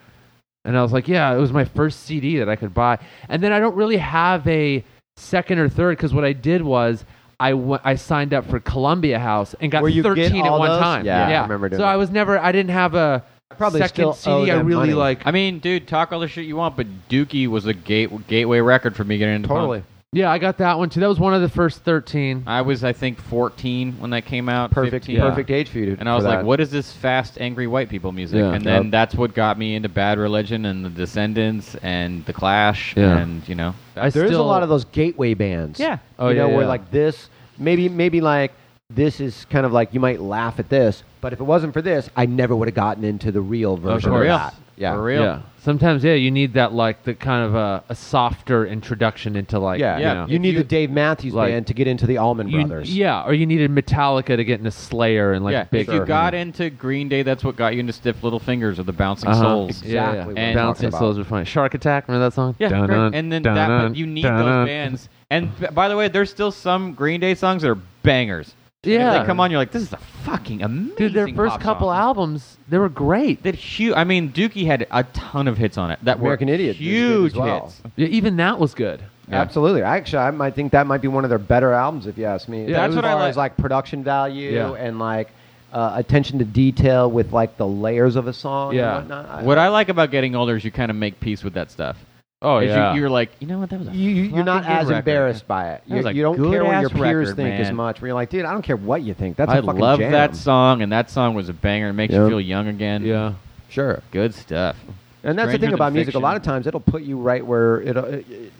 A: And I was like, yeah, it was my first CD that I could buy. And then I don't really have a second or third because what I did was I wa- I signed up for Columbia House and got
C: Where you get
A: 13 at
C: all
A: one
C: those?
A: time.
C: Yeah, I remember doing
A: So I
C: that.
A: was never, I didn't have a
C: probably
A: second
C: still
A: CD
C: owe
A: I
C: them
A: really
C: money.
A: like.
B: I mean, dude, talk all the shit you want, but Dookie was a gate, gateway record for me getting into punk.
C: Totally.
A: yeah, I got that one too. That was one of the first 13.
B: I was, I think, 14 when that came out.
C: Perfect
B: 15.
C: perfect age for you. to-
B: And I was
C: for
B: like,
C: that.
B: what is this fast, angry white people music?
A: Yeah.
B: and then
C: Yep.
B: that's what got me into Bad Religion and The Descendants and The Clash.
A: Yeah.
B: And, you know,
A: I
B: that's-
C: There's
A: still-
C: a lot of those gateway bands.
B: Yeah.
A: Oh,
C: you know,
A: yeah,
C: where
A: yeah.
C: like this, maybe maybe like this is kind of like you might laugh at this, but if it wasn't for this, I never would have gotten into the real version
B: for
C: of
B: real.
C: that. Yeah.
B: For real.
A: Yeah. Sometimes, yeah, you need that like the kind of a, a softer introduction into like
C: yeah,
A: you
B: yeah.
A: know,
C: You need
B: you-
C: the Dave Matthews
A: like-
C: Band to get into the Allman
A: you-
C: Brothers.
A: yeah, or you needed Metallica to get into Slayer and like
B: yeah,
A: big.
B: if you got into Green Day, that's what got you into Stiff Little Fingers or the Bouncing
A: Uh-huh.
B: Souls.
A: Yeah, yeah,
C: Exactly
A: yeah.
B: what I'm
A: Bouncing
C: talking about.
A: Souls were funny. Shark Attack, remember that song?
B: Yeah,
A: Dun,
B: right.
A: dun,
B: and then
A: dun,
B: that
A: dun,
B: but you need
A: dun,
B: those
A: dun.
B: bands. And b- by the way, there's still some Green Day songs that are bangers. And if
A: Yeah,
B: they come on, you're like, this is a fucking amazing.
A: dude. Their first
B: pop
A: couple
B: song.
A: albums, they were great.
B: That huge. I mean, Dookie had a ton of hits on it. That
C: American
B: were
C: Idiot is good
B: huge
C: as well.
B: hits.
A: Yeah, even that was good.
B: Yeah.
C: Absolutely. Actually, I might think that might be one of their better albums, if you ask me.
A: Yeah,
C: as
B: that's what I
C: far
B: like.
C: as like production value
A: Yeah.
C: and like uh, attention to detail with like the layers of a song.
A: Yeah.
C: And whatnot.
B: What I like about getting older is you kind of make peace with that stuff.
A: Oh
B: Is
A: yeah,
B: You, you're like, you know what? That was a
C: you, you- you're not
B: fucking good
C: as
B: record.
C: embarrassed by it.
B: That
C: You,
B: was a
C: you don't care what your
B: good-ass
C: peers
B: record,
C: think as
B: man.
C: much. Where you're like, dude, I don't care what you think. That's a
B: I
C: fucking
B: love
C: jam.
B: that song, and that song was a banger. It makes
C: Yeah.
B: you feel young again.
A: yeah.
C: Sure.
B: Good stuff.
C: And that's
B: Stranger
C: the thing
B: Than
C: about music.
B: Fiction.
C: A lot of times, it'll put you right where it'll, it, uh, it,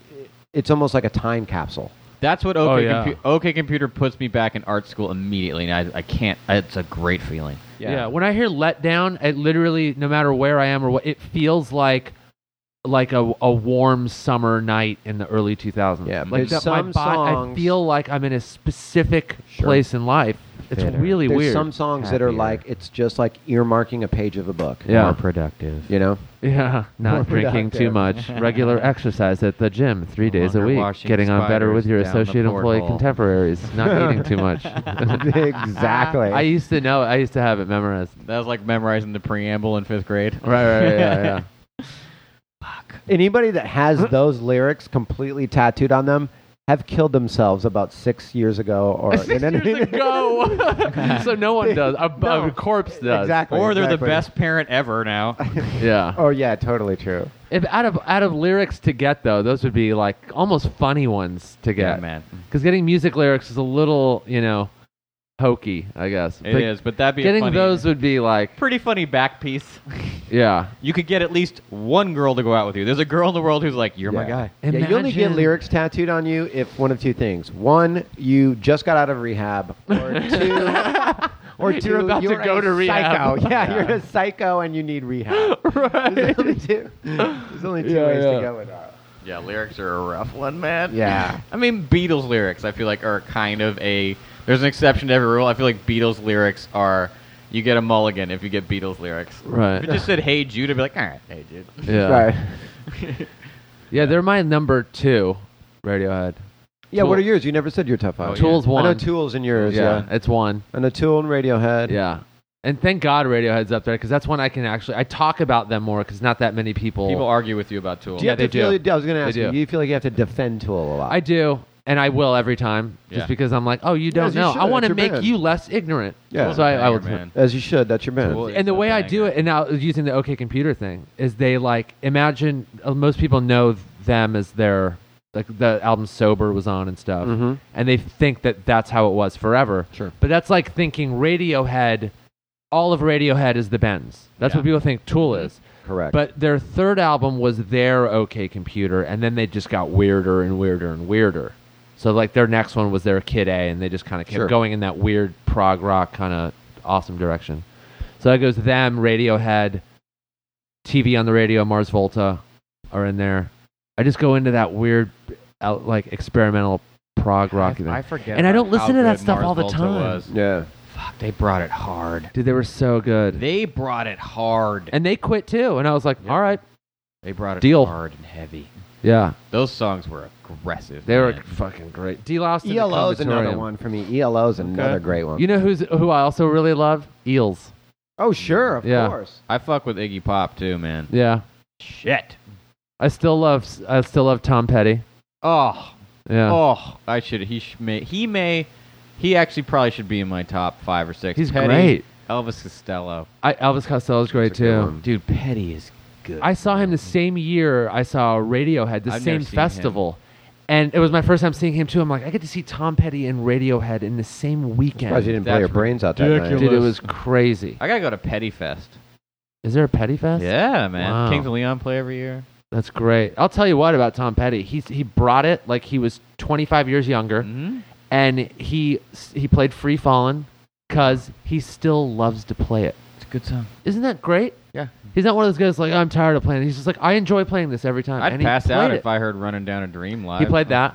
C: it's almost like a time capsule.
B: That's what
A: Oh,
B: OK,
A: yeah.
B: Compu- OK Computer puts me back in art school immediately, and I, I can't. It's a great feeling.
A: Yeah. When I hear let down, it literally, no matter where I am or what, it feels like like a, a warm summer night in the early 2000s.
C: Yeah,
A: Like
C: there's some
A: I
C: songs-
A: feel like I'm in a specific
C: Sure.
A: place in life. It's
B: Theater.
A: really
C: There's
A: weird.
C: some songs that are
B: Happier.
C: like it's just like earmarking a page of a book.
A: Yeah. More
B: productive.
C: You know.
A: yeah. Not
C: More
A: drinking too
C: productive.
A: much. Regular exercise at the gym three
B: No
A: days a
B: longer
A: week.
B: washing
A: Getting on better
B: spiders
A: with your
B: down the
A: associate employee
B: porthole.
A: contemporaries. Not eating too much.
C: exactly.
A: I used to know. I used to have it memorized.
B: That was like memorizing the preamble in fifth grade.
C: Oh,
A: Right, right, right, yeah, yeah.
C: Anybody that has those lyrics completely tattooed on them have killed themselves about six years ago or
A: Six years ago. so no one does. A,
C: No.
A: a corpse does.
C: Exactly.
B: Or they're
C: exactly.
B: the best parent ever now.
A: Yeah.
C: Oh yeah, totally true.
A: If out of out of lyrics to get though, those would be like almost funny ones to get,
B: man.
A: Because getting music lyrics is a little, you know, hokey, I guess.
B: It is, but that'd be a
A: Getting
B: funny-
A: those would be like,
B: pretty funny back piece.
A: yeah.
B: you could get at least one girl to go out with you. There's a girl in the world who's like, "You're my
C: Yeah.
B: guy."
C: Yeah, you only get
A: Imagine-
C: lyrics tattooed on you if one of two things: one, you just got out of rehab, or two, or 2
A: You're about to
C: you're
A: go
C: a
A: to rehab.
C: Psycho. Yeah, you're a psycho and you need rehab. There's only two. There's only two
A: Yeah,
C: ways
A: yeah.
C: to go with that.
B: Yeah, lyrics are a rough one, man.
C: Yeah.
B: I mean, Beatles lyrics, I feel like, are kind of a. There's an exception to every rule. I feel like Beatles lyrics are. You get a mulligan if you get Beatles lyrics.
A: Right.
B: If it just said, hey, Jude, I'd be like, all right, hey, Jude.
A: Yeah.
C: Right.
A: Yeah, they're my number two. Radiohead.
C: Yeah. What
B: Tool.
C: are yours? You never said your top
B: Oh,
C: five.
B: yeah.
A: Tools
C: I
A: one.
C: know Tool's in yours. Yeah.
A: yeah, it's one.
C: I know Tool and Radiohead.
A: Yeah. And thank God Radiohead's up there because that's when I can actually I talk about them more because not that many
B: People argue with you about Tool.
C: Do you
A: Yeah,
C: have
A: they
C: to feel?
A: do.
C: I was going to
A: They
C: ask you.
A: do.
C: Do you feel like you have to defend Tool a lot?
A: I do, and I will every time, just
B: Yeah.
A: because I'm like, oh, you don't
C: Yes, you
A: know. I
C: should.
A: want
C: It's
A: to
C: your
A: make
C: band.
A: you less ignorant.
C: Yeah.
A: So I, I will.
B: man.
C: As you should. That's your band.
B: Tool is
A: And the
B: a
A: way I do
B: banger.
A: it, and now using the OK Computer thing, is they like imagine uh, most people know them as their like the album Sober was on and stuff,
C: Mhm.
A: and they think that that's how it was forever.
C: Sure.
A: But that's like thinking Radiohead. All of Radiohead is the Bends. That's
B: Yeah.
A: what people think Tool
C: Mm-hmm.
A: is.
C: Correct.
A: But their third album was their OK Computer, and then they just got weirder and weirder and weirder. So like their next one was their Kid A, and they just kind of kept
C: Sure.
A: going in that weird prog rock kind of awesome direction. So that goes them, Radiohead, TV on the radio, Mars Volta are in there. I just go into that weird, out, like experimental prog rock. thing.
B: forget.
A: And I don't
B: about how
A: listen to that
B: good
A: stuff
B: Mars
A: all the
B: Volta
A: time.
B: was.
C: yeah.
B: Fuck, they brought it hard.
A: Dude, they were so good,
B: They brought it hard.
A: and they quit too. And I was like,
B: Yeah.
A: all right,
B: They brought it
A: Deal.
B: hard and heavy.
A: yeah,
B: Those songs were aggressive.
A: they were
B: man.
A: fucking great. D. Lost in the
C: ELO E is another
A: Combinatorium.
C: one for me. ELO is another great one.
A: You know who's who I also really love? Eels.
C: oh, sure, of
A: Yeah.
C: course.
B: I fuck with Iggy Pop too, man.
A: Yeah.
B: Shit.
A: I still love I still love Tom Petty.
B: Oh,
A: Yeah.
B: oh, I should. He sh- may. He may. He actually probably should be in my top five or six.
A: He's
B: Petty,
A: great.
B: Elvis Costello.
A: I, Elvis Costello's great
C: That's a good
A: too.
C: one.
A: Dude,
B: Petty is good.
A: I saw him the same year I saw Radiohead, the
B: I've
A: same
B: never seen
A: festival. And it was my first time seeing him too. I'm like, I get to see Tom Petty and Radiohead in the same
C: Surprised you
A: weekend.
C: didn't blow your
B: That's
C: brains out that
B: ridiculous.
C: night.
A: Dude, it was crazy.
B: I gotta go to Petty Fest.
A: Is there a Petty Fest?
B: Yeah, man.
A: Wow.
B: Kings of Leon play every year.
A: That's great. I'll tell you what about Tom Petty. He he brought it like he was 25 years younger.
B: Mhm.
A: and he he played Free Fallen because he still loves to play it.
B: It's a good song.
A: Isn't that great?
C: Yeah.
A: He's not one of those guys like I'm tired of playing. He's just like I enjoy playing this every time.
B: I'd
A: and he
B: pass out
A: played
B: if I heard "Running Down a Dream"
A: it.
B: live.
A: He played that.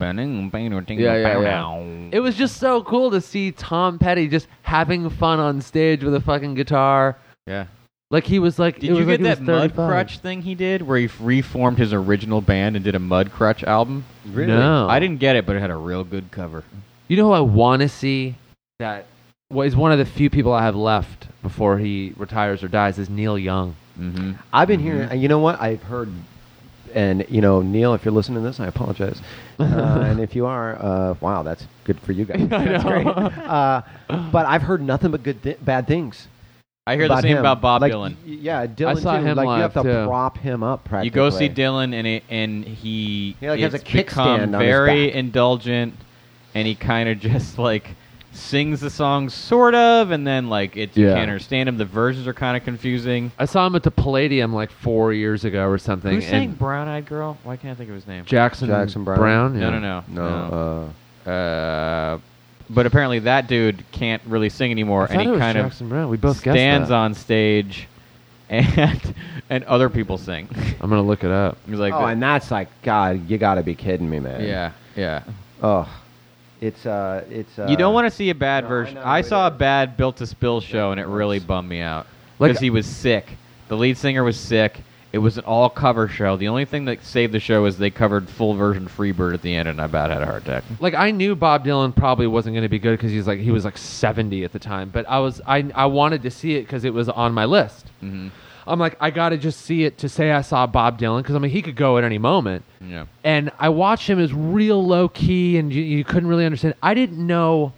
B: Yeah,
A: Yeah, yeah, It was just so cool to see Tom Petty just having fun on stage with a fucking guitar.
B: Yeah.
A: Like he was like.
B: Did
A: it was
B: you
A: like
B: get
A: he was
B: that mud
A: 35.
B: crutch thing he did, where he f- reformed his original band and did a mud crutch album?
C: Really?
A: No,
B: I didn't get it, but it had a real good cover.
A: You know who I want to see that was one of the few people I have left before he retires or dies is Neil Young.
B: Mm-hmm.
C: I've been hearing, and you know what? I've heard, and you know, Neil, if you're listening to this, I apologize. Uh, and if you are, uh, wow, that's good for you guys. That's
A: know.
C: great. Uh, but I've heard nothing but good, thi- bad things.
B: I hear the same
C: him.
B: about Bob
C: Like,
B: Dylan.
C: y- Yeah, Dylan.
A: saw
C: too.
A: him
C: like,
A: live,
C: You have to
A: too.
C: prop him up. Practically.
B: You go see Dylan, and it, and he
C: He, like, has
B: it's
C: a kickstand
B: become
C: on his
B: very
C: back.
B: indulgent, and he kind of just like sings the song sort of, and then like it you
A: Yeah.
B: can't understand him. The versions are kind of confusing.
A: I saw him at the Palladium like four years ago or something.
B: Who sang
A: and
B: Brown Eyed Girl? Why can't I think of his name?
A: Jackson,
C: Jackson Brown?
A: yeah.
B: No, no, no,
C: No. Uh,
B: Uh, but apparently that dude can't really sing anymore,
A: I
B: and
A: thought
B: he
A: it was
B: kind
A: Jackson Brown. We both
B: of
A: guessed
B: stands
A: that.
B: on stage, and and other people sing.
A: I'm gonna look it up.
B: He's like,
C: oh, and that's like, God, you got to be kidding me, man.
B: yeah, yeah.
C: Oh, it's uh, it's. Uh,
B: You don't want to see a bad
C: no, I
B: version.
C: know
B: I,
C: who it
B: saw a
C: is.
B: bad Built to Spill show, and it really bummed me out
A: Like-
B: because he was sick. The lead singer was sick. It was an all cover show. The only thing that saved the show is they covered full version Freebird at the end, and I about had a heart attack.
A: Like I knew Bob Dylan probably wasn't gonna be good because he's like he was like 70 at the time, but I was I I wanted to see it because it was on my list.
B: Mm-hmm.
A: I'm like I gotta just see it to say I saw Bob Dylan because I mean he could go at any moment.
B: Yeah.
A: and I watched him as real low key, and you, you couldn't really understand. I didn't know.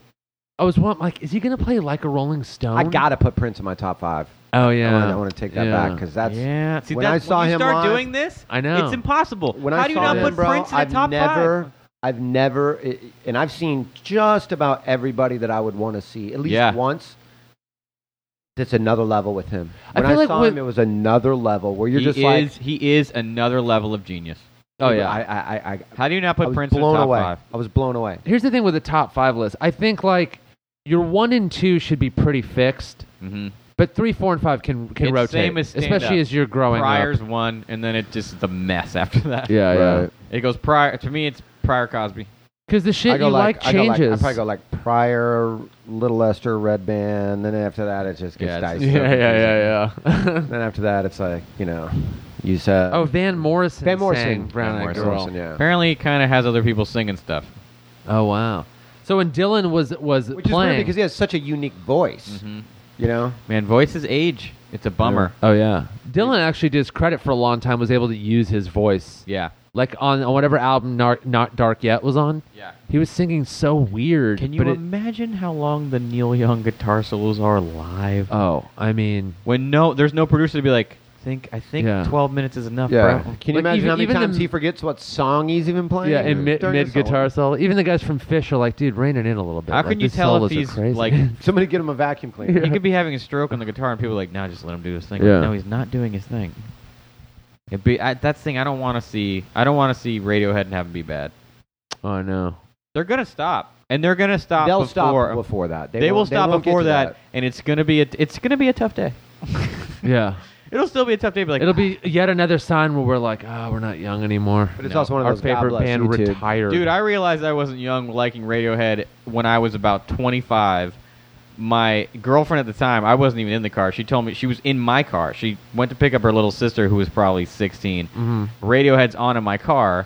A: I was one, like, is he gonna play like a Rolling Stone?
C: I gotta put Prince in my top five.
A: Oh
C: I
A: yeah.
C: wanna- I want to take that
A: Yeah.
C: back because that's.
B: yeah. See,
C: when
B: that's,
C: I saw
B: when you
C: him
B: start
C: live-
B: doing this,
A: I know.
B: it's impossible.
C: When
B: How
C: I
B: do you
C: saw
B: not
A: him,
B: put
C: bro,
B: Prince in the
C: I've
B: top
C: never,
B: five?
C: I've never, i- i- and I've seen just about everybody that I would want to see at least
B: Yeah.
C: once. That's another level with him.
A: I
C: When I,
A: feel like
C: saw
A: with-
C: him, it was another level where you're
B: he
C: just
B: is
C: like,
B: he is another level of genius.
A: Oh yeah.
C: I, I, I, I,
B: How do you not
C: I
B: put
C: was
B: Prince in the
C: blown
B: top
C: away.
B: five?
C: I was blown away.
A: Here's the thing with the top five list. I think like your one and two should be pretty fixed,
B: Mm-hmm.
A: but three, four, and five can can
B: It's
A: rotate,
B: same as stand-up.
A: especially as you're growing
B: Pryor's
A: up.
B: one, and then it just the mess after that.
A: Yeah, yeah.
C: Right.
B: It goes prior to me. It's prior Cosby.
A: Because the
C: I
A: shit
C: go
A: you like,
C: I go
A: changes.
C: I probably go like Pryor, Little Esther, Red Band. Then after that, it just gets
B: Yeah, it's-
C: diced.
A: yeah,
C: up.
A: yeah, yeah, yeah.
C: Then after that, it's like you know, you said.
A: oh, Van Morrison.
C: Van Morrison.
A: sang Brown
C: Van
A: Eyed
C: Morrison,
A: Girl.
C: yeah.
B: Apparently, he kind of has other people singing stuff.
A: Oh wow. So when Dylan was was
C: Which is
A: playing,
C: weird because he has such a unique voice.
B: Mm-hmm.
C: You know,
B: Man, voices age. It's a bummer.
A: Oh yeah, Dylan actually did his credit for a long time. Was able to use his voice,
B: Yeah.
A: like on, on whatever album Nar- "Not Dark Yet" was on.
B: Yeah.
A: He was singing so weird.
B: Can you
A: but it-
B: imagine how long the Neil Young guitar solos are live?
A: oh, I mean,
B: Uh, when no, there's no producer to be like, think I think
A: Yeah.
B: 12 minutes is enough, bro.
C: Can you
A: Like,
C: imagine
A: even-
C: how many
A: even the
C: times
A: m-
C: he forgets what song he's even playing?
A: yeah, in mid,
C: During the
A: mid guitar solo.
C: solo.
A: Even the guys from Fish are like, dude, rein it in a little bit.
B: How
A: Like,
B: can you
A: these
B: tell
A: solos
B: if
A: are
B: he's
A: crazy.
B: like?
C: Somebody get him a vacuum cleaner.
B: He could be having a stroke on the guitar, and people are like, "No, just let him do his thing."
A: Yeah.
B: No, he's not doing his thing. It'd be I, that's the thing I don't want to see. I don't want to see Radiohead and have them be bad.
A: oh no,
B: They're gonna stop, and they're gonna stop.
C: They'll
B: before,
C: stop before that.
B: They,
C: won't-
B: will stop
C: won't get
B: before
C: to
B: that, and it's gonna be a it's gonna be a tough day.
A: yeah.
B: It'll still be a tough day. But like
A: It'll be yet another sign where we're like, oh, we're not young anymore.
C: But it's
B: No.
C: also one of
A: Our
C: those God
A: favorite
C: bless
A: band
C: you, dude.
A: retired.
B: Dude, I realized I wasn't young liking Radiohead when I was about 25. My girlfriend at the time, I wasn't even in the car. She told me she was in my car. She went to pick up her little sister who was probably 16.
A: Mhm.
B: Radiohead's on in my car.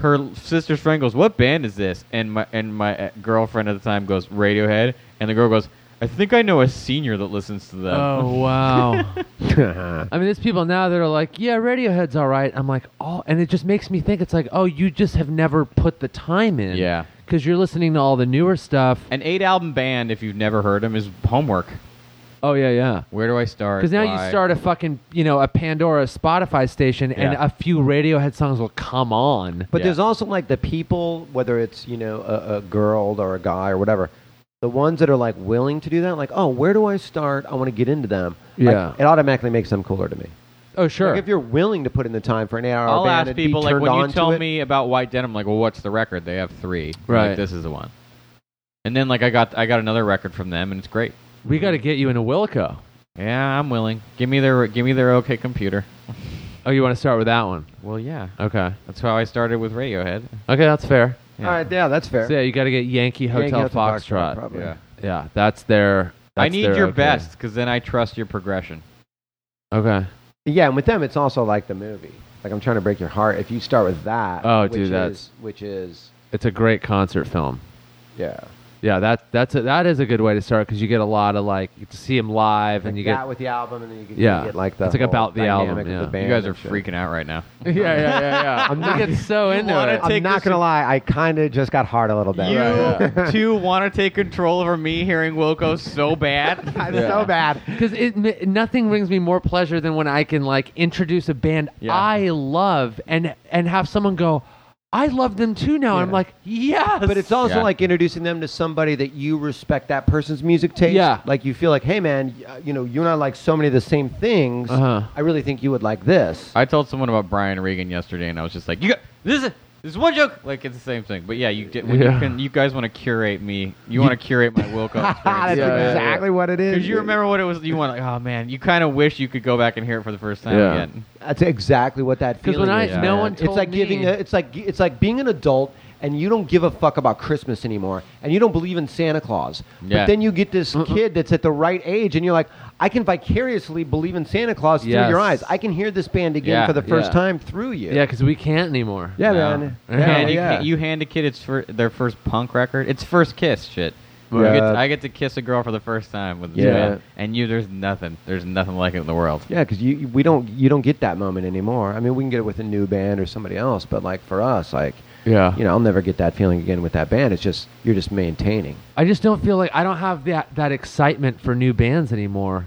B: Her l- sister's friend goes, "What band is this?" And my and my uh, girlfriend at the time goes, "Radiohead." And the girl goes, "I think I know a senior that listens to them."
A: Oh wow. I mean, there's people now that are like, yeah, Radiohead's all right. I'm like, oh, and it just makes me think it's like, oh, you just have never put the time in.
B: Yeah.
A: Because you're listening to all the newer stuff.
B: An eight album band, if you've never heard them, is homework.
A: Oh, yeah, yeah.
B: Where do I start?
A: Because now
B: Why?
A: you start a fucking, you know, a Pandora Spotify station and
B: Yeah.
A: a few Radiohead songs will come on.
C: But
B: Yeah.
C: there's also like the people, whether it's you know a, a girl or a guy or whatever, the ones that are like willing to do that, like oh, where do I start? I want to get into them. Like,
A: Yeah.
C: it automatically makes them cooler to me.
A: Oh, sure.
C: Like if you're willing to put in the time for an eight-hour
B: I'll
C: band
B: ask
C: and be
B: people like
C: turned
B: when you
C: on to
B: tell
C: it-
B: me about White Denim, like, well, what's the record? They have three. I'm
A: Right.
B: Like, this is the one. And then like I got I got another record from them, and it's great.
A: we got to get you into Wilco.
B: Yeah, I'm willing. Give me their give me their OK computer.
A: Oh, you want to start with that one?
B: Well, yeah.
A: Okay.
B: That's how I started with Radiohead.
A: Okay, that's fair.
B: Yeah.
C: All right, yeah, that's fair.
A: So, yeah, you got to get Yankee Hotel
C: Yankee Hotel
A: Foxtrot.
C: Foxtrot, probably.
B: Yeah.
A: Yeah, that's their.
B: I
A: that's
B: need
A: their
B: your
A: okay.
B: best because then I trust your progression.
A: Okay.
C: Yeah, and with them, it's also like the movie. Like I'm trying to break your heart. If you start with that,
A: Oh,
C: which
A: dude, that's-
C: is, which is
A: It's a great concert film.
C: yeah.
A: Yeah, that that's a, that is a good way to start because you get a lot of like you get to see him live
C: Like
A: and you
C: that
A: get
C: with the album, and then you can
A: Yeah.
C: get like the
A: It's like
C: whole
A: about the album,
C: dynamic of
A: yeah.
C: the
A: You
C: band
B: you guys are
C: and shit.
B: freaking out right now.
A: yeah yeah yeah yeah. I'm not get so into
B: wanna
A: it.
B: take-
C: I'm not
B: this-
C: gonna lie, I kind of just got hard a little bit.
A: Right,
B: You two want to take control over me hearing Wilco so bad.
C: It's so bad.
A: because it ma- nothing brings me more pleasure than when I can like introduce a band
B: Yeah.
A: I love and and have someone go, I love them too now. I'm like, yes,
C: But it's also
B: Yeah.
C: like introducing them to somebody that you respect that person's music taste.
A: Yeah.
C: Like you feel like, hey man, y- uh, you know, you and I like so many of the same things.
A: Uh-huh.
C: I really think you would like this.
B: I told someone about Brian Regan yesterday, and I was just like, "You got this is this is one joke." Like it's the same thing, but yeah, you did, when
A: Yeah.
B: you can. You guys want to curate me? You want to curate my Wilco
C: That's
B: experience?
A: Yeah, yeah,
C: exactly what it is.
B: Because you
C: dude.
B: remember what it was. You want like, oh man, you kind of wish you could go back and hear it for the first time
A: Yeah.
B: again.
C: That's exactly what that
A: 'Cause
C: feeling
A: when I-
C: is.
A: no
C: man.
A: one told
C: it's like giving.
A: me-
C: A, it's like it's like being an adult and you don't give a fuck about Christmas anymore, and you don't believe in Santa Claus.
B: Yeah.
C: But then you get this kid that's at the right age, and you're like, I can vicariously believe in Santa Claus through
A: Yes.
C: your eyes. I can hear this band again
B: Yeah,
C: for the first
A: yeah.
C: time through you.
A: yeah, because we can't anymore.
C: yeah,
B: No.
C: man.
A: Yeah,
B: and you,
C: yeah.
B: you hand a kid its fir- their first punk record, its first kiss, shit. You
C: Yeah.
B: get to- I get to kiss a girl for the first time with this
C: Yeah.
B: band, and you there's nothing, there's nothing like it in the world.
C: Yeah, because you you- we don't you don't get that moment anymore. I mean, we can get it with a new band or somebody else, but like for us, like
A: yeah.
C: you know, I'll never get that feeling again with that band. It's just you're just maintaining.
A: I just don't feel like I don't have that that excitement for new bands anymore.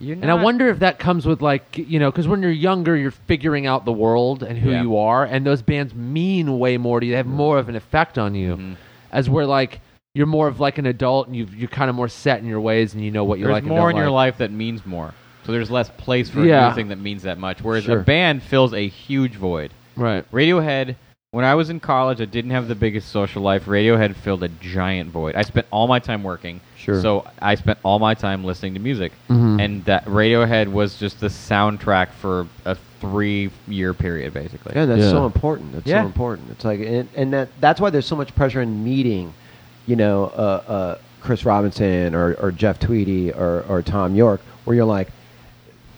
B: You're
A: And I wonder if that comes with like you know, because when you're younger, you're figuring out the world and who
B: Yeah.
A: you are, and those bands mean way more to you. They have more of an effect on you,
B: Mhm.
A: as where like you're more of like an adult and you've, you're kind of more set in your ways and you know what you
B: there's
A: like. and don't
B: more in your
A: like.
B: life that means more. So there's less place for
A: Yeah.
B: anything that means that much. Whereas
C: Sure.
B: a band fills a huge void.
A: right?
B: Radiohead. When I was in college, I didn't have the biggest social life. Radiohead filled a giant void. I spent all my time working.
C: Sure.
B: So I spent all my time listening to music,
A: Mhm.
B: and that Radiohead was just the soundtrack for a three-year period, basically.
C: Yeah, that's
A: Yeah.
C: so important. That's
B: Yeah.
C: so important. It's like, and, and that that's why there's so much pressure in meeting, you know, uh, uh, Chris Robinson or, or Jeff Tweedy or, or Tom York, where you're like,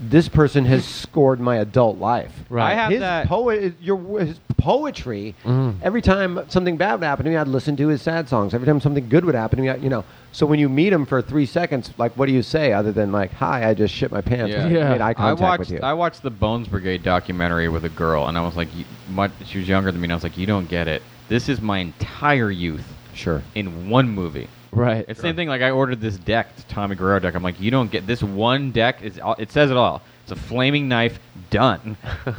C: this person has scored my adult life.
A: Right.
B: I have
C: his
B: that.
C: poet, your his poetry.
A: Mhm.
C: Every time something bad would happen to me, I'd listen to his sad songs. Every time something good would happen to me, I, you know. So when you meet him for three seconds, like, what do you say other than like, "Hi, I just shit my pants."
B: Yeah.
C: I made
A: Yeah.
C: eye
B: I
C: contact
B: watched
C: with you.
B: I watched the Bones Brigade documentary with a girl, and I was like, you, my, she was younger than me, and I was like, you don't get it. This is my entire youth
C: sure.
B: in one movie.
A: Right.
B: It's the same thing. Like I ordered this deck, it's Tommy Guerrero deck. I'm like, you don't get this one deck. Is all- it says it all. It's a flaming knife. Done.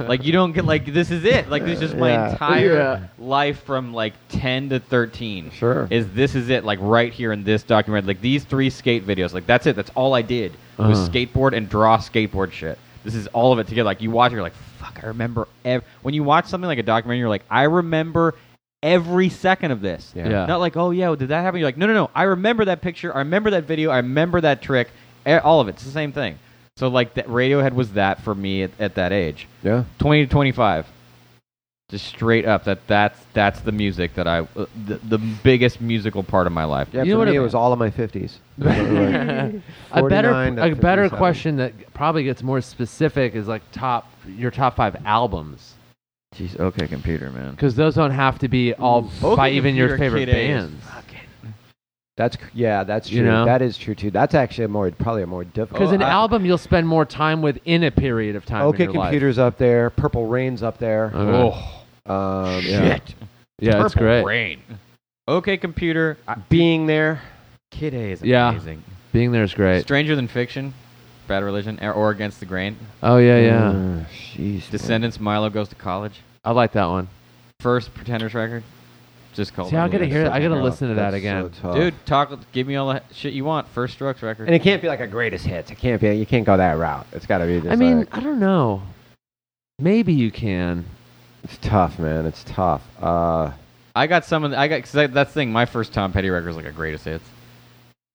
B: like you don't get like this is it. Like this is just my
C: Yeah.
B: entire
A: Yeah.
B: life from like 10 to 13.
C: Sure.
B: Is this is it? Like right here in this document. Like these three skate videos. Like that's it. That's all I did was
A: Uh-huh.
B: skateboard and draw skateboard shit. This is all of it together. Like you watch, it, you're like, fuck. I remember. Ev-. When you watch something like a documentary, you're like, I remember every second of this.
C: Yeah.
A: Yeah.
B: Not like, oh yeah, well, did that happen? You're like, no, no, no. I remember that picture. I remember that video. I remember that trick. Eh, All of it. It's the same thing. So like, that Radiohead was that for me at, at that age,
C: Yeah.
B: twenty to twenty-five. Just straight up, that that's that's the music that I, uh, the, the biggest musical part of my life.
C: Yeah,
A: You know
C: for
A: what
C: me,
A: I-
C: it was all in my fifties.
A: a better
C: 49 to
A: a better
C: 57.
A: question that probably gets more specific is like top your top five albums
B: Jeez, okay, computer man.
A: because those don't have to be all
B: Ooh.
A: by
B: Okay,
A: even your
B: computer
A: favorite
B: kid Ah, A's.
A: bands.
C: That's cr- yeah, that's true.
A: You know?
C: That is true too. That's actually a more probably a more difficult.
A: Because
B: Oh,
A: an
B: I-
A: album you'll spend more time with in a period of time. in
C: okay,
A: your life.
C: computers up there. Purple Rain's up there.
A: Okay.
B: Oh
C: Um, yeah.
B: shit!
A: Yeah, it's
B: Purple
A: great.
B: Rain. Okay, computer. I,
C: Being there.
B: Kid A is
A: Yeah.
B: amazing.
A: Being there is great.
B: Stranger Than Fiction, Bad Religion, or- or Against the Grain.
A: Oh yeah, yeah.
C: Uh, Jeez. man.
B: Descendants, Milo goes to college.
A: I like that one.
B: First Pretenders record. Just called.
A: See, I gotta hear. I gotta
C: Bro,
A: listen to that
C: that's
A: again.
C: so tough.
B: Dude, talk. Give me all the shit you want. First Strokes record.
C: And it can't be like a greatest hits. It can't be. You can't go that route. It's got to be. Just
A: I mean,
C: like-
A: I don't know. Maybe you can.
C: it's tough, man. It's tough. Uh,
B: I got some of. The, I got. Cause I, that's the thing. My first Tom Petty record was like a greatest hits.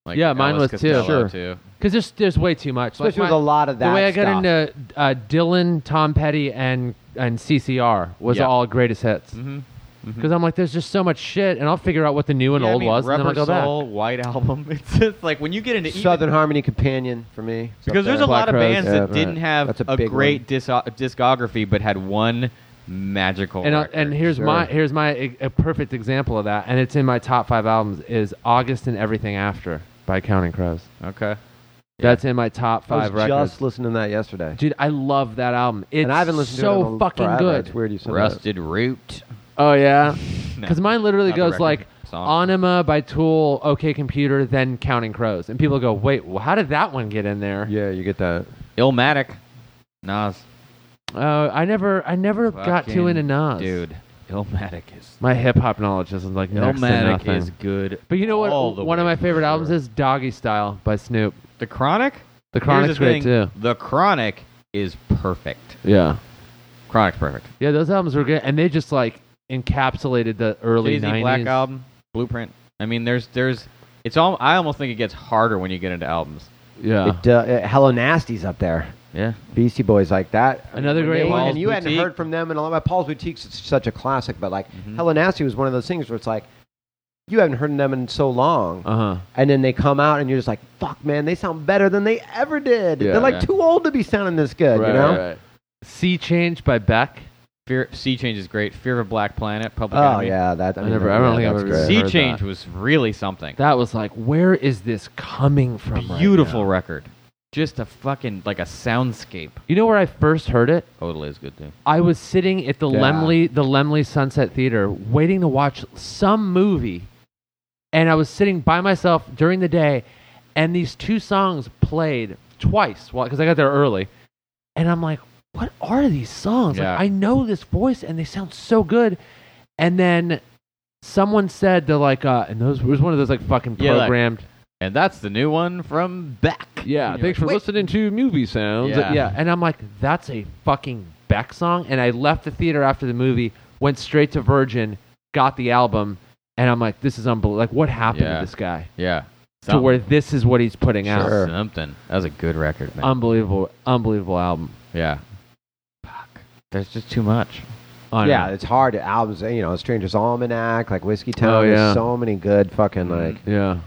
B: Like
A: Yeah, mine
B: Elvis
A: was too.
B: Costello,
A: Sure.
B: too.
A: Because there's there's way too much.
C: Especially with a lot of that
A: The way I got
C: stuff.
A: into uh, Dylan, Tom Petty, and and CCR was
B: Yeah.
A: all greatest hits.
B: Mm-hmm.
A: Because
C: Mm-hmm.
A: I'm like, there's just so much shit, and I'll figure out what the new and
B: Yeah, I
A: old
B: mean,
A: was, and
B: Rubber
A: then I'll go
B: Soul,
A: back.
B: White Album. It's just like when you get into even-
C: Southern Harmony Companion for me. It's
B: e
C: up
B: because there's
C: there.
B: a lot of
A: Black Crowes.
B: bands
C: Yeah,
B: that
C: right.
B: didn't have
C: That's a
B: a,
C: big
B: great dis- discography but had one magical
A: And uh,
B: record.
A: and here's my
C: Sure.
A: here's my e- a perfect example of that, and it's in my top five albums is August and Everything After by Counting Crows.
B: okay.
A: That's in my top
C: I
A: five
C: was
A: records.
C: just listening to that yesterday.
A: Dude, I love that album. It's
C: and I haven't listened
A: so
C: to it in a-
A: fucking
C: forever.
A: good.
C: It's weird you said that.
B: Rusted Root.
A: Oh yeah,
B: No,
A: because mine literally
B: not the
A: goes
B: record,
A: like
B: song.
A: Anima by Tool, OK Computer, then Counting Crows, and people go, "Wait, well, how did that one get in there?"
C: Yeah, you get that.
B: Illmatic. Nas.
A: Uh, I never, I never got too
B: Fucking
A: into Nas.
B: Dude, Illmatic is
A: my hip hop knowledge is like next to
B: Illmatic
A: nothing.
B: is good.
A: but you know
B: all the
A: what? One of
B: way,
A: my favorite
B: sure.
A: albums is Doggy Style by Snoop.
B: The Chronic.
A: The
B: Here's
A: Chronic's
B: the
A: great
B: thing,
A: too.
B: The Chronic is perfect.
A: Yeah,
B: Chronic's perfect.
A: yeah, those albums were good, and they just like encapsulated the early
B: Jay-Z,
A: 90s.
B: Black Album, Blueprint. I mean, there's there's it's all. I almost think it gets harder when you get into albums.
A: Yeah,
C: It, uh, uh, Hello Nasty's up there.
B: Yeah.
C: Beastie Boys like that.
A: Another
C: When
A: great
C: they-
A: one.
C: And you
B: Paul's
C: hadn't
B: Boutique.
C: heard from them in a lot. Paul's Boutique's is such a classic, but like
A: Mm-hmm.
C: Hello Nasty was one of those things where it's like you haven't heard them in so long,
B: Uh-huh.
A: uh huh.
C: and then they come out and you're just like, "Fuck, man, they sound better than they ever did.
A: Yeah.
C: They're like
B: Yeah.
C: too old to be sounding this good, you know."
A: Sea Change by Beck.
B: Fear, sea Change is great. Fear of a Black Planet, Public
C: Oh
B: Enemy.
C: yeah, that. I,
A: I
C: mean,
A: never- I
C: yeah,
A: don't think I've
C: that's
A: ever
C: great.
A: heard
B: Sea
A: that.
B: Change was really something.
A: That was like, where is this coming from? right
B: Beautiful
A: now?
B: record. Just a fucking like a soundscape.
A: You know where I first heard Oh, it?
B: Odell is good too.
A: I was sitting at the
C: Yeah.
A: Lemley, the Lemley Sunset Theater, waiting to watch some movie, and I was sitting by myself during the day, and these two songs played twice because I got there early, and I'm like, "What are these songs?
B: Yeah.
A: Like, I know this voice, and they sound so good." And then someone said they're like, uh, and those it was one of those like fucking
B: Yeah, like-
A: programmed.
B: And that's the new one from Beck.
A: Yeah,
B: And you're
A: thanks
B: like,
A: for listening to movie sounds.
B: Yeah.
A: Yeah. and I'm like, that's a fucking Beck song. And I left the theater after the movie, went straight to Virgin, got the album, and I'm like, this is unbelievable. Like, what happened
B: Yeah.
A: to this guy
B: Yeah.
A: to where this is what he's putting out?
C: Sure.
B: Something. That was a good record,
A: Um,
B: man.
A: Unbelievable, unbelievable album.
B: yeah. Fuck. There's just too much.
A: I don't
C: Yeah,
A: know.
C: it's hard. Albums, you know, Stranger's Almanac, like Whiskey Town.
A: Oh, yeah.
C: There's so many good fucking
B: Mhm.
C: like
A: yeah.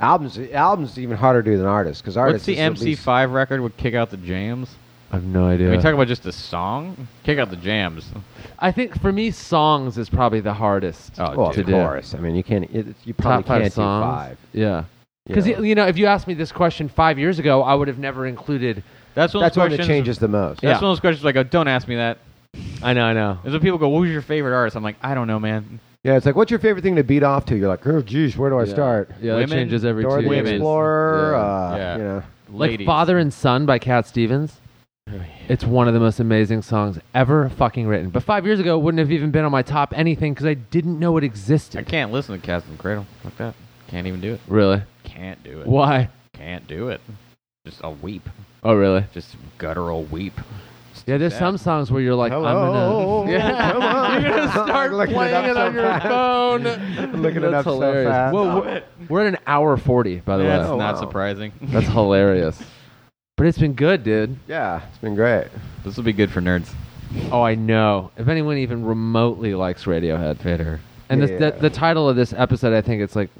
C: albums. Albums is even harder to do than artists because artists.
B: What's the
C: is at least-
B: MC5 record would kick out the jams?
A: I have no idea.
B: Are we talking about just the song? Kick out the jams.
A: I think for me, songs is probably the hardest.
B: Oh,
C: Well,
B: dude.
C: of
A: do.
C: course. I mean, you can't. It, you probably
A: Top five
C: can't
A: songs.
C: do five.
A: Yeah.
C: you
A: Because,
C: know.
A: you know, if you asked me this question five years ago, I would have never included.
B: That's one of
C: that's
B: those
C: one that
B: questions.
C: changes the most.
B: That's
A: Yeah.
B: one of those questions where I go, don't ask me that.
A: I know, I know.
B: Is when people go, who's your favorite artist? I'm like, I don't know, man.
C: Yeah, it's like, what's your favorite thing to beat off to? You're like, oh, geez, where do I
A: Yeah.
C: start?
A: Yeah,
B: Women,
A: that changes every
C: Dora
A: two
C: the
B: Women.
A: years.
C: Explorer.
A: Yeah.
C: Uh,
B: Yeah.
C: You know,
A: like
B: Ladies.
A: Father and Son by Cat Stevens. It's one of the most amazing songs ever fucking written. But five years ago, it wouldn't have even been on my top anything because I didn't know it
B: I
A: existed.
B: can't listen to Cast and Cradle. Fuck that. Can't even do it.
A: Really?
B: Can't do it.
A: Why?
B: Can't do it. Just a weep.
A: Oh, really?
B: Just guttural weep.
A: Yeah, there's
B: Sad.
A: some songs where you're like,
C: hello.
A: I'm gonna, Yeah.
C: Come on.
A: you're gonna start
C: Looking it
A: playing
C: up
A: it,
C: so
A: on your
C: fast.
A: phone.
C: Looking it
A: That's
C: up so
A: hilarious.
C: fast.
A: Whoa,
C: Stop
A: we're, we're at an hour forty, by the
B: That's
A: way.
C: Oh,
B: not
C: wow.
B: surprising.
A: That's hilarious. But it's been good, dude.
C: Yeah, it's been great.
B: this will be good for nerds.
A: Oh, I know. If anyone even remotely likes Radiohead, Vader. And this,
C: Yeah.
A: the, the title of this episode, I think it's like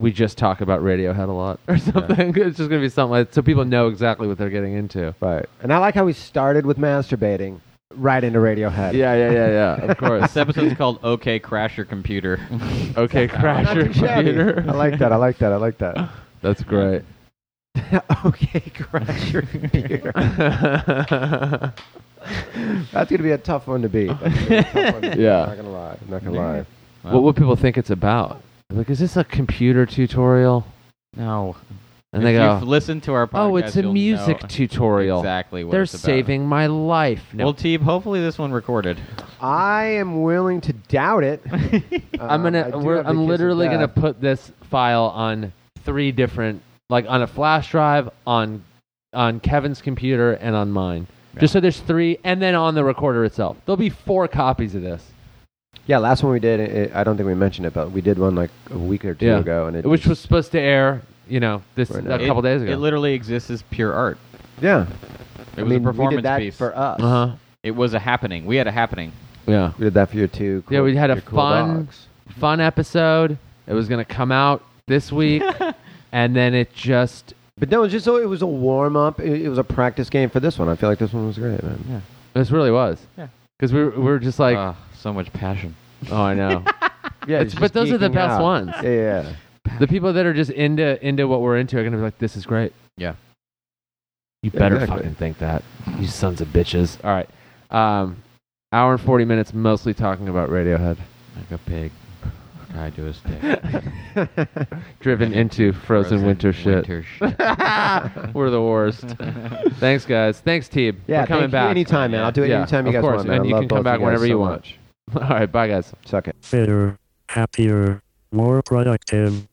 A: we just talk about Radiohead a lot or something. it's just gonna be something like, so people know exactly what they're getting into.
C: Right. And I like how we started with masturbating right into Radiohead.
A: Yeah, yeah, yeah, yeah. Of course.
B: This episode's called "Okay, Crash Your Computer."
A: okay,
C: Not
A: crash your
C: too shabby.
A: computer.
C: I like that. I like that. I like that.
A: That's great.
C: okay, crash your computer.
A: yeah.
C: That's gonna be a tough one to beat. That's gonna be a tough one to beat.
A: Yeah.
C: I'm not gonna lie. I'm not gonna lie.
A: What would people think it's about? Like, is this a computer tutorial?
B: No.
A: And
B: if
A: they
B: you've
A: go,
B: listened to our podcast,
A: "Oh, it's a
B: you'll
A: music
B: know
A: tutorial.
B: Exactly. What
A: They're
B: it's about.
A: saving my life." No,
B: Well, Teeb, hopefully this one recorded.
C: I am willing to doubt it.
A: I'm gonna. We're, I'm literally gonna put this file on three different, like on a flash drive, on on Kevin's computer, and on mine. Just so there's three, and then on the recorder itself, there'll be four copies of this,
C: Yeah, last one we did. It, it- I don't think we mentioned it, but we did one like a week or two
A: Yeah.
C: ago, and it
A: which was
C: just-
A: supposed to air you know, this
C: Right
A: a
C: now.
B: It-
A: couple days ago.
B: It literally exists as pure art.
C: Yeah.
B: It
C: I
B: was
C: mean,
B: a performance
C: we did that
B: piece.
C: for us.
A: uh huh.
B: it was a happening. We had a happening.
A: Yeah.
C: We did that for your two. Cool,
A: Yeah, we had a
C: your cool
A: fun-
C: dogs.
A: Fun episode. It was gonna come out this week, and then it just
C: But no, it was just so it was a warm up. It, it was a practice game for this one. I feel like this one was great, man.
A: this really was.
B: Yeah.
A: Because we were, we were just like,
B: Ah, so much passion.
A: oh, I know.
C: Yeah,
A: It's- but those are the best ones.
C: Yeah, yeah.
A: the people that are just into into what we're into are gonna be like, this is great.
B: Yeah.
A: You
C: Yeah,
A: better
C: exactly.
A: fucking think that. You sons of bitches. All right. Um, hour and forty minutes, mostly talking about Radiohead,
B: Like a pig. I do a stick.
A: driven into frozen, winter shit. We're the worst. Thanks, guys. Thanks, Teeb.
C: Yeah,
A: for coming
C: thank you
A: back.
C: anytime, man. I'll do it
A: Yeah,
C: anytime you
A: of
C: guys
A: course,
C: want. man.
A: and
C: I
A: you
C: love
A: can come
C: both of
A: back
C: guys
A: whenever
C: so
A: you want.
C: much.
A: All right. Bye, guys.
C: Suck it.
D: fitter, happier, more productive,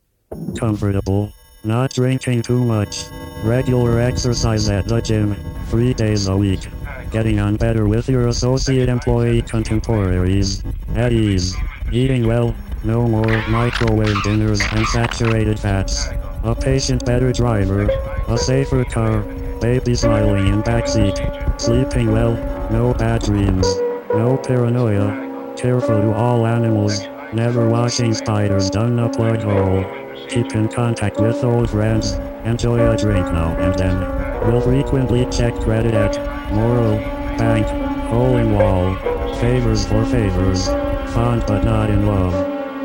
D: comfortable, not drinking too much, regular exercise at the gym, three days a week, getting on better with your associate employee contemporaries, at ease, eating well, no more microwave dinners and saturated fats, a patient better driver, a safer car, baby smiling in backseat, sleeping well, no bad dreams, no paranoia, Careful to all animals. Never washing spiders down a plug hole. Keep in contact with old friends. Enjoy a drink now and then. Will frequently check credit at Morrow, Bank, Hole in Wall. Favors for favors. Fond but not in love.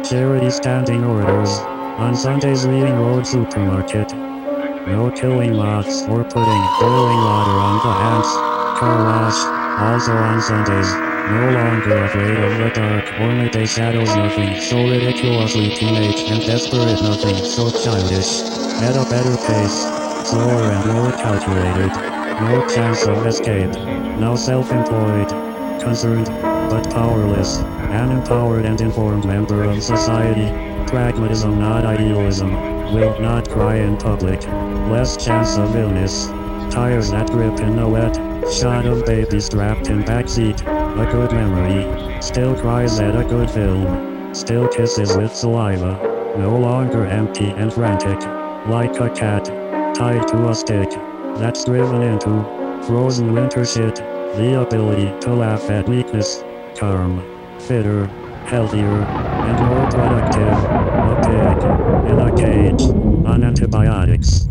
D: Charity standing orders. On Sundays reading Road Supermarket. No killing lots or putting boiling water on the ants. Car wash, also on Sundays. No longer afraid of the dark, only they shadows nothing, so ridiculously teenage and desperate nothing, so childish. At a better pace, slower and more calculated. No chance of escape. Now self-employed, concerned, but powerless. An empowered and informed member of society. Pragmatism, not idealism. Will not cry in public. Less chance of illness. Tires that grip in the wet. Shot of baby strapped in backseat. A good memory. Still cries at a good film. Still kisses with saliva. No longer empty and frantic. Like a cat. Tied to a stick. That's driven into frozen winter shit. The ability to laugh at weakness. Calm. Fitter. Healthier. And more productive. A pig. In a cage. On antibiotics.